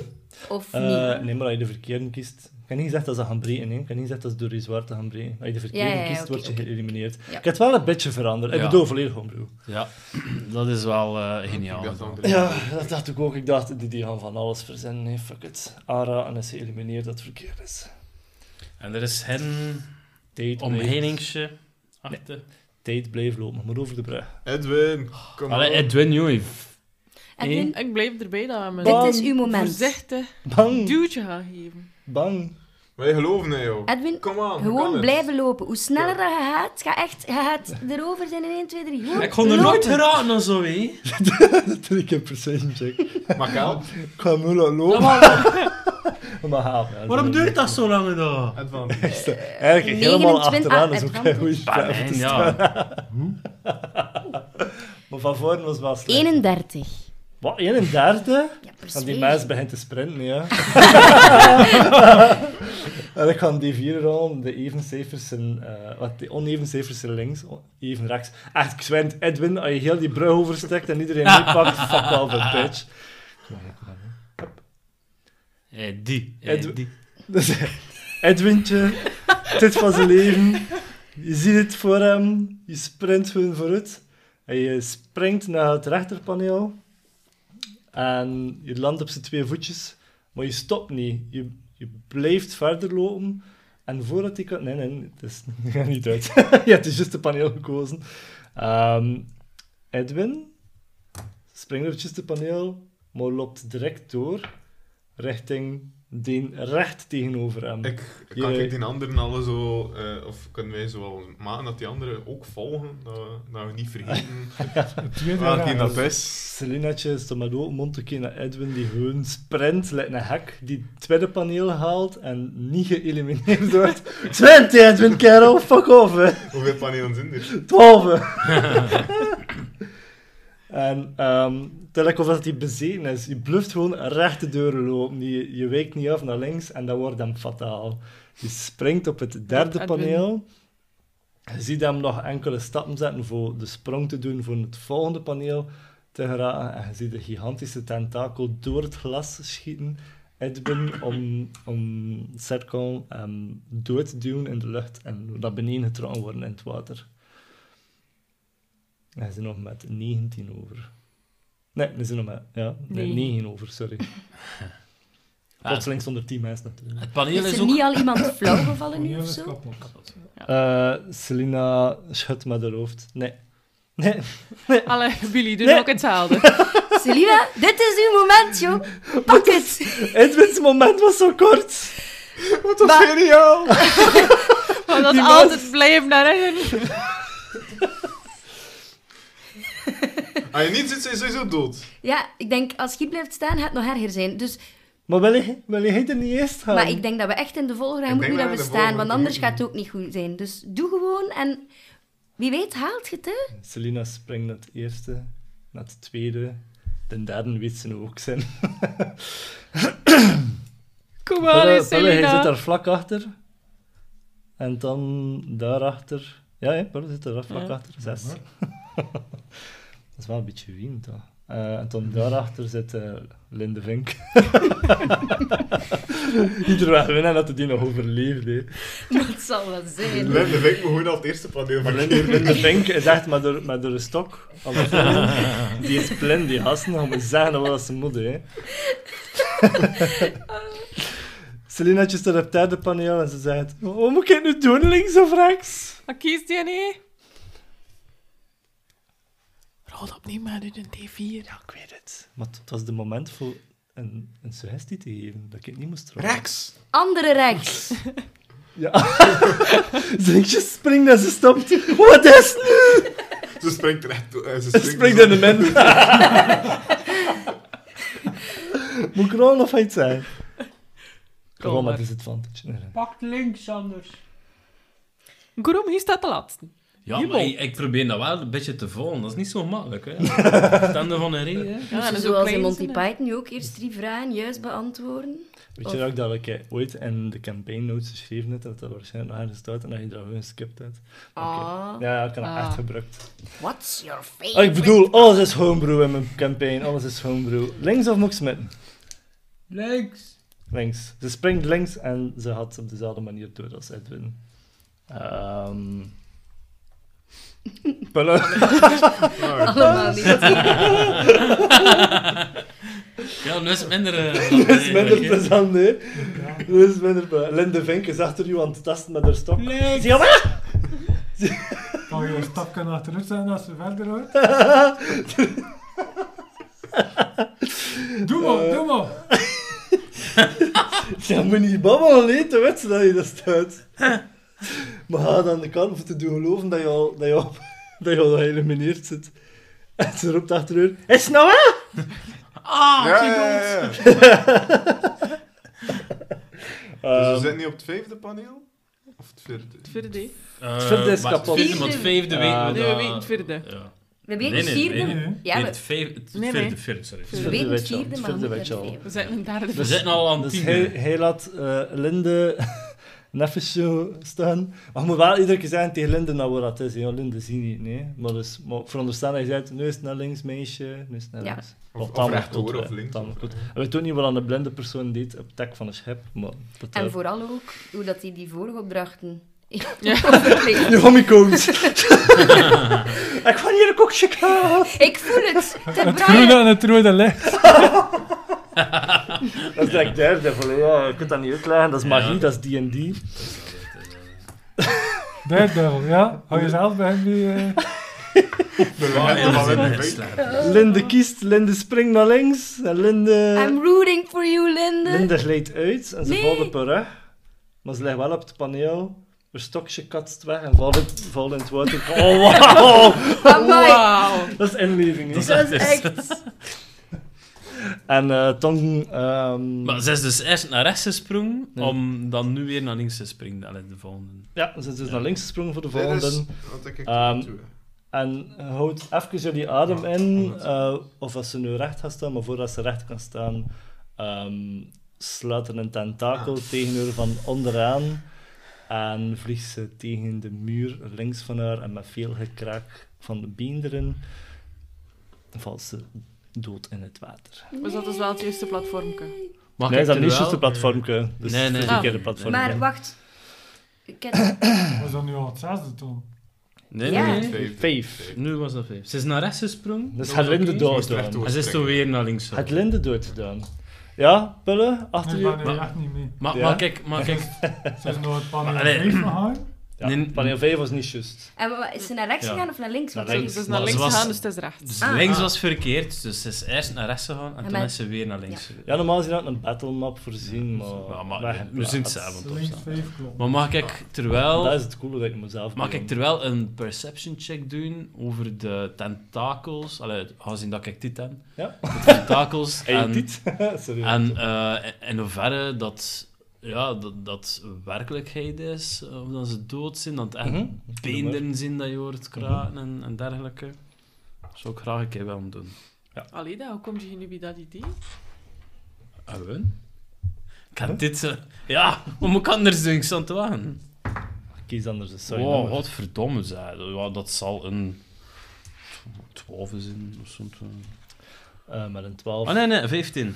[SPEAKER 8] Of
[SPEAKER 3] Eh,
[SPEAKER 8] niet?
[SPEAKER 3] nee, maar als je de verkeerde kiest... Ik heb niet gezegd dat ze gaan breken, hè. Ik heb niet gezegd dat ze door je zwaar te gaan breken. Als je de verkeerde
[SPEAKER 8] Ja, ja, ja,
[SPEAKER 3] kiest,
[SPEAKER 8] oké,
[SPEAKER 3] word je
[SPEAKER 8] oké.
[SPEAKER 3] geëlimineerd. Ik
[SPEAKER 8] Ja.
[SPEAKER 3] heb het wel een beetje veranderd. Ik
[SPEAKER 6] Ja.
[SPEAKER 3] bedoel, volledig homebrew.
[SPEAKER 6] Ja, <clears throat> dat is wel eh,
[SPEAKER 4] Ik
[SPEAKER 6] geniaal.
[SPEAKER 4] dacht dan direct.
[SPEAKER 3] Ja, dat dacht ik ook. Ik dacht, die, die gaan van alles verzinnen. Nee, fuck it. Ara en is geëlimineerd dat het verkeerd is.
[SPEAKER 6] En er is geen
[SPEAKER 3] Tijd blijft,
[SPEAKER 6] omheiningsje achter.
[SPEAKER 3] tijd blijft lopen. Maar over de brug.
[SPEAKER 4] Edwin, kom
[SPEAKER 6] Allee,
[SPEAKER 4] op.
[SPEAKER 6] Edwin, joh.
[SPEAKER 8] Edwin,
[SPEAKER 5] <laughs> Ik blijf erbij dat we
[SPEAKER 8] dit
[SPEAKER 5] hem
[SPEAKER 8] is uw
[SPEAKER 5] een
[SPEAKER 8] moment.
[SPEAKER 5] voorzichtig
[SPEAKER 3] Bang!
[SPEAKER 5] duwtje gaan geven.
[SPEAKER 3] Bang!
[SPEAKER 4] Wij geloven in jou.
[SPEAKER 8] Edwin,
[SPEAKER 4] Kom aan. we kan
[SPEAKER 8] gewoon
[SPEAKER 4] het.
[SPEAKER 8] blijven lopen. Hoe sneller dat je gaat, ga echt, je gaat erover zijn in 1, 2, 3. Gewoon
[SPEAKER 6] Ik kon er
[SPEAKER 8] lopen.
[SPEAKER 6] nooit geraken of zo, hé.
[SPEAKER 3] <laughs> Drie keer perception check.
[SPEAKER 4] Maar Kaal,
[SPEAKER 3] Ik ga nu laten lopen. <laughs> Maar haal, ja,
[SPEAKER 6] Waarom
[SPEAKER 3] dat-
[SPEAKER 6] duurt dat zo lang dan?
[SPEAKER 4] Edwin.
[SPEAKER 3] Eigenlijk helemaal
[SPEAKER 8] 29
[SPEAKER 6] ah,
[SPEAKER 3] achteraan is ook
[SPEAKER 8] advantage.
[SPEAKER 3] geen goede vraag. <laughs>
[SPEAKER 6] Fijn, ja.
[SPEAKER 3] Maar van voren was het wel slecht.
[SPEAKER 8] 31.
[SPEAKER 3] Wat, 31?
[SPEAKER 8] Ja,
[SPEAKER 3] Want die
[SPEAKER 8] persuasion.
[SPEAKER 3] muis begint te sprinten,
[SPEAKER 6] <laughs>
[SPEAKER 3] ja. en ik ga die vier rollen. De even cijfers zijn... eh, wat, de oneven cijfers zijn links, o- even rechts. Echt, ik zweer het, Edwin, als je heel die brug oversteekt en iedereen meepakt, fuck off, een bitch.
[SPEAKER 6] Eh, die. eh,
[SPEAKER 3] Edwin-
[SPEAKER 6] die.
[SPEAKER 3] Dus, Edwintje, dit van zijn leven. Je ziet het voor hem, je sprint gewoon vooruit. En je springt naar het rechterpaneel. En je landt op zijn twee voetjes. Maar je stopt niet. Je, je blijft verder lopen. En voordat hij kan... Nee, nee, het is <laughs> het gaat niet uit. je hebt het juiste paneel gekozen. Ehm, Edwin springt op het juiste paneel, maar loopt direct door richting die recht tegenover hem.
[SPEAKER 4] Ik,
[SPEAKER 3] Je-
[SPEAKER 4] kan ik die anderen alle zo, eh, of kunnen wij zo wel maken dat die anderen ook volgen? Dat, dat we niet
[SPEAKER 3] <laughs>
[SPEAKER 4] vergeten
[SPEAKER 7] Het tweede
[SPEAKER 3] Ah,
[SPEAKER 4] welke
[SPEAKER 7] raam.
[SPEAKER 4] dat is.
[SPEAKER 3] Selinatje is er met open mond te kijken naar Edwin, die gewoon sprint, lijkt een hek, die het tweede paneel haalt en niet geëlimineerd wordt. Zwint, Edwin, kerel, fuck off, hè.
[SPEAKER 4] Hoeveel panelen zijn er?
[SPEAKER 3] Twaalf, hè. <laughs> En ehm terwijl ik of dat hij bezeten is, je bluft gewoon recht de deuren lopen. Je, je wijkt niet af naar links en dat wordt hem fataal. Je springt op het derde
[SPEAKER 5] Edwin.
[SPEAKER 3] paneel. Je ziet hem nog enkele stappen zetten voor de sprong te doen voor het volgende paneel te geraken. En je ziet de gigantische tentakel door het glas schieten Edwin om, om cirkel ehm dood te duwen in de lucht en naar beneden getrokken worden in het water. En ze zijn nog met 19 over. Nee, we zijn nog met ja, nee.
[SPEAKER 5] Nee.
[SPEAKER 3] 9 over,
[SPEAKER 8] <laughs>
[SPEAKER 3] sorry. Ah. Plotseling zonder 10 mensen natuurlijk.
[SPEAKER 6] Het paneel
[SPEAKER 8] Is
[SPEAKER 6] is
[SPEAKER 8] er
[SPEAKER 6] ook...
[SPEAKER 8] niet al iemand flauw gevallen nu of zo?
[SPEAKER 3] Eh Selina schudt met haar hoofd. Nee. Nee. <laughs>
[SPEAKER 5] Allee, Willy, doe
[SPEAKER 3] Nee.
[SPEAKER 5] ook
[SPEAKER 6] <laughs>
[SPEAKER 5] hetzelfde.
[SPEAKER 8] Celina, dit is uw moment,
[SPEAKER 4] <laughs>
[SPEAKER 8] joh. Pak het.
[SPEAKER 3] Edwin's moment was zo kort.
[SPEAKER 4] Wat een geniaal!
[SPEAKER 5] Want dat altijd blijft naar hen.
[SPEAKER 4] Als Ah, je niet zit, zijn ze sowieso dood.
[SPEAKER 8] Ja, ik denk, als je hier blijft staan, gaat het nog erger zijn. Dus,
[SPEAKER 3] Maar wil je, wil je het er niet eerst gaan?
[SPEAKER 8] maar ik denk dat we echt in de volgende
[SPEAKER 4] Ik
[SPEAKER 8] moeten
[SPEAKER 4] denk
[SPEAKER 8] hoe dat
[SPEAKER 4] dat
[SPEAKER 8] we
[SPEAKER 4] we de
[SPEAKER 8] staan, want
[SPEAKER 4] volgorde
[SPEAKER 8] anders
[SPEAKER 4] moeten.
[SPEAKER 8] gaat het ook niet goed zijn. Dus doe gewoon en wie weet haalt je het, hè?
[SPEAKER 3] Selina springt naar het eerste, naar het tweede. De derde weet ze nu ook zijn.
[SPEAKER 5] Kom
[SPEAKER 3] Pelle,
[SPEAKER 6] eh,
[SPEAKER 5] maar,
[SPEAKER 3] Pelle, hij zit
[SPEAKER 5] Selina.
[SPEAKER 3] daar vlak achter. En dan daarachter. Ja, hè, Pelle zit er vlak
[SPEAKER 5] Ja.
[SPEAKER 3] achter. Zes. <laughs> Dat is wel een beetje wien, toch? Eh, en dan daarachter zit eh, Linde Vink. <laughs> Ieder wel winnen dat hij die nog overleefde. hè.
[SPEAKER 8] <laughs> Dat zal wel zijn.
[SPEAKER 4] Len de Vink moet gewoon al het eerste paneel
[SPEAKER 3] Maar
[SPEAKER 4] verkeerd.
[SPEAKER 3] Linde,
[SPEAKER 4] <laughs>
[SPEAKER 3] Linde Vink is echt met haar, met haar stok. aan het vallen. Die is blind, die gasten. Om te zeggen dat was zijn moeder. Hè. <laughs> Selina is er op het derde paneel en ze zegt: Wat moet ik het nu doen, links of rechts?
[SPEAKER 5] Wat kiest die niet? Rood opnieuw maar doe een T4.
[SPEAKER 3] Ja, ik weet het. Maar het was de moment voor een, een suggestie te geven dat ik het niet moest rollen.
[SPEAKER 4] Rex!
[SPEAKER 8] Andere rechts.
[SPEAKER 3] Ja. <laughs> Zinkje springt en ze stopt. Wat is het nu?
[SPEAKER 4] Ze springt recht toe. eh, Ze
[SPEAKER 3] Ze
[SPEAKER 4] springt,
[SPEAKER 3] springt in de min. <laughs> Moet ik rollen of hij het zijn? Rol
[SPEAKER 5] maar.
[SPEAKER 3] met disadvantage. Nee, nee.
[SPEAKER 7] Pak links anders.
[SPEAKER 5] Groom, hier staat de laatste.
[SPEAKER 6] Ja,
[SPEAKER 5] Jubel.
[SPEAKER 6] maar ik, ik probeer dat wel een beetje te volgen. Dat is niet zo makkelijk,
[SPEAKER 3] <laughs>
[SPEAKER 6] hè. Stende van een reden, hè.
[SPEAKER 5] Ja,
[SPEAKER 8] Moesten zoals in Monty Python je ook eerst drie vragen juist beantwoorden.
[SPEAKER 3] Weet je
[SPEAKER 8] Of-
[SPEAKER 3] nog dat ik eh, ooit in de campaign notes geschreven heb dat dat waarschijnlijk nog ergens staat en dat je daar gewoon geskipt hebt? Oké.
[SPEAKER 8] Ah.
[SPEAKER 3] Ja, ja, ik heb dat
[SPEAKER 5] Ah.
[SPEAKER 3] echt gebruikt.
[SPEAKER 8] What's your
[SPEAKER 3] Ah,
[SPEAKER 8] favorite?
[SPEAKER 3] ik bedoel, alles is homebrew in mijn campaign. Alles is homebrew. Links of moet ik smitten?
[SPEAKER 7] Links.
[SPEAKER 3] links. Ze springt links en ze had op dezelfde manier dood als Edwin. Ehm. Pelle.
[SPEAKER 8] Allemaal niet.
[SPEAKER 6] Ja, nu is het minder...
[SPEAKER 3] <laughs>
[SPEAKER 6] eh,
[SPEAKER 3] Dat is minder
[SPEAKER 6] eigenlijk, hè.
[SPEAKER 3] plezant, hè? Dat is minder plezant. Linde Vink is achter u aan het tasten met haar stok.
[SPEAKER 7] Links.
[SPEAKER 3] Zie je wat?
[SPEAKER 7] Kan je een stapje achteruit zijn als ze verder
[SPEAKER 3] <laughs>
[SPEAKER 7] hoort? Doe maar, doe maar.
[SPEAKER 3] Ja, moet niet babbelen, hè? Te weten dat je dat staat. <laughs> Maar ga dan aan de kant om te doen geloven dat je al, dat je al, <laughs> dat je al geëlimineerd zit. En ze roept achter u, is het nou hè?
[SPEAKER 4] Ah, ja, ja, ja, ja. Dus we
[SPEAKER 3] Ehm,
[SPEAKER 4] zitten niet op het vijfde paneel? Of het vierde?
[SPEAKER 5] Vierde.
[SPEAKER 6] Eh,
[SPEAKER 3] Het vierde is
[SPEAKER 6] maar het
[SPEAKER 3] kapot. Ah.
[SPEAKER 6] Vierde, maar het vijfde
[SPEAKER 3] Ja,
[SPEAKER 6] weten
[SPEAKER 5] Nee,
[SPEAKER 6] we dat-
[SPEAKER 5] we weten het vierde.
[SPEAKER 6] Ja.
[SPEAKER 8] We hebben
[SPEAKER 6] Nee,
[SPEAKER 8] het
[SPEAKER 6] nee,
[SPEAKER 8] vierde.
[SPEAKER 6] nee,
[SPEAKER 7] nee.
[SPEAKER 8] Ja,
[SPEAKER 6] Nee,
[SPEAKER 8] we,
[SPEAKER 6] het vijfde, het
[SPEAKER 5] Nee, nee.
[SPEAKER 6] vierde, vierde, sorry.
[SPEAKER 5] Vierde.
[SPEAKER 8] we weten
[SPEAKER 3] weet
[SPEAKER 8] het
[SPEAKER 3] je al,
[SPEAKER 8] vierde,
[SPEAKER 3] het
[SPEAKER 8] maar we
[SPEAKER 3] vierde
[SPEAKER 8] moeten
[SPEAKER 3] weet je
[SPEAKER 8] er
[SPEAKER 3] al.
[SPEAKER 8] vijf.
[SPEAKER 5] We zijn in derde.
[SPEAKER 6] We zitten al aan
[SPEAKER 3] Dus
[SPEAKER 6] tien.
[SPEAKER 3] hij,
[SPEAKER 6] hè.
[SPEAKER 3] hij laat eh, Linde <laughs> neffens zo staan. Maar je moet wel iedere keer zeggen tegen Linde nou, wat dat is. hè. Ja, Linde zie niet, nee. Maar, dus, maar ik veronderstel dat je zegt, nu is het naar links, meisje. Nu is het naar
[SPEAKER 8] Ja.
[SPEAKER 3] links.
[SPEAKER 4] Of- of
[SPEAKER 3] dan
[SPEAKER 4] rechtdoor,
[SPEAKER 3] goed,
[SPEAKER 4] of
[SPEAKER 3] hè.
[SPEAKER 4] links,
[SPEAKER 3] Dan
[SPEAKER 4] of-
[SPEAKER 3] goed. En we doen niet wat aan de blinde persoon deed op het dek van een schip. Maar dat
[SPEAKER 8] En
[SPEAKER 3] eh, <laughs>
[SPEAKER 8] vooral ook hoe dat die die vorige <laughs> opdrachten...
[SPEAKER 3] <laughs> Nu van mijn koos. ik ga hier een kokje klaar.
[SPEAKER 8] Ik voel het. Ter
[SPEAKER 7] Het groene
[SPEAKER 8] Brian.
[SPEAKER 7] en het rode licht.
[SPEAKER 3] Dat is like derde. Van, ja, je kunt dat niet uitleggen. Dat is magie, dat is D&D.
[SPEAKER 7] Daredevil, ja. Hou jezelf bij hem die... eh,
[SPEAKER 4] De
[SPEAKER 6] Ja,
[SPEAKER 4] legende
[SPEAKER 6] <laughs> dat
[SPEAKER 4] van
[SPEAKER 6] is
[SPEAKER 4] Len de
[SPEAKER 6] echt
[SPEAKER 4] Vink.
[SPEAKER 6] slecht.
[SPEAKER 3] Linde kiest, Linde springt naar links. En Linde...
[SPEAKER 8] I'm rooting for you, Linde.
[SPEAKER 3] Linda glijdt uit en ze
[SPEAKER 8] Nee.
[SPEAKER 3] valt op haar rug. Maar ze ligt wel op het paneel. Haar stokje katst weg en valt in, valt in het water. Oh, wauw!
[SPEAKER 8] Amai.
[SPEAKER 5] Oh, Wauw.
[SPEAKER 3] Dat is inleving. hè.
[SPEAKER 8] Dat is echt...
[SPEAKER 3] En eh Tong... ehm,
[SPEAKER 6] Maar ze is dus eerst naar rechts gesprongen,
[SPEAKER 3] Nee.
[SPEAKER 6] om dan nu weer naar links te springen. Allee, de volgende.
[SPEAKER 3] ja, ze is dus naar links gesprongen voor de
[SPEAKER 4] Dit
[SPEAKER 3] volgende.
[SPEAKER 4] is wat ik
[SPEAKER 3] Ehm,
[SPEAKER 4] doe.
[SPEAKER 3] En houd even jullie adem
[SPEAKER 4] Ja,
[SPEAKER 3] in.
[SPEAKER 4] goed.
[SPEAKER 3] eh, of als ze nu recht gaat staan, maar voordat ze recht kan staan, ehm, slaat er een tentakel tegen haar van onderaan. En vliegt ze tegen de muur links van haar en met veel gekraak van de beenderen valt ze dood in het water.
[SPEAKER 5] Maar dat is wel het eerste platformke.
[SPEAKER 6] Maar
[SPEAKER 3] Nee, is
[SPEAKER 6] je
[SPEAKER 3] dat
[SPEAKER 6] kunt
[SPEAKER 3] niet
[SPEAKER 6] wel-
[SPEAKER 3] juist een platformke. Dus
[SPEAKER 6] Nee, nee.
[SPEAKER 3] het is een keer een platform.
[SPEAKER 8] Maar
[SPEAKER 3] ja.
[SPEAKER 4] Dus
[SPEAKER 3] Dus
[SPEAKER 8] wacht. Ik heb...
[SPEAKER 7] Was dat nu al het zesde toen?
[SPEAKER 6] Nee,
[SPEAKER 8] Ja.
[SPEAKER 6] nee, nee.
[SPEAKER 3] Vijf.
[SPEAKER 6] Nu was dat vijf. Ze is naar rechts gesprongen.
[SPEAKER 3] Dus
[SPEAKER 6] was
[SPEAKER 3] had Linde
[SPEAKER 6] oké.
[SPEAKER 4] moest er echt
[SPEAKER 3] doodgedaan.
[SPEAKER 4] door.
[SPEAKER 6] En ze is toen weer naar links.
[SPEAKER 3] Had Linde doodgedaan. Ja, Pulle, achter
[SPEAKER 7] Nee,
[SPEAKER 3] je.
[SPEAKER 7] ik ben
[SPEAKER 6] maar-
[SPEAKER 7] er echt niet mee.
[SPEAKER 6] Maar,
[SPEAKER 3] Ja.
[SPEAKER 6] maar kijk, maar kijk.
[SPEAKER 8] Ah,
[SPEAKER 7] Ze is nog het paneel
[SPEAKER 6] Maar, allee.
[SPEAKER 7] vijf gegaan.
[SPEAKER 3] Ja,
[SPEAKER 6] Nee,
[SPEAKER 3] paneel 5 was niet juist.
[SPEAKER 8] En wa- is ze naar rechts
[SPEAKER 3] Ja.
[SPEAKER 8] gegaan of naar links?
[SPEAKER 3] Naar
[SPEAKER 8] Want ze-
[SPEAKER 3] links.
[SPEAKER 5] Dus
[SPEAKER 6] Maar
[SPEAKER 5] naar
[SPEAKER 6] ze
[SPEAKER 5] links
[SPEAKER 6] was-
[SPEAKER 5] gaan, dus het is rechts.
[SPEAKER 6] Dus
[SPEAKER 8] Ah.
[SPEAKER 6] links
[SPEAKER 8] Ah.
[SPEAKER 6] was verkeerd, dus ze is eerst naar rechts gegaan en
[SPEAKER 8] Ja,
[SPEAKER 6] toen
[SPEAKER 8] maar-
[SPEAKER 6] is ze weer naar links. gegaan.
[SPEAKER 3] Ja, normaal is hier een battlemap voorzien, maar...
[SPEAKER 6] Ja, maar
[SPEAKER 3] Nee,
[SPEAKER 6] we zien het
[SPEAKER 3] dat-
[SPEAKER 6] samen. Want
[SPEAKER 7] Links
[SPEAKER 6] opstaan.
[SPEAKER 7] vijf klopt.
[SPEAKER 6] Maar mag ik terwijl...
[SPEAKER 3] Dat is het coole dat ik mezelf
[SPEAKER 6] Mag
[SPEAKER 3] doe.
[SPEAKER 6] ik er wel een perception check doen over de tentakels? Allee, aangezien dat ik dit ken.
[SPEAKER 3] Ja.
[SPEAKER 6] De
[SPEAKER 3] <laughs>
[SPEAKER 6] tentakels.
[SPEAKER 3] Hey,
[SPEAKER 6] en
[SPEAKER 3] dit. Sorry.
[SPEAKER 6] en eh, in hoeverre dat, ja, dat, dat werkelijkheid is, of dat ze dood zijn, dat het echt
[SPEAKER 3] Mhm.
[SPEAKER 6] beenderen zijn dat je hoort kraken en, en dergelijke. Dat zou ik graag een keer willen doen.
[SPEAKER 5] Alida, hoe kom je nu bij dat idee?
[SPEAKER 6] En we? Ik had dit... eh, ja, hoe moet ik anders doen? Ik stond te wachten.
[SPEAKER 3] Kies anders een sorry
[SPEAKER 6] Wow,
[SPEAKER 3] nummer.
[SPEAKER 6] godverdomme, zei. Ja, dat zal een... 12 zijn of zo'n...
[SPEAKER 3] Eh, met een 12.
[SPEAKER 6] Oh nee, nee, 15.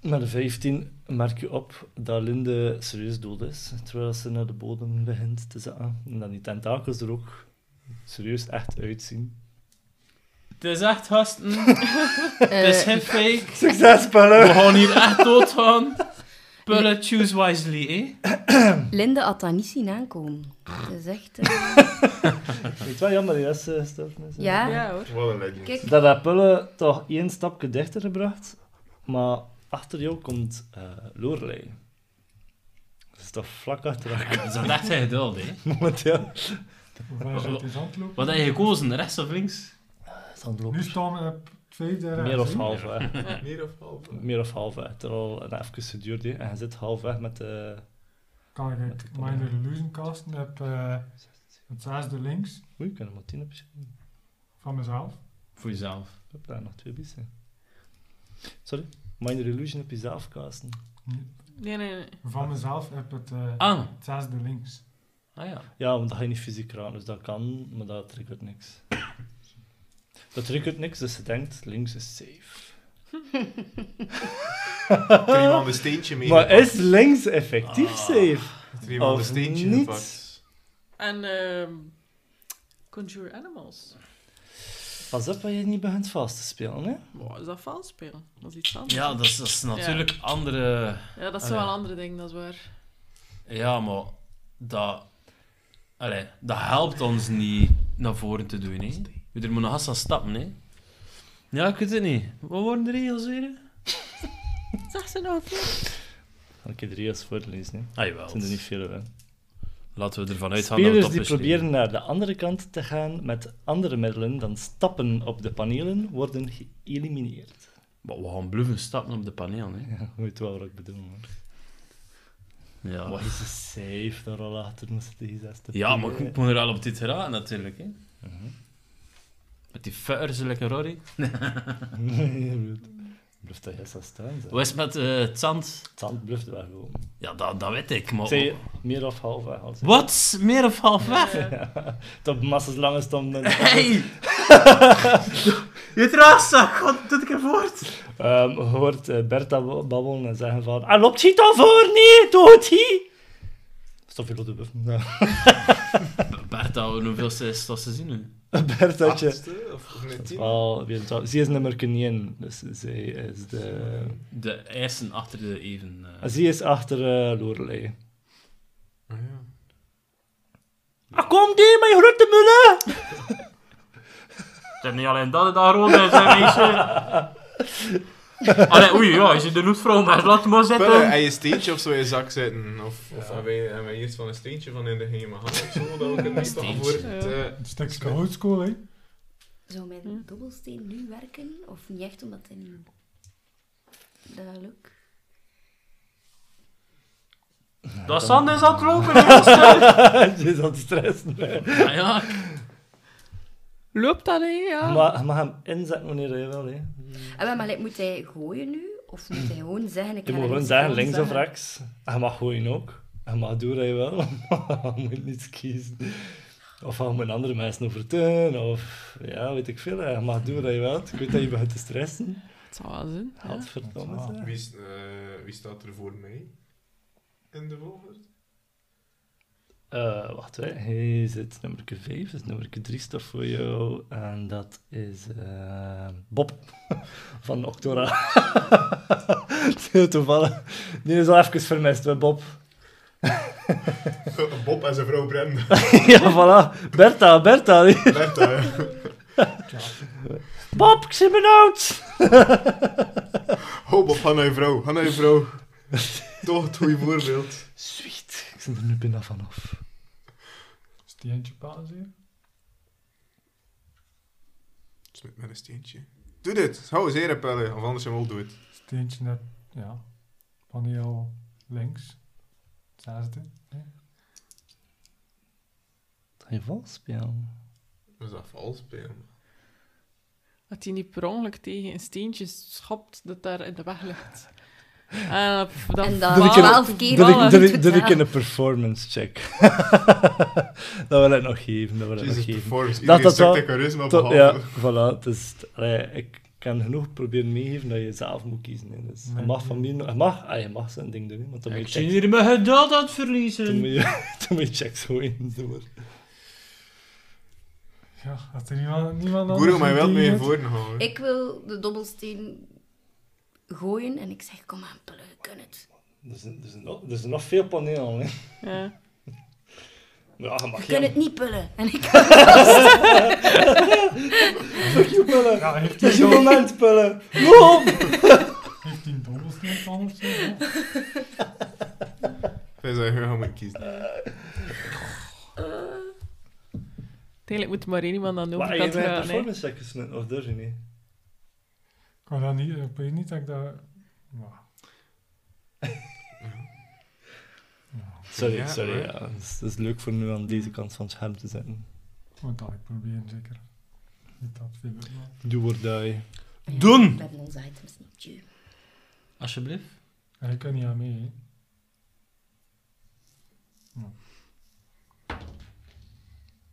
[SPEAKER 3] Met een 15 merk je op dat Linde serieus dood is, terwijl ze naar de bodem begint te zakken. En dat die tentakels er ook serieus echt uitzien.
[SPEAKER 6] Het is echt gasten. <laughs>
[SPEAKER 8] Eh,
[SPEAKER 6] Het is geen fake.
[SPEAKER 3] Succes,
[SPEAKER 6] We
[SPEAKER 3] Pelle!
[SPEAKER 6] gaan hier echt doodgaan. Pullen, choose wisely, eh?
[SPEAKER 8] Linde had dat niet zien aankomen. Dat is echt...
[SPEAKER 3] <laughs>
[SPEAKER 8] eh,
[SPEAKER 3] Weet je wel jammer die rest eh, gestorven is? hè?
[SPEAKER 8] Ja.
[SPEAKER 5] Ja hoor.
[SPEAKER 4] Wat een legend.
[SPEAKER 8] Kijk,
[SPEAKER 3] Dat heeft Pulle toch één stapje dichter gebracht, maar achter jou komt eh Lorelei. Dat is toch vlak achter elkaar
[SPEAKER 6] Dat is echt geen geduld, hè?
[SPEAKER 3] momenteel.
[SPEAKER 7] Hoe ver zit die zandloop?
[SPEAKER 6] Wat heb je gekozen, rechts of links?
[SPEAKER 7] Nu
[SPEAKER 3] Zandloop.
[SPEAKER 7] staan we op het vijfde rechts.
[SPEAKER 3] Meer of
[SPEAKER 7] hè?
[SPEAKER 3] half weg.
[SPEAKER 4] Meer of half.
[SPEAKER 3] Meer of half weg. Het is al een even geduurd, hè. En je zit half weg met eh, de...
[SPEAKER 7] Kan
[SPEAKER 3] Met de
[SPEAKER 7] ik Minor Illusion casten op eh, het zesde links
[SPEAKER 3] Oei, ik kan er maar tien op zitten.
[SPEAKER 7] van mezelf.
[SPEAKER 6] Voor jezelf.
[SPEAKER 3] Ik heb daar nog twee bij zijn. Sorry? Minor Illusion op jezelf casten.
[SPEAKER 5] Nee, nee, nee.
[SPEAKER 7] Van mezelf heb het, eh,
[SPEAKER 6] Ah,
[SPEAKER 7] het zesde links.
[SPEAKER 6] ah ja.
[SPEAKER 3] Ja, want dat ga je niet fysiek raken, dus dat kan, maar dat triggert niks. Dat triggert niks, dus ze denkt, links is safe.
[SPEAKER 4] Drie man een steentje mee.
[SPEAKER 3] Maar is links effectief
[SPEAKER 6] Ah.
[SPEAKER 3] safe?
[SPEAKER 4] Drie man een
[SPEAKER 3] of
[SPEAKER 4] steentje
[SPEAKER 3] niet?
[SPEAKER 4] gepakt.
[SPEAKER 5] En ehm Conjure Animals.
[SPEAKER 3] Pas op dat je niet begint vast te spelen, hè?
[SPEAKER 5] Wow, is dat vals spelen? Dat is iets anders.
[SPEAKER 6] Ja, dat is, dat is natuurlijk andere...
[SPEAKER 5] Ja, dat is
[SPEAKER 6] Allee.
[SPEAKER 5] wel een andere ding, dat is waar.
[SPEAKER 6] Ja, maar dat... Allee, dat helpt ons niet naar voren te doen, hè? We er moeten nog aan stappen, hè? Ja, ik weet het niet. Wat worden de regels weer? hè?
[SPEAKER 5] Zeg ze nou veel?
[SPEAKER 3] Ga ik je er eerst voorlezen, hè?
[SPEAKER 6] Ah,
[SPEAKER 3] Het
[SPEAKER 6] jawel.
[SPEAKER 3] zijn er niet veel, hè?
[SPEAKER 6] Laten we ervan uitgaan
[SPEAKER 3] Spelers
[SPEAKER 6] dat
[SPEAKER 3] die
[SPEAKER 6] het top is.
[SPEAKER 3] proberen naar de andere kant te gaan met andere middelen dan stappen op de panelen worden geëlimineerd.
[SPEAKER 6] Maar we gaan bluffen stappen op de paneel, hè.
[SPEAKER 3] Ja, weet wel wat ik bedoel, man.
[SPEAKER 6] Ja,
[SPEAKER 3] Wat is de safe daar al achter moest die zesde
[SPEAKER 6] Ah. ja maar
[SPEAKER 3] pier,
[SPEAKER 6] ik moet er al op dit geraden, natuurlijk, hè.
[SPEAKER 3] Uh-huh.
[SPEAKER 6] Met die fuckers, lekker Rory.
[SPEAKER 3] <laughs> Nee, blut. Bluff dat jij zou staan, zeg.
[SPEAKER 6] Hoe is het met eh, het zand?
[SPEAKER 3] Het zand bluft wel gewoon.
[SPEAKER 6] Ja, dat, dat weet ik, maar...
[SPEAKER 3] Ik zei meer of half weg. Als
[SPEAKER 6] Oh, Wat? Meer of half weg?
[SPEAKER 3] Tot massa's lange stom.
[SPEAKER 6] <laughs> Hey! Je trouwzak, god, doe ik er voort.
[SPEAKER 3] Ehm, je hoort eh, Bertha wa- babbelen en zeggen van... Ah, loopt hij dan voor? Nee, doet hij! Stof je de buff. <laughs>
[SPEAKER 6] Bertha, hoeveel is dat ze zien nu?
[SPEAKER 3] Berthaatje.
[SPEAKER 4] Achtste of of net tien?
[SPEAKER 3] Wel, weer een twaalf. Zij is nummer 1, dus zij is de...
[SPEAKER 6] De eerste achter de even... eh.
[SPEAKER 3] Zij is achter eh, Lorelei.
[SPEAKER 4] Ah, ja.
[SPEAKER 3] Ah, kom die, mijn grote mullen!
[SPEAKER 6] Het is niet alleen dat het daar rood is, hè, meisje. <laughs> Allee, oei, ja, je zit de noetvrouw, maar laat maar
[SPEAKER 4] Spullen,
[SPEAKER 6] zitten.
[SPEAKER 4] en je steentje of zo in je zak zetten. Of, of hebben, wij, hebben wij eerst van een steentje van in de game gehad of zo?
[SPEAKER 3] <laughs>
[SPEAKER 4] Dat we kunnen staan voor het... eh,
[SPEAKER 7] Een stukje oldschool, hè?
[SPEAKER 8] zou mijn dobbelsteen nu werken? Of niet echt, omdat hij niet... Dat lukt.
[SPEAKER 6] Dat zand is aan het lopen, hè,
[SPEAKER 3] <laughs> Ze is aan het stressen. hè.
[SPEAKER 6] Ja, Ah, ja.
[SPEAKER 5] Loopt dat, hè? Ja.
[SPEAKER 3] Maar je mag hem inzetten wanneer je wil, hè.
[SPEAKER 8] Ah, wel, maar like, moet hij gooien nu? Of moet hij gewoon zeggen... Ik
[SPEAKER 3] Je
[SPEAKER 8] ga naar
[SPEAKER 3] moet gewoon
[SPEAKER 8] iets
[SPEAKER 3] zeggen,
[SPEAKER 8] anders
[SPEAKER 3] links of
[SPEAKER 8] zeggen?
[SPEAKER 3] rechts. En je mag gooien ook. En je mag doen wat je wil. <laughs> Maar je moet niet kiezen. Of je moet andere mensen overtuigen. Of ja, weet ik veel. hè. Je mag doen wat je wilt. Ik weet dat je begint te stressen.
[SPEAKER 5] Het zal wel zijn. ja.
[SPEAKER 3] Godverdomme.
[SPEAKER 7] Ah.
[SPEAKER 3] zeg.
[SPEAKER 4] Wie, is- eh, wie staat er voor mij in de volgorde?
[SPEAKER 3] Eh, wacht, hè. Hij zit nummer 5, dus nummer 3 staat voor jou. En dat is eh, Bob <laughs> van Octora. <laughs> Heel toevallig. Die is al even vermist, hè, Bob.
[SPEAKER 4] <laughs> Bob en zijn vrouw Brenda. <laughs>
[SPEAKER 3] ja, voilà. Bertha, Bertha. die-
[SPEAKER 4] Bertha, hè.
[SPEAKER 3] Bob, ik zie me <laughs> oud.
[SPEAKER 4] Ho, Bob, ga naar je vrouw. Ga naar je vrouw. Toch het goede voorbeeld.
[SPEAKER 3] Sweet. Ik zit er nu bijna vanaf.
[SPEAKER 7] Is die eentje paas hier?
[SPEAKER 4] Smit met een steentje. Doe dit. Hou eens heren pellen, of anders hem doe het.
[SPEAKER 7] Is het eentje naar, ja, van die al links? Zesde?
[SPEAKER 3] Ga je vals spelen?
[SPEAKER 4] Is dat vals spelen?
[SPEAKER 5] Dat hij niet per ongeluk tegen een steentje schopt dat daar in de weg ligt. <laughs> En dat, dat
[SPEAKER 8] En dan
[SPEAKER 3] Doe ik een-
[SPEAKER 8] twaalf keer
[SPEAKER 3] Doe ik,
[SPEAKER 8] vallen.
[SPEAKER 3] doe ik, doe ik
[SPEAKER 8] Totaal.
[SPEAKER 3] een performance check. <laughs> dat wil ik nog geven. Dat wil ik nog
[SPEAKER 4] Jesus,
[SPEAKER 3] geven.
[SPEAKER 4] performance.
[SPEAKER 3] dat
[SPEAKER 4] Iedereen stuk
[SPEAKER 3] wel-
[SPEAKER 4] de charisma
[SPEAKER 3] Tot-
[SPEAKER 4] behalve.
[SPEAKER 3] ja, voilà. Het is, allee, ik kan genoeg proberen meegeven dat je zelf moet kiezen. Hè. Dus je
[SPEAKER 7] Nee.
[SPEAKER 3] mag van mij nog- je mag, ah, je mag zijn ding doen, hè, want dan
[SPEAKER 6] Ik
[SPEAKER 3] moet je
[SPEAKER 6] zie
[SPEAKER 3] checks,
[SPEAKER 6] hier mijn geduld aan het
[SPEAKER 3] dan moet
[SPEAKER 6] verliezen.
[SPEAKER 3] je, <laughs> dan moet je checks gewoon in doen.
[SPEAKER 7] Ja, had er niemand, niemand anders...
[SPEAKER 4] Guru, maar je wilt Nou,
[SPEAKER 7] die
[SPEAKER 4] mee in
[SPEAKER 7] het-
[SPEAKER 4] voren houden.
[SPEAKER 8] Ik wil de dobbelsteen gooien en ik zeg, kom aan, Pelle, je kunt het.
[SPEAKER 3] Er zijn, er, zijn nog, er zijn nog veel panelen. Hè.
[SPEAKER 5] ja.
[SPEAKER 3] Ja, je
[SPEAKER 8] Je
[SPEAKER 3] mag
[SPEAKER 8] kunt
[SPEAKER 3] geen
[SPEAKER 8] het niet pullen. En ik
[SPEAKER 3] pakje pullen.
[SPEAKER 7] Ja, heeft
[SPEAKER 3] Het is
[SPEAKER 7] hij
[SPEAKER 3] je
[SPEAKER 7] dan-
[SPEAKER 3] moment pullen. No!
[SPEAKER 7] heeft hij een dobbelsteen van of zo? Ja.
[SPEAKER 4] Wij zijn heel gaan kiezen.
[SPEAKER 5] Uiteindelijk moet er maar één iemand aan de
[SPEAKER 3] Maar je bent
[SPEAKER 5] overkant
[SPEAKER 3] een
[SPEAKER 5] gaan. hè.
[SPEAKER 3] performance check gesmet, of durf je niet?
[SPEAKER 7] Ik kan dat niet, ik weet niet dat ik dat... Nou,
[SPEAKER 3] Sorry,
[SPEAKER 4] Ja,
[SPEAKER 3] sorry.
[SPEAKER 4] hoor.
[SPEAKER 3] Ja. Het, is, het is leuk voor nu aan deze kant van het scherm te zitten.
[SPEAKER 7] ik moet dat ik proberen, zeker. Niet dat veel uit, maar...
[SPEAKER 3] Do or die.
[SPEAKER 6] Doen!
[SPEAKER 8] We hebben onze items niet. <laughs> tjoe.
[SPEAKER 6] Alsjeblieft.
[SPEAKER 7] Ja, je kan niet aan mee, hè.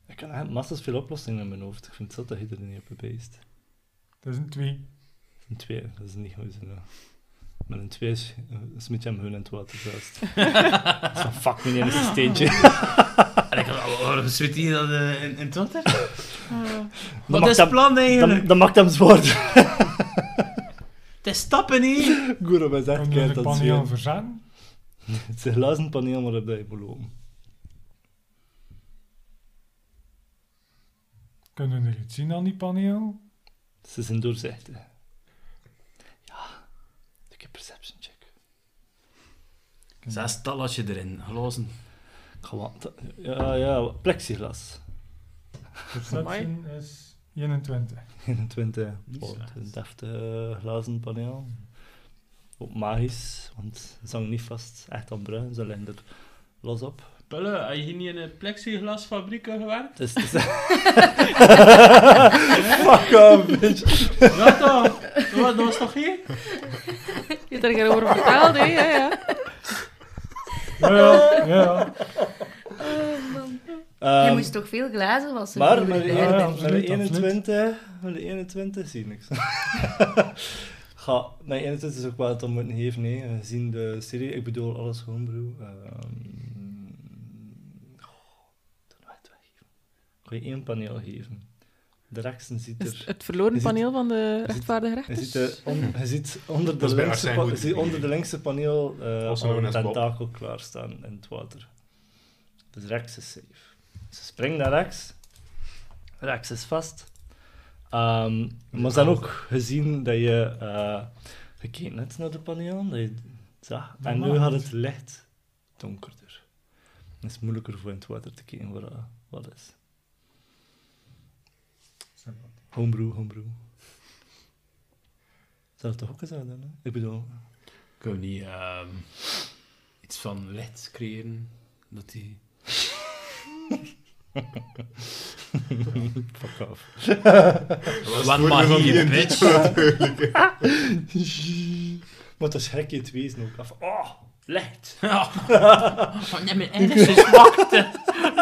[SPEAKER 3] Ik kan eigenlijk massas veel oplossingen in mijn hoofd. Ik vind het zat dat je er niet op beest.
[SPEAKER 7] Dat is een twee.
[SPEAKER 3] Een twee, dat is niet goed. Ja. Met een twee is- eh, smiet je hem hun in het water zelfs. Zo fuck meneer, dat is een steentje.
[SPEAKER 6] En ik waarom zit hier dat eh, in, in Twitter?
[SPEAKER 3] Dan
[SPEAKER 6] Wat is
[SPEAKER 3] maakt
[SPEAKER 6] het
[SPEAKER 3] hem,
[SPEAKER 6] plan eigenlijk?
[SPEAKER 3] dan, dan maakt hem zwaar. <laughs>
[SPEAKER 6] Het is stappen hier.
[SPEAKER 3] Goerob is echt
[SPEAKER 7] Kan je
[SPEAKER 3] keihard
[SPEAKER 7] de
[SPEAKER 3] aan het
[SPEAKER 7] paneel
[SPEAKER 3] zweren.
[SPEAKER 7] verzetten?
[SPEAKER 3] Het is een glazen paneel waarop dat je moet lopen.
[SPEAKER 7] Kunnen we er iets zien aan die paneel?
[SPEAKER 3] Ze zijn doorzichtig. Ja, ik heb perception check.
[SPEAKER 6] Zes talletje erin, glazen.
[SPEAKER 3] Gewoon, ja, ja, <laughs> plexiglas.
[SPEAKER 7] Perception is 21.
[SPEAKER 3] 21.
[SPEAKER 6] Niet
[SPEAKER 3] Oh,
[SPEAKER 6] slecht.
[SPEAKER 3] een deftig glazen paneel. Ook magisch, want ze hangt niet vast. Echt aan bruin, ze liggen er los op.
[SPEAKER 6] Pelle, heb je hier niet in een plexiglasfabriek gewerkt?
[SPEAKER 3] Het is- het is- <laughs> <laughs> Fuck off, bitch.
[SPEAKER 6] Ja toch? Dat was toch hier?
[SPEAKER 5] Je hebt er over verteld, hè? Ja,
[SPEAKER 3] <laughs>
[SPEAKER 5] ja.
[SPEAKER 7] Ja, ja,
[SPEAKER 4] <laughs>
[SPEAKER 7] ja.
[SPEAKER 8] Oh, man.
[SPEAKER 3] Ehm,
[SPEAKER 8] je moest toch veel glazen wassen?
[SPEAKER 3] maar
[SPEAKER 8] voor
[SPEAKER 3] met de,
[SPEAKER 8] de-
[SPEAKER 7] ja,
[SPEAKER 3] een-
[SPEAKER 7] absoluut,
[SPEAKER 3] met de
[SPEAKER 7] absoluut.
[SPEAKER 3] 21, met de 21 zie ik niks. <laughs> Ga, mijn 21 is ook wel het om moeten geven, nee. Gezien de serie, ik bedoel alles gewoon, bro. Ehm goh, dan ga je het weggeven. Ik ga je één paneel geven. De rechtsen ziet
[SPEAKER 5] Is het,
[SPEAKER 3] er...
[SPEAKER 5] het verloren
[SPEAKER 3] Is het-
[SPEAKER 5] paneel van de
[SPEAKER 3] het- eh,
[SPEAKER 5] rechtvaardige
[SPEAKER 3] Je
[SPEAKER 5] rechters.
[SPEAKER 3] ziet,
[SPEAKER 5] <laughs>
[SPEAKER 3] de, on- je ziet onder,
[SPEAKER 4] Dat
[SPEAKER 3] de
[SPEAKER 4] is bij
[SPEAKER 3] linkse,
[SPEAKER 4] Arsène
[SPEAKER 3] pa-
[SPEAKER 4] goed.
[SPEAKER 3] je ziet onder de linkse paneel eh
[SPEAKER 4] Als we
[SPEAKER 3] al
[SPEAKER 4] nou
[SPEAKER 3] een
[SPEAKER 4] naar Bob.
[SPEAKER 3] tentakel klaarstaan in het water. Dus rechts is safe. Ze springt naar rechts. Rechts is vast. Ehm, maar ze hebben ook gezien dat je eh gekeken hebt naar de paneel. Dat je het zag. En nu
[SPEAKER 7] Normaal.
[SPEAKER 3] had het licht donkerder. Het is moeilijker voor in het water te kijken wat, eh, wat is. Homebrew, homebrew. Zou het toch ook eens aan doen, hè? Ik bedoel...
[SPEAKER 6] Kunnen we niet ehm, iets van licht creëren? Dat die...
[SPEAKER 3] Fuck off.
[SPEAKER 6] Wat maar hier, bitch. <laughs>
[SPEAKER 3] maar dan schrik je het wezen ook af. Oh,
[SPEAKER 6] <laughs>
[SPEAKER 3] licht.
[SPEAKER 6] Van ja, mijn ergens is dus wachten.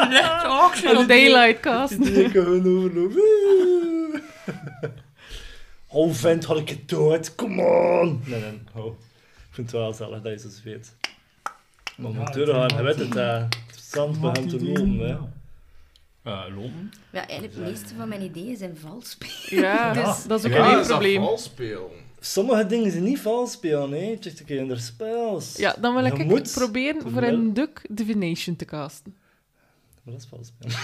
[SPEAKER 6] Licht ook
[SPEAKER 5] Een daylight cast.
[SPEAKER 3] Die ik <laughs> gewoon overloop. Oh, vent, had ik het dood. Come on. Nee, nee. Oh. Ik vind het wel zalig dat je zo zweet. Maar moet doorgaan. Je weet het, hè. Het zand begint te lopen, hè.
[SPEAKER 6] Eh, lopen?
[SPEAKER 8] Ja, eigenlijk de meeste van mijn ideeën zijn vals.
[SPEAKER 5] Ja,
[SPEAKER 8] <laughs> Dus-
[SPEAKER 5] dat is ook
[SPEAKER 4] Ja,
[SPEAKER 5] een
[SPEAKER 4] is dat
[SPEAKER 5] probleem.
[SPEAKER 4] vals spelen?
[SPEAKER 3] Sommige dingen zijn niet vals spelen, hè. Check een keer in de spels.
[SPEAKER 5] Ja, dan wil
[SPEAKER 3] Je
[SPEAKER 5] ik
[SPEAKER 3] moet
[SPEAKER 5] proberen voor
[SPEAKER 3] wel-
[SPEAKER 5] een duck divination te casten.
[SPEAKER 3] Maar dat is vals spelen.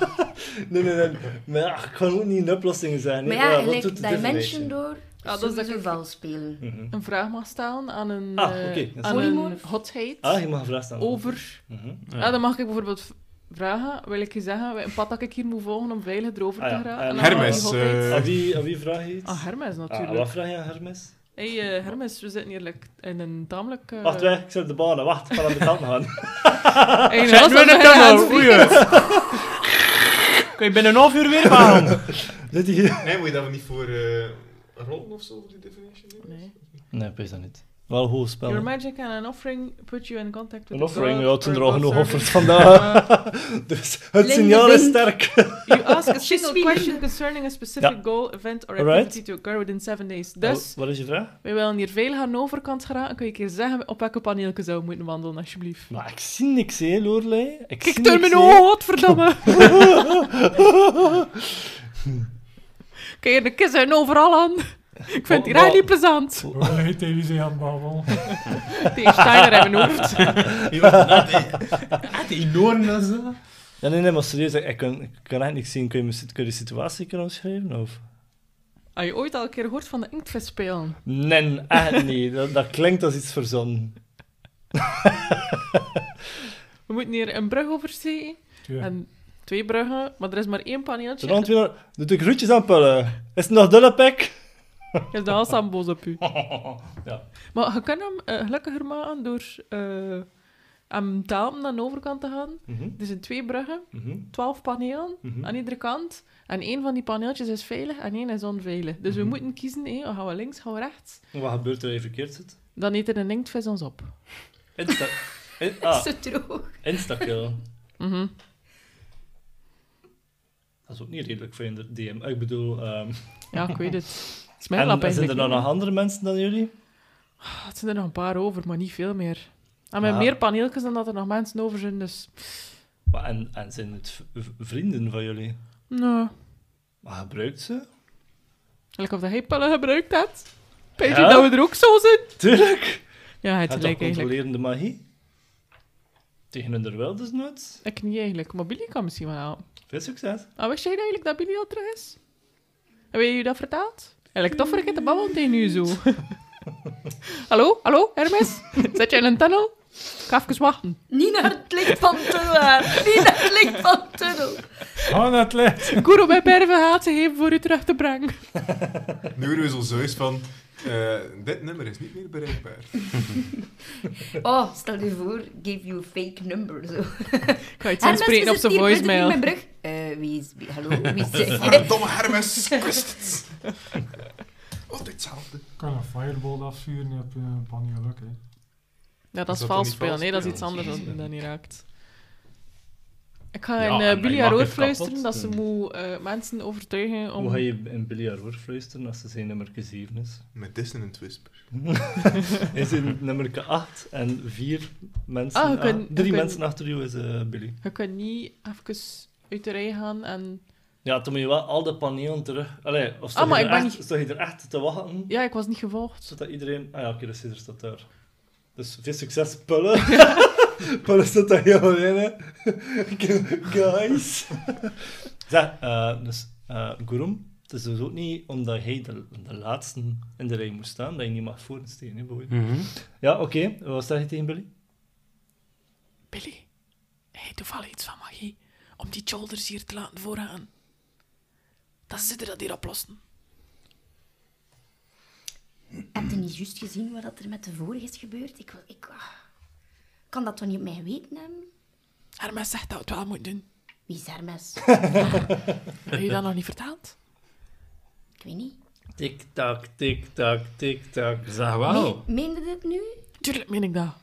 [SPEAKER 3] <laughs> nee, nee, nee. Maar ja, ik kan ook niet een oplossing zijn, hè.
[SPEAKER 8] Maar ja,
[SPEAKER 3] eh, wat
[SPEAKER 8] gelijk
[SPEAKER 3] doet de
[SPEAKER 8] Dimension
[SPEAKER 3] definition?
[SPEAKER 8] door.
[SPEAKER 5] Ah,
[SPEAKER 8] Ja,
[SPEAKER 5] dat is
[SPEAKER 8] dat
[SPEAKER 5] dat
[SPEAKER 8] is een
[SPEAKER 5] ik-
[SPEAKER 8] vals
[SPEAKER 5] <laughs>
[SPEAKER 8] spelen.
[SPEAKER 3] Mhm.
[SPEAKER 5] Een vraag mag stellen aan een,
[SPEAKER 3] Ah,
[SPEAKER 5] eh,
[SPEAKER 3] oké, dat is
[SPEAKER 5] aan
[SPEAKER 8] goed.
[SPEAKER 5] een
[SPEAKER 8] Polymorf.
[SPEAKER 5] hotheid
[SPEAKER 3] Ah, je mag een vraag stellen.
[SPEAKER 5] over...
[SPEAKER 3] Mhm.
[SPEAKER 5] Ah, dan mag ik bijvoorbeeld v- vragen, wil ik je zeggen, een pad dat ik hier moet volgen om veilig erover
[SPEAKER 3] Ah,
[SPEAKER 5] te
[SPEAKER 3] ja.
[SPEAKER 5] geraken.
[SPEAKER 3] Eh,
[SPEAKER 5] En dan mag
[SPEAKER 4] Hermes,
[SPEAKER 5] die hotheid-
[SPEAKER 4] eh,
[SPEAKER 3] Aan wie, aan wie vraag je iets?
[SPEAKER 5] Ah, Hermes
[SPEAKER 3] Ah,
[SPEAKER 5] natuurlijk.
[SPEAKER 3] wat vraag je aan Hermes?
[SPEAKER 5] hey, eh, Hermes, we zitten hier like, in een tamelijk... eh,
[SPEAKER 3] Wacht, weg, ik zit op de banen. Wacht, ik ga aan de kant gaan.
[SPEAKER 5] <laughs> Hey, dat was nog geen handsfree.
[SPEAKER 6] Kun je binnen een half uur weer gaan?
[SPEAKER 3] Zit hij hier?
[SPEAKER 4] Nee, moet je dat niet voor eh, rollen of zo, voor die definition?
[SPEAKER 5] Nee.
[SPEAKER 3] Nee, wees dat niet. Wel goed
[SPEAKER 5] Your
[SPEAKER 3] spel.
[SPEAKER 5] magic and an offering put you in contact
[SPEAKER 3] Een
[SPEAKER 5] with the
[SPEAKER 3] offering,
[SPEAKER 5] god
[SPEAKER 3] ja, het zijn
[SPEAKER 5] or
[SPEAKER 3] er al
[SPEAKER 5] god
[SPEAKER 3] genoeg
[SPEAKER 5] servant.
[SPEAKER 3] offers vandaag. <laughs>
[SPEAKER 5] <laughs> Eh,
[SPEAKER 3] Dus het
[SPEAKER 8] Linde
[SPEAKER 3] signaal is
[SPEAKER 8] Wink.
[SPEAKER 3] sterk.
[SPEAKER 5] you ask a single question concerning a specific
[SPEAKER 3] Ja.
[SPEAKER 5] goal, event or
[SPEAKER 3] Alright.
[SPEAKER 5] activity to occur within seven days. <laughs> Dus,
[SPEAKER 3] Wat is je vraag?
[SPEAKER 5] we willen hier veilig aan de overkant geraken. Kun je een keer zeggen op welke paneelke zou we moeten wandelen, alsjeblieft?
[SPEAKER 3] Maar ik zie niks, hè, Loerlei. Ik
[SPEAKER 5] Kijk
[SPEAKER 3] zie
[SPEAKER 5] door
[SPEAKER 3] niks,
[SPEAKER 5] mijn
[SPEAKER 3] hè.
[SPEAKER 5] ogen,
[SPEAKER 3] <laughs>
[SPEAKER 5] godverdamme! Kun je een kiss en overal aan? Ik vind het
[SPEAKER 3] Wa-
[SPEAKER 5] hier
[SPEAKER 3] wa-
[SPEAKER 5] eigenlijk niet
[SPEAKER 3] <laughs>
[SPEAKER 5] plezant.
[SPEAKER 7] Hoe heet hij wie ze aan het babbelen?
[SPEAKER 5] Die Steiner in mijn hoofd. Ah,
[SPEAKER 4] Echt enorm, dat is dat.
[SPEAKER 3] Ja, nee, nee, maar serieus, ik ik kan, ik kan echt niks zien. Kun je, me sit- kun je de situatie kunnen omschrijven? Of?
[SPEAKER 5] Heb je ooit al een keer gehoord van de inktvis spelen?
[SPEAKER 3] Nee, echt niet. Dat, dat klinkt als iets verzonnen.
[SPEAKER 5] We moeten hier een brug oversteken.
[SPEAKER 7] Tuurlijk.
[SPEAKER 5] En twee bruggen, maar er is maar één paneeltje.
[SPEAKER 3] Ten antwoord, doe de groetjes aan Pullen. Is het nog dulle pek? <laughs> Mhm,
[SPEAKER 5] Dus de Hassan boos op u.
[SPEAKER 3] Ah. Ja.
[SPEAKER 5] Maar je kan hem eh, gelukkiger maken door eh, hem te helpen aan de overkant te gaan.
[SPEAKER 3] Mhm,
[SPEAKER 5] Er zijn twee bruggen,
[SPEAKER 3] mhm,
[SPEAKER 5] twaalf panelen
[SPEAKER 3] mhm.
[SPEAKER 5] aan iedere kant. En één van die paneeltjes is veilig en één is onveilig. Dus
[SPEAKER 3] Hm.
[SPEAKER 5] we moeten kiezen, hé, gaan we links, gaan we rechts?
[SPEAKER 3] Wat gebeurt er als je verkeerd zit?
[SPEAKER 5] Dan eet er een inktvis ons op.
[SPEAKER 3] Insta...
[SPEAKER 5] <laughs>
[SPEAKER 3] in- ah,
[SPEAKER 8] Zo droog.
[SPEAKER 3] Instakill.
[SPEAKER 5] Mhm.
[SPEAKER 3] Dat is ook niet redelijk voor in de DM. Ik bedoel... ehm,
[SPEAKER 5] Ja, ik weet het. Het is mijn lap
[SPEAKER 3] en zijn er
[SPEAKER 5] eigenlijk.
[SPEAKER 3] dan nog andere mensen dan jullie?
[SPEAKER 5] Ah, Het zijn er nog een paar over, maar niet veel meer. En met
[SPEAKER 3] Ja.
[SPEAKER 5] meer paneeltjes dan dat er nog mensen over zijn, dus...
[SPEAKER 3] Maar En, en zijn het v- v- vrienden van jullie?
[SPEAKER 5] Nou,
[SPEAKER 3] Maar gebruikt ze?
[SPEAKER 5] gelijk of dat hij pillen gebruikt had. Weet je
[SPEAKER 3] Ja?
[SPEAKER 5] dat we er ook zo zijn?
[SPEAKER 3] Tuurlijk!
[SPEAKER 5] Ja, het
[SPEAKER 3] Het
[SPEAKER 5] gelijk
[SPEAKER 3] toch
[SPEAKER 5] eigenlijk.
[SPEAKER 3] controlerende magie? Tegen hun er wel dus nooit.
[SPEAKER 5] Ik niet eigenlijk, maar Billy kan misschien wel helpen.
[SPEAKER 3] Veel succes.
[SPEAKER 5] Ah, wist jij eigenlijk dat Billy al terug is? Hebben jullie dat verteld? Eigenlijk tof voor ik te babbelen tegen u zo. <laughs> hallo, hallo,
[SPEAKER 8] <laughs>
[SPEAKER 5] Hermes? Zit jij in een tunnel? Ik ga even wachten.
[SPEAKER 8] Niet naar het licht van tunnel. aan. Niet naar het licht van tunnel.
[SPEAKER 7] Ga naar het licht.
[SPEAKER 5] Koer op mijn perven gaat ze geven voor u terug te brengen.
[SPEAKER 4] Nu worden we zo zeus van... eh, dit nummer is niet meer
[SPEAKER 5] <laughs>
[SPEAKER 4] bereikbaar.
[SPEAKER 8] Oh, stel je voor, give you a fake number. Zo.
[SPEAKER 5] Ik ga iets
[SPEAKER 8] Hermes,
[SPEAKER 5] inspreken
[SPEAKER 8] we
[SPEAKER 5] op zijn
[SPEAKER 8] zitten hier, weet ik niet,
[SPEAKER 5] voicemail.
[SPEAKER 8] Mijn brug. Eh, wie is... Wie, hallo,
[SPEAKER 3] <laughs>
[SPEAKER 8] wie is dit?
[SPEAKER 4] Verdomme Hermes, <laughs> ik wist het. Altijd hetzelfde.
[SPEAKER 7] Ik kan een fireball afvuren op een paneel ook, hè.
[SPEAKER 5] Ja, dat
[SPEAKER 4] Is
[SPEAKER 5] is
[SPEAKER 4] dat
[SPEAKER 5] vals
[SPEAKER 4] dan niet
[SPEAKER 5] spelen.
[SPEAKER 4] vals
[SPEAKER 5] Nee, dat is iets
[SPEAKER 4] spelen?
[SPEAKER 5] anders dan, dan hier raakt. Ik ga
[SPEAKER 6] Ja,
[SPEAKER 5] een
[SPEAKER 6] en
[SPEAKER 5] in
[SPEAKER 6] je
[SPEAKER 5] uh, Billy
[SPEAKER 6] mag
[SPEAKER 5] haar oor
[SPEAKER 6] het
[SPEAKER 5] fluisteren
[SPEAKER 6] kapot
[SPEAKER 5] dat ze
[SPEAKER 3] doen.
[SPEAKER 5] moet eh, mensen overtuigen om...
[SPEAKER 3] Hoe ga je een biljaar hoor fluisteren als ze zijn nummer 7
[SPEAKER 5] <laughs>
[SPEAKER 3] is?
[SPEAKER 4] Met Dissonant Whisper.
[SPEAKER 3] is in nummer 8 en vier mensen.
[SPEAKER 5] Ah, je kunt-
[SPEAKER 3] ah,
[SPEAKER 5] je
[SPEAKER 3] drie
[SPEAKER 5] kunt-
[SPEAKER 3] mensen achter jou is eh, Billy.
[SPEAKER 5] Je kunt niet even uit de rij gaan en...
[SPEAKER 3] Ja, toen moet je wel al de panelen terug. Allee, of sta
[SPEAKER 5] Ah, maar
[SPEAKER 3] je,
[SPEAKER 5] ik
[SPEAKER 3] er
[SPEAKER 5] ben
[SPEAKER 3] echt, sta je er echt te wachten?
[SPEAKER 5] Ja, ik was niet gevolgd.
[SPEAKER 3] Zodat iedereen. Ah ja, oké, de scissor staat daar. Dus veel succes, <laughs> Pullen. Pullen staat daar heel alleen, hè. <laughs> Guys. zeg, eh, dus, eh Gurum, het is dus ook niet omdat jij de, de laatste in de rij moest staan, dat je niet mag voorsteken, hè, bijvoorbeeld.
[SPEAKER 6] Mhm.
[SPEAKER 3] Ja, oké. Wat zeg je tegen Billy?
[SPEAKER 5] Billy, hey, toevallig iets van magie om die shoulders hier te laten voorgaan. Dat ze er dat hier oplossen.
[SPEAKER 8] Heb je niet juist gezien wat dat er met de vorige is gebeurd? Ik, wil- ik ah. kan dat toch niet op mij weten hebben?
[SPEAKER 5] Hermes zegt dat we het wel moeten doen.
[SPEAKER 8] Wie is Hermes?
[SPEAKER 5] Heb je dat nog niet verteld?
[SPEAKER 8] ik weet niet.
[SPEAKER 3] Tik-tak, tik-tak, tik-tak.
[SPEAKER 6] Zeg
[SPEAKER 3] Oh.
[SPEAKER 6] wel.
[SPEAKER 8] Meen- meende dit nu?
[SPEAKER 5] Tuurlijk meen ik dat.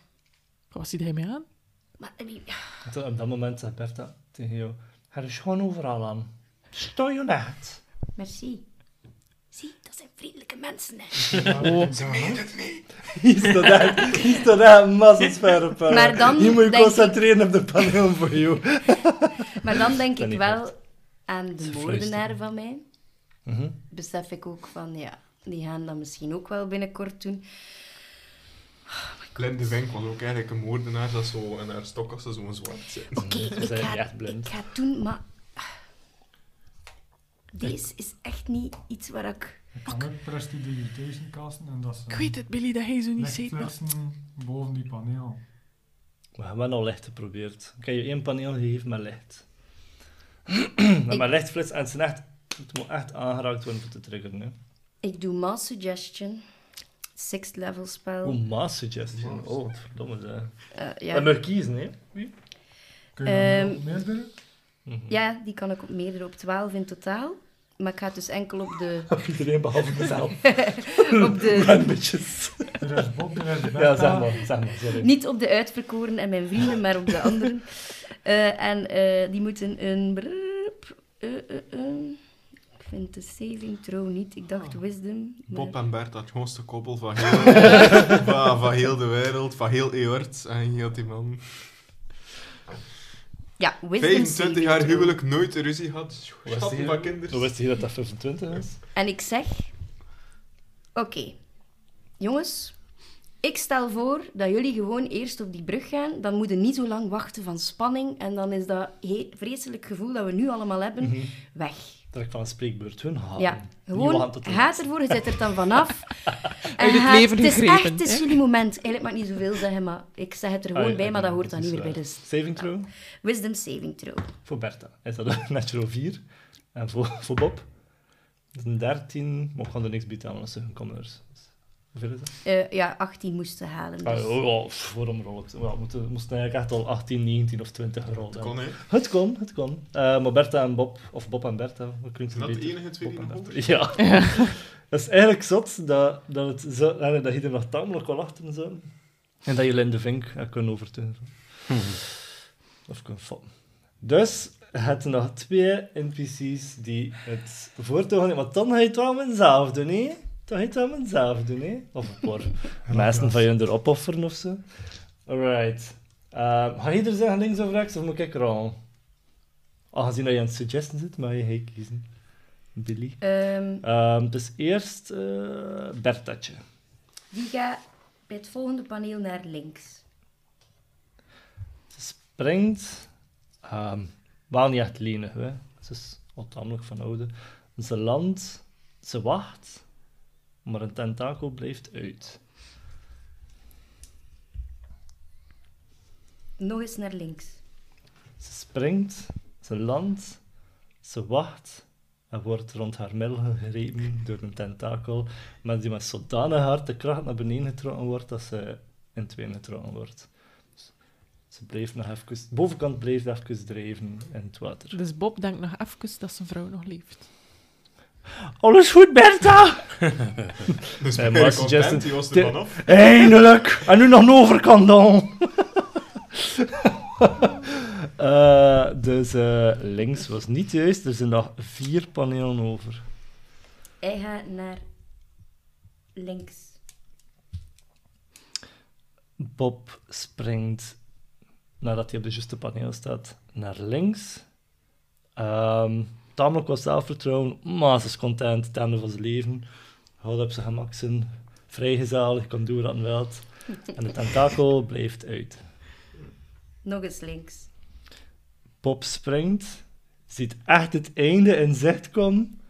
[SPEAKER 5] Wat ziet hij mij aan?
[SPEAKER 8] Maar, eh, wie-
[SPEAKER 3] Toen op dat moment zei Bertha tegen jou, er is gewoon overal aan. Sta je net.
[SPEAKER 8] merci. Zie, dat is zijn vriendelijke mensen. Hè.
[SPEAKER 7] Oh, ze meen het.
[SPEAKER 3] Hier staat daar, <laughs> hier staat daar een massa zware panel.
[SPEAKER 8] Maar dan
[SPEAKER 3] Hier moet je
[SPEAKER 8] denk ik-
[SPEAKER 3] concentreren op de panel voor jou.
[SPEAKER 8] <laughs> Maar dan denk
[SPEAKER 3] Dat
[SPEAKER 8] ik
[SPEAKER 3] niet
[SPEAKER 8] wel aan de
[SPEAKER 3] Ze
[SPEAKER 8] moordenaar
[SPEAKER 3] fluisteren.
[SPEAKER 8] van mij.
[SPEAKER 3] Mhm.
[SPEAKER 8] Besef ik ook van, ja, die gaan dat misschien ook wel binnenkort doen.
[SPEAKER 4] Glenn de Vink was ook eigenlijk een moordenaar dat zo in haar stokkassen zo'n zwart zit.
[SPEAKER 8] Oké, ik,
[SPEAKER 3] zijn
[SPEAKER 8] ga-
[SPEAKER 3] niet echt blind.
[SPEAKER 8] ik ga het doen, maar... ah, Deze is echt niet iets waar ik...
[SPEAKER 7] Ik kan ook prestidigitation casten en dat
[SPEAKER 5] Ik
[SPEAKER 7] ze
[SPEAKER 5] weet het, Billy, dat hij zo niet ziet. maar-
[SPEAKER 7] lichtflitsen boven die paneel.
[SPEAKER 3] We hebben wel al licht geprobeerd. Ik heb je één paneel gegeven met licht. Maar met lichtflits, en het, zijn echt, het moet echt aangeraakt worden om te triggeren.
[SPEAKER 8] Oh.
[SPEAKER 3] Hè.
[SPEAKER 8] Ik doe mass suggestion. Sixth level spel.
[SPEAKER 3] Oh, mass suggestion. Oh, wat verdomme. Zeg.
[SPEAKER 8] Eh,
[SPEAKER 3] Dat
[SPEAKER 8] ja.
[SPEAKER 3] mag je kiezen, hè?
[SPEAKER 7] Kun je
[SPEAKER 8] Ehm,
[SPEAKER 7] dan meerdere?
[SPEAKER 3] Mhm.
[SPEAKER 8] ja, die kan ik op meerdere, op 12 in totaal. Maar ik ga het dus enkel op de...
[SPEAKER 3] Of <laughs> iedereen behalve mezelf.
[SPEAKER 8] <laughs> Op
[SPEAKER 3] <laughs>
[SPEAKER 8] de
[SPEAKER 3] Een beetje.
[SPEAKER 7] Er is Bob, er is Bertha.
[SPEAKER 3] <laughs> Ja, zeg maar, zeg maar, sorry.
[SPEAKER 8] <laughs> Niet op de uitverkoren en mijn vrienden, maar op de anderen. Eh, en eh, die moeten een... brrrp, eh, eh, eh. Ik vind de saving throw niet. Ik dacht
[SPEAKER 4] Ah.
[SPEAKER 8] wisdom. maar-
[SPEAKER 4] Bob en Bert, dat jongste koppel van heel, van, van heel de <laughs> wereld, van heel Eort. En je had die man
[SPEAKER 8] Ja, wisdom
[SPEAKER 4] 25
[SPEAKER 8] saving
[SPEAKER 4] jaar
[SPEAKER 8] throw.
[SPEAKER 4] huwelijk, nooit een ruzie had.
[SPEAKER 3] Hoe was
[SPEAKER 4] Schatten
[SPEAKER 3] die-
[SPEAKER 4] van
[SPEAKER 3] Hoe
[SPEAKER 4] kinderen.
[SPEAKER 3] wist je dat dat 25 is?
[SPEAKER 8] En ik zeg... Oké, jongens. Ik stel voor dat jullie gewoon eerst op die brug gaan. Dan moeten niet zo lang wachten van spanning. En dan is dat he- vreselijk gevoel dat we nu allemaal hebben
[SPEAKER 4] Mhm.
[SPEAKER 8] weg.
[SPEAKER 3] Dat ik van een spreekbeurt hun haal.
[SPEAKER 8] Ja,
[SPEAKER 3] Niet
[SPEAKER 8] gewoon
[SPEAKER 3] wachten tot de
[SPEAKER 8] haat ervoor, je zet er dan vanaf. En
[SPEAKER 5] Uit het
[SPEAKER 8] haat-
[SPEAKER 5] leven
[SPEAKER 8] Het is echt,
[SPEAKER 5] gegrepen,
[SPEAKER 8] het is
[SPEAKER 5] hè?
[SPEAKER 8] jullie moment. Eigenlijk mag ik niet zoveel zeggen, maar ik zeg het er gewoon
[SPEAKER 3] Ah, ja,
[SPEAKER 8] bij,
[SPEAKER 3] ja,
[SPEAKER 8] maar dat hoort
[SPEAKER 3] is
[SPEAKER 8] dan niet meer bij.
[SPEAKER 3] waar.
[SPEAKER 8] Dus
[SPEAKER 3] Saving throw
[SPEAKER 8] wisdom saving throw.
[SPEAKER 3] voor Bertha. Is dat een natural 4? En voor, voor Bob? Dat is een 13, maar ik kan er niks bij tellen als ze hun commoners. Dus, Hoeveel is dat?
[SPEAKER 8] Eh, ja, 18 moesten halen. Dus.
[SPEAKER 3] Ah, oh, oh, pff, waarom rol ik? Ja, we moeten- we moesten eigenlijk echt al 18, 19 of 20 rollen.
[SPEAKER 4] Dat kon, hè.
[SPEAKER 3] Het kon, het kon. Eh, maar Bertha en Bob, of Bob en Bertha, hoe klinkt het
[SPEAKER 4] Zijn dat de
[SPEAKER 3] beter?
[SPEAKER 4] enige twee
[SPEAKER 3] Bob
[SPEAKER 4] die
[SPEAKER 3] en <laughs>
[SPEAKER 4] nog
[SPEAKER 3] Bertha. Ja. dat is eigenlijk zot dat, dat, het zo, eh, dat je er nog tamelijk kon achter zo. En dat je Linde Vink eh, kon overtuigen. Of kon foppen. Dus, je hebt nog twee NPC's die het voortouw gaan Want dan ga je het wel mezelf doen, hè? Dan ga je het wel mezelf doen, hè? Of een paar mensen van je er opofferen of zo. Alright. Eh, ga je er zeggen links of rechts, of moet ik er al? Aangezien dat je aan het suggesten zit, mag je hij kiezen. Billy.
[SPEAKER 8] Ehm,
[SPEAKER 3] Ehm, dus eerst eh Bertatje.
[SPEAKER 8] die gaat bij het volgende paneel naar links.
[SPEAKER 3] Ze springt. ehm wel niet echt lenig, hè. Ze is al tamelijk van oude. Ze landt, ze wacht, maar een tentakel blijft uit.
[SPEAKER 8] Nog eens naar links.
[SPEAKER 3] Ze springt, ze landt, ze wacht en wordt rond haar middel gegrepen door een tentakel, maar die met zodanig hard de kracht naar beneden getrokken wordt dat ze in tweeën getrokken wordt. Dus ze blijft nog even, de bovenkant blijft even drijven in het water.
[SPEAKER 5] Dus Bob denkt nog even dat zijn vrouw nog leeft.
[SPEAKER 3] Alles goed, Bertha!
[SPEAKER 4] Dus
[SPEAKER 3] Nee,
[SPEAKER 4] nee,
[SPEAKER 3] maar
[SPEAKER 4] maar
[SPEAKER 3] Justin-
[SPEAKER 4] content, die was
[SPEAKER 3] de-
[SPEAKER 4] er vanaf.
[SPEAKER 3] Eindelijk! En nu nog een overkant dan! <laughs> Eh, dus eh, links was niet juist, er zijn nog vier panelen over.
[SPEAKER 8] Hij gaat naar links.
[SPEAKER 3] Bob springt, nadat hij op de juiste paneel staat, naar links. Ehm tamelijk wat zelfvertrouwen, maar ze is content, ten einde van zijn leven. Houdt op zijn gemak zijn, vrijgezalig, kan doen wat hij wil. En de tentakel blijft uit.
[SPEAKER 8] Nog eens links.
[SPEAKER 3] Bob springt, ziet echt het einde in zicht komen,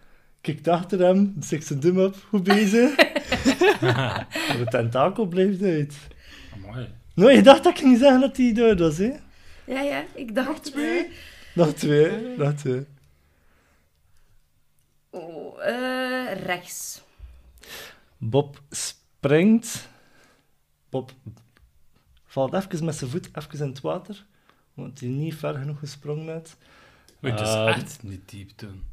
[SPEAKER 3] kijkt achter hem, zegt zijn dum op, goed bezig. en de tentakel blijft uit.
[SPEAKER 6] Amai.
[SPEAKER 3] Nou, je dacht dat ik ging zeggen dat hij dood was, hè?
[SPEAKER 8] Ja, ja, ik dacht... eh,
[SPEAKER 3] Nog twee, nog twee.
[SPEAKER 8] oh, eh, rechts.
[SPEAKER 3] Bob springt. Bob valt even met zijn voet even in het water, omdat hij niet ver genoeg gesprongen had.
[SPEAKER 6] Weet, het is
[SPEAKER 3] Ehm.
[SPEAKER 6] dus echt Eh, niet diep toen.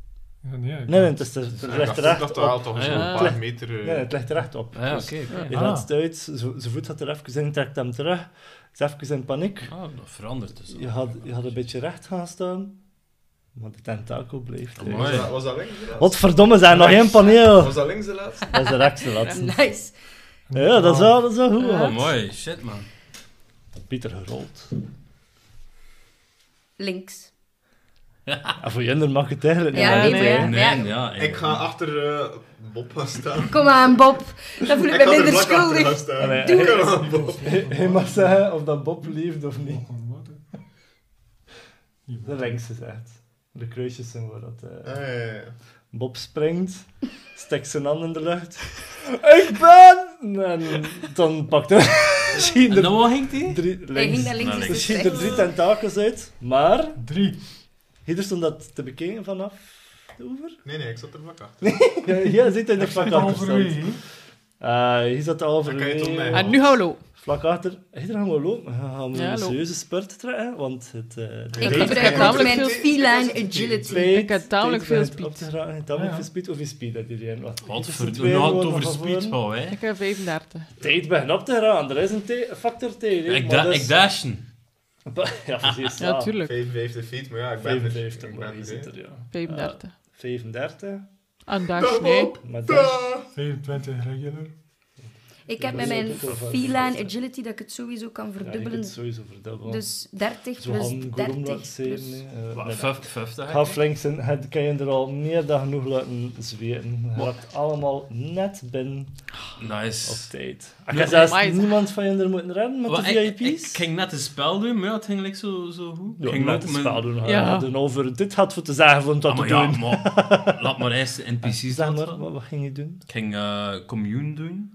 [SPEAKER 7] Ja, nee, ik
[SPEAKER 3] Nee, nee,
[SPEAKER 7] had-
[SPEAKER 3] het, is, het
[SPEAKER 4] Ik
[SPEAKER 3] ligt
[SPEAKER 4] dacht
[SPEAKER 3] er
[SPEAKER 4] ook
[SPEAKER 3] echt
[SPEAKER 4] dat
[SPEAKER 3] op.
[SPEAKER 4] daar toch zo'n
[SPEAKER 6] Ja.
[SPEAKER 4] paar meter... eh,
[SPEAKER 3] Nee, het ligt er echt op.
[SPEAKER 6] Ah, ja,
[SPEAKER 3] Dus
[SPEAKER 6] oké. oké.
[SPEAKER 3] Hij laat het uit, zijn zijn voet gaat er even in, trekt hem terug. Is even in paniek.
[SPEAKER 6] Ah, dat verandert dus. al.
[SPEAKER 3] Je had, je had een beetje recht gaan staan. Maar de tentakel
[SPEAKER 6] Oh,
[SPEAKER 3] blijft. hè.
[SPEAKER 4] Was dat, was dat links de laatste?
[SPEAKER 3] Wat verdomme, zijn nog één paneel.
[SPEAKER 6] <laughs>
[SPEAKER 4] Was dat links de laatste?
[SPEAKER 3] Dat is de rechtste laatste.
[SPEAKER 8] Nice.
[SPEAKER 3] Ja, dat is wel, dat is wel goed.
[SPEAKER 6] Oh,
[SPEAKER 3] hoor.
[SPEAKER 6] mooi. Shit, man.
[SPEAKER 3] Pieter gerold.
[SPEAKER 8] Links.
[SPEAKER 3] En Ah, voor Jinder mag het eigenlijk
[SPEAKER 8] Ja,
[SPEAKER 5] Ja,
[SPEAKER 8] nee,
[SPEAKER 3] niet.
[SPEAKER 8] maar
[SPEAKER 5] nee.
[SPEAKER 8] ja. ja.
[SPEAKER 6] Nee, ja.
[SPEAKER 4] Ik ga achter eh Bob gaan
[SPEAKER 8] <laughs>
[SPEAKER 4] staan.
[SPEAKER 8] Kom aan, Bob. Dan voel ik
[SPEAKER 4] Ik
[SPEAKER 8] me
[SPEAKER 4] ga er
[SPEAKER 8] minder
[SPEAKER 4] vlak achter gaan
[SPEAKER 8] schuldig.
[SPEAKER 4] staan.
[SPEAKER 3] Allee,
[SPEAKER 4] Doe
[SPEAKER 3] hij-
[SPEAKER 4] Kom aan, Bob.
[SPEAKER 3] <laughs> Hij mag zeggen of dat Bob leeft of niet. De
[SPEAKER 7] Ja.
[SPEAKER 3] linkse zegt. De kruisjes zijn waar dat... eh,
[SPEAKER 4] Ah, ja, ja, ja.
[SPEAKER 3] Bob springt, steekt zijn hand in de
[SPEAKER 4] <laughs>
[SPEAKER 3] lucht. Ik ben... En dan pakt hij... <laughs> Zien
[SPEAKER 6] En dan
[SPEAKER 3] er
[SPEAKER 6] wat ging die?
[SPEAKER 3] drie...
[SPEAKER 8] Hij ging
[SPEAKER 3] Links.
[SPEAKER 8] naar links.
[SPEAKER 6] Naar
[SPEAKER 8] dus
[SPEAKER 6] links.
[SPEAKER 8] het
[SPEAKER 3] Zien
[SPEAKER 8] is
[SPEAKER 3] er
[SPEAKER 8] rechts.
[SPEAKER 3] drie tentakels uit, maar...
[SPEAKER 7] Drie.
[SPEAKER 3] Hier stond dat te bekijken vanaf de oever.
[SPEAKER 4] Nee, nee, ik zat er vlak achter.
[SPEAKER 3] <laughs> Ja, Jij zit in de
[SPEAKER 7] Ik
[SPEAKER 3] vlak
[SPEAKER 7] zit al
[SPEAKER 3] achter.
[SPEAKER 7] overweg,
[SPEAKER 3] stand.
[SPEAKER 7] hè.
[SPEAKER 3] Eh, Hier zat al
[SPEAKER 4] Dan kan je het om mij
[SPEAKER 3] overweg.
[SPEAKER 4] houden.
[SPEAKER 5] En nu hallo.
[SPEAKER 3] Vlak achter. Hier gaan we lopen. We gaan we
[SPEAKER 5] Ja,
[SPEAKER 3] een
[SPEAKER 5] loop.
[SPEAKER 3] serieuze spurt trekken, hè, want het... eh, de
[SPEAKER 8] Ik
[SPEAKER 3] tijd
[SPEAKER 8] gebruik
[SPEAKER 3] begint-
[SPEAKER 8] ook
[SPEAKER 5] namelijk
[SPEAKER 8] mijn
[SPEAKER 4] veel-
[SPEAKER 8] feline
[SPEAKER 4] Ik
[SPEAKER 8] agility.
[SPEAKER 3] tijd-
[SPEAKER 5] Ik heb tamelijk
[SPEAKER 3] tijd begint
[SPEAKER 5] veel speed.
[SPEAKER 3] Op te geraken. Tamelijk
[SPEAKER 7] Ja.
[SPEAKER 3] veel speed of je speed dat iedereen? Wat
[SPEAKER 6] Wat verdomme. Nou, het over speed gaan, hè.
[SPEAKER 5] Ik heb 35.
[SPEAKER 3] Tijd begint op te geraken. Er is een te- een factor T.
[SPEAKER 6] Ik, da ik dashen.
[SPEAKER 3] <laughs> Ja, precies.
[SPEAKER 5] Ja, tuurlijk.
[SPEAKER 4] 55 feet, maar ja, ik ben er.
[SPEAKER 3] 55,
[SPEAKER 4] Ik
[SPEAKER 3] maar je
[SPEAKER 4] ben
[SPEAKER 3] zit
[SPEAKER 4] er.
[SPEAKER 3] er, ja.
[SPEAKER 5] 35.
[SPEAKER 3] 35.
[SPEAKER 5] En
[SPEAKER 4] Dag,
[SPEAKER 5] daar nee.
[SPEAKER 4] Bob.
[SPEAKER 3] Maar dash...
[SPEAKER 4] Dag.
[SPEAKER 7] 25 regular.
[SPEAKER 8] Ik heb
[SPEAKER 3] Ja,
[SPEAKER 8] met
[SPEAKER 3] dat is
[SPEAKER 8] mijn
[SPEAKER 3] ook wel waar.
[SPEAKER 8] feline agility dat ik het sowieso kan
[SPEAKER 3] Ja, je kunt
[SPEAKER 8] verdubbelen.
[SPEAKER 3] het sowieso verdubbelen.
[SPEAKER 8] Dus 30
[SPEAKER 3] Zo
[SPEAKER 8] plus
[SPEAKER 3] handig om dat
[SPEAKER 8] 30
[SPEAKER 3] zeer,
[SPEAKER 8] plus...
[SPEAKER 3] nee. Eh,
[SPEAKER 6] Wat,
[SPEAKER 3] nee,
[SPEAKER 6] vijf- 50?
[SPEAKER 3] Ga flink zijn, het kan je er al meer dan genoeg laten zweten. Je raakt allemaal net binnen op
[SPEAKER 6] Nice.
[SPEAKER 3] tijd. Ik heb zelfs
[SPEAKER 5] maar-
[SPEAKER 3] niemand van je er moeten redden met de
[SPEAKER 6] Wat, ik, ik
[SPEAKER 3] VIP's.
[SPEAKER 6] ging net een spel doen, maar ja, het ging like zo, zo goed.
[SPEAKER 3] Ja,
[SPEAKER 6] ging
[SPEAKER 3] net
[SPEAKER 6] ook
[SPEAKER 3] een
[SPEAKER 6] mijn-
[SPEAKER 3] spel doen.
[SPEAKER 5] Ja.
[SPEAKER 3] Ja. over dit had voor te zeggen van
[SPEAKER 6] Ah,
[SPEAKER 3] dat
[SPEAKER 6] maar
[SPEAKER 3] te
[SPEAKER 6] ja,
[SPEAKER 3] doen. <laughs>
[SPEAKER 6] maar laat maar eerst de NPC's
[SPEAKER 3] Zeg
[SPEAKER 6] laten
[SPEAKER 3] maar,
[SPEAKER 6] gaan.
[SPEAKER 3] wat, wat ging je doen?
[SPEAKER 6] Ik ging eh, commune doen.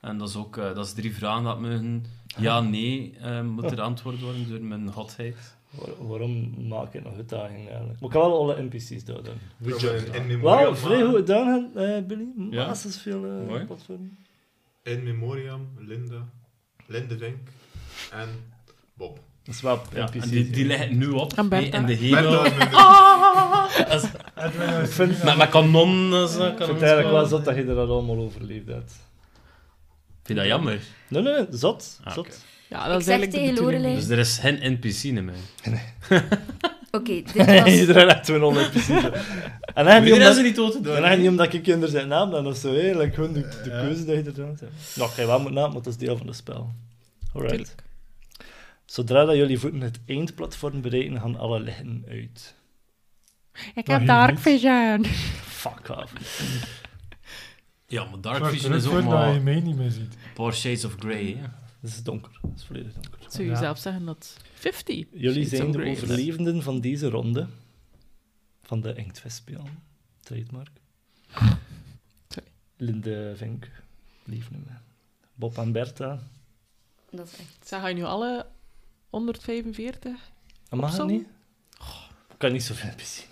[SPEAKER 6] En dat is ook eh, dat is drie vragen dat mogen. Ja, nee, eh, moet er antwoord worden door mijn godheid.
[SPEAKER 3] Waar- waarom maak ik nog uitdagingen eigenlijk? Maar ik kan wel alle NPC's daar doen.
[SPEAKER 4] Ik wil een In
[SPEAKER 3] Wel,
[SPEAKER 4] memoriam.
[SPEAKER 3] vrij goed
[SPEAKER 4] maken.
[SPEAKER 3] gedaan, eh Billy.
[SPEAKER 6] Ja.
[SPEAKER 3] Masses veel
[SPEAKER 6] Mooi.
[SPEAKER 3] eh platformen.
[SPEAKER 4] In memoriam, Linda, Lindevink en Bob.
[SPEAKER 3] Dat is wel
[SPEAKER 6] Ja,
[SPEAKER 3] NPC's.
[SPEAKER 6] en die, die
[SPEAKER 3] hè.
[SPEAKER 6] liggen nu op.
[SPEAKER 5] En
[SPEAKER 6] mee
[SPEAKER 5] Bertha?
[SPEAKER 6] in de
[SPEAKER 4] Bertha
[SPEAKER 6] hemel.
[SPEAKER 4] is
[SPEAKER 8] Oh,
[SPEAKER 4] minder-
[SPEAKER 6] Als-
[SPEAKER 7] Edwin is
[SPEAKER 3] vind-
[SPEAKER 7] drie,
[SPEAKER 6] Met, met kanon. eh, zo,
[SPEAKER 3] Ik vind
[SPEAKER 6] kanon
[SPEAKER 3] het eigenlijk wel
[SPEAKER 6] Ik
[SPEAKER 3] zot dat je er allemaal overleefd hebt.
[SPEAKER 6] vind dat jammer.
[SPEAKER 3] Nee, nee, zot.
[SPEAKER 6] Ah,
[SPEAKER 3] zot.
[SPEAKER 6] oké.
[SPEAKER 5] Ja, dat
[SPEAKER 8] Ik
[SPEAKER 5] is
[SPEAKER 8] zeg
[SPEAKER 5] eigenlijk de
[SPEAKER 8] tegen
[SPEAKER 5] bedoeling.
[SPEAKER 8] Lorelei-
[SPEAKER 6] Dus er is geen NPC in mij.
[SPEAKER 8] Oké,
[SPEAKER 3] <laughs>
[SPEAKER 8] dit was...
[SPEAKER 3] Iedereen had toen al precies. En dan niet
[SPEAKER 6] Iedereen is er
[SPEAKER 3] omdat,
[SPEAKER 6] niet dood te doen.
[SPEAKER 3] en dan niet omdat ik onder zijn naam ben of zo, hè. Like, gewoon de, de keuze dat je er dan hebt. Nou, oké, wel moet naam, want dat is deel van het spel. Alright.
[SPEAKER 5] Tuurlijk.
[SPEAKER 3] Zodra dat jullie voeten het eindplatform bereiken, gaan alle lichten uit.
[SPEAKER 5] Ik
[SPEAKER 7] Maar
[SPEAKER 5] heb
[SPEAKER 7] hier
[SPEAKER 5] dark
[SPEAKER 7] niet.
[SPEAKER 5] vision.
[SPEAKER 3] Fuck off.
[SPEAKER 6] Ja, maar
[SPEAKER 7] maar
[SPEAKER 6] Dark Vision
[SPEAKER 7] terug
[SPEAKER 6] is ook
[SPEAKER 7] wordt dat je
[SPEAKER 6] maar
[SPEAKER 7] mij niet meer ziet.
[SPEAKER 6] een paar shades of grey. hè.
[SPEAKER 3] Het is donker. Het is volledig donker.
[SPEAKER 5] Zou je
[SPEAKER 7] Ja.
[SPEAKER 5] zelf zeggen dat 50?
[SPEAKER 3] Jullie
[SPEAKER 5] Shades
[SPEAKER 3] zijn
[SPEAKER 5] of
[SPEAKER 3] de
[SPEAKER 5] grey is.
[SPEAKER 3] overlevenden van deze ronde. Van de Engtwestspel. Trademark.
[SPEAKER 5] Sorry.
[SPEAKER 3] Linde Vink. Lief nummer. Bob en Bertha.
[SPEAKER 8] Dat is echt...
[SPEAKER 5] Zeg, ga je nu alle 145?
[SPEAKER 3] En mag het
[SPEAKER 5] Opzommen?
[SPEAKER 3] niet? ik kan niet zoveel zien.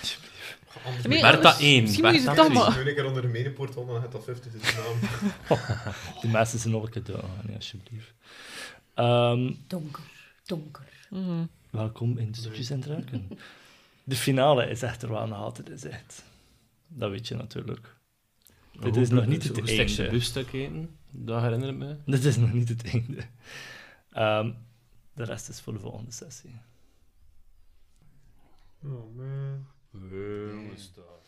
[SPEAKER 3] Alsjeblieft.
[SPEAKER 5] Nee,
[SPEAKER 6] Bertha
[SPEAKER 5] anders-
[SPEAKER 6] één,
[SPEAKER 5] Misschien moet je ze
[SPEAKER 6] Bertha
[SPEAKER 5] toch
[SPEAKER 6] drie.
[SPEAKER 5] maar...
[SPEAKER 4] Nu een keer onder de menepoort dan had dat 50 is de naam.
[SPEAKER 3] Die mensen zijn nog een keer dood. Ah, Nee, alsjeblieft. Ehm,
[SPEAKER 8] Donker, donker.
[SPEAKER 5] Mhm.
[SPEAKER 3] welkom in Stukjes en Draken. De finale is echter wel nog altijd is echt. Dat weet je natuurlijk. Dit is nog niet het
[SPEAKER 6] Hoe stek
[SPEAKER 3] einde.
[SPEAKER 6] je biefstuk eten? Dat herinner ik me.
[SPEAKER 3] <laughs> Dit is nog niet het einde. Ehm, de rest is voor de volgende sessie.
[SPEAKER 4] Oh man.
[SPEAKER 3] Eh,
[SPEAKER 6] Jongens, daar.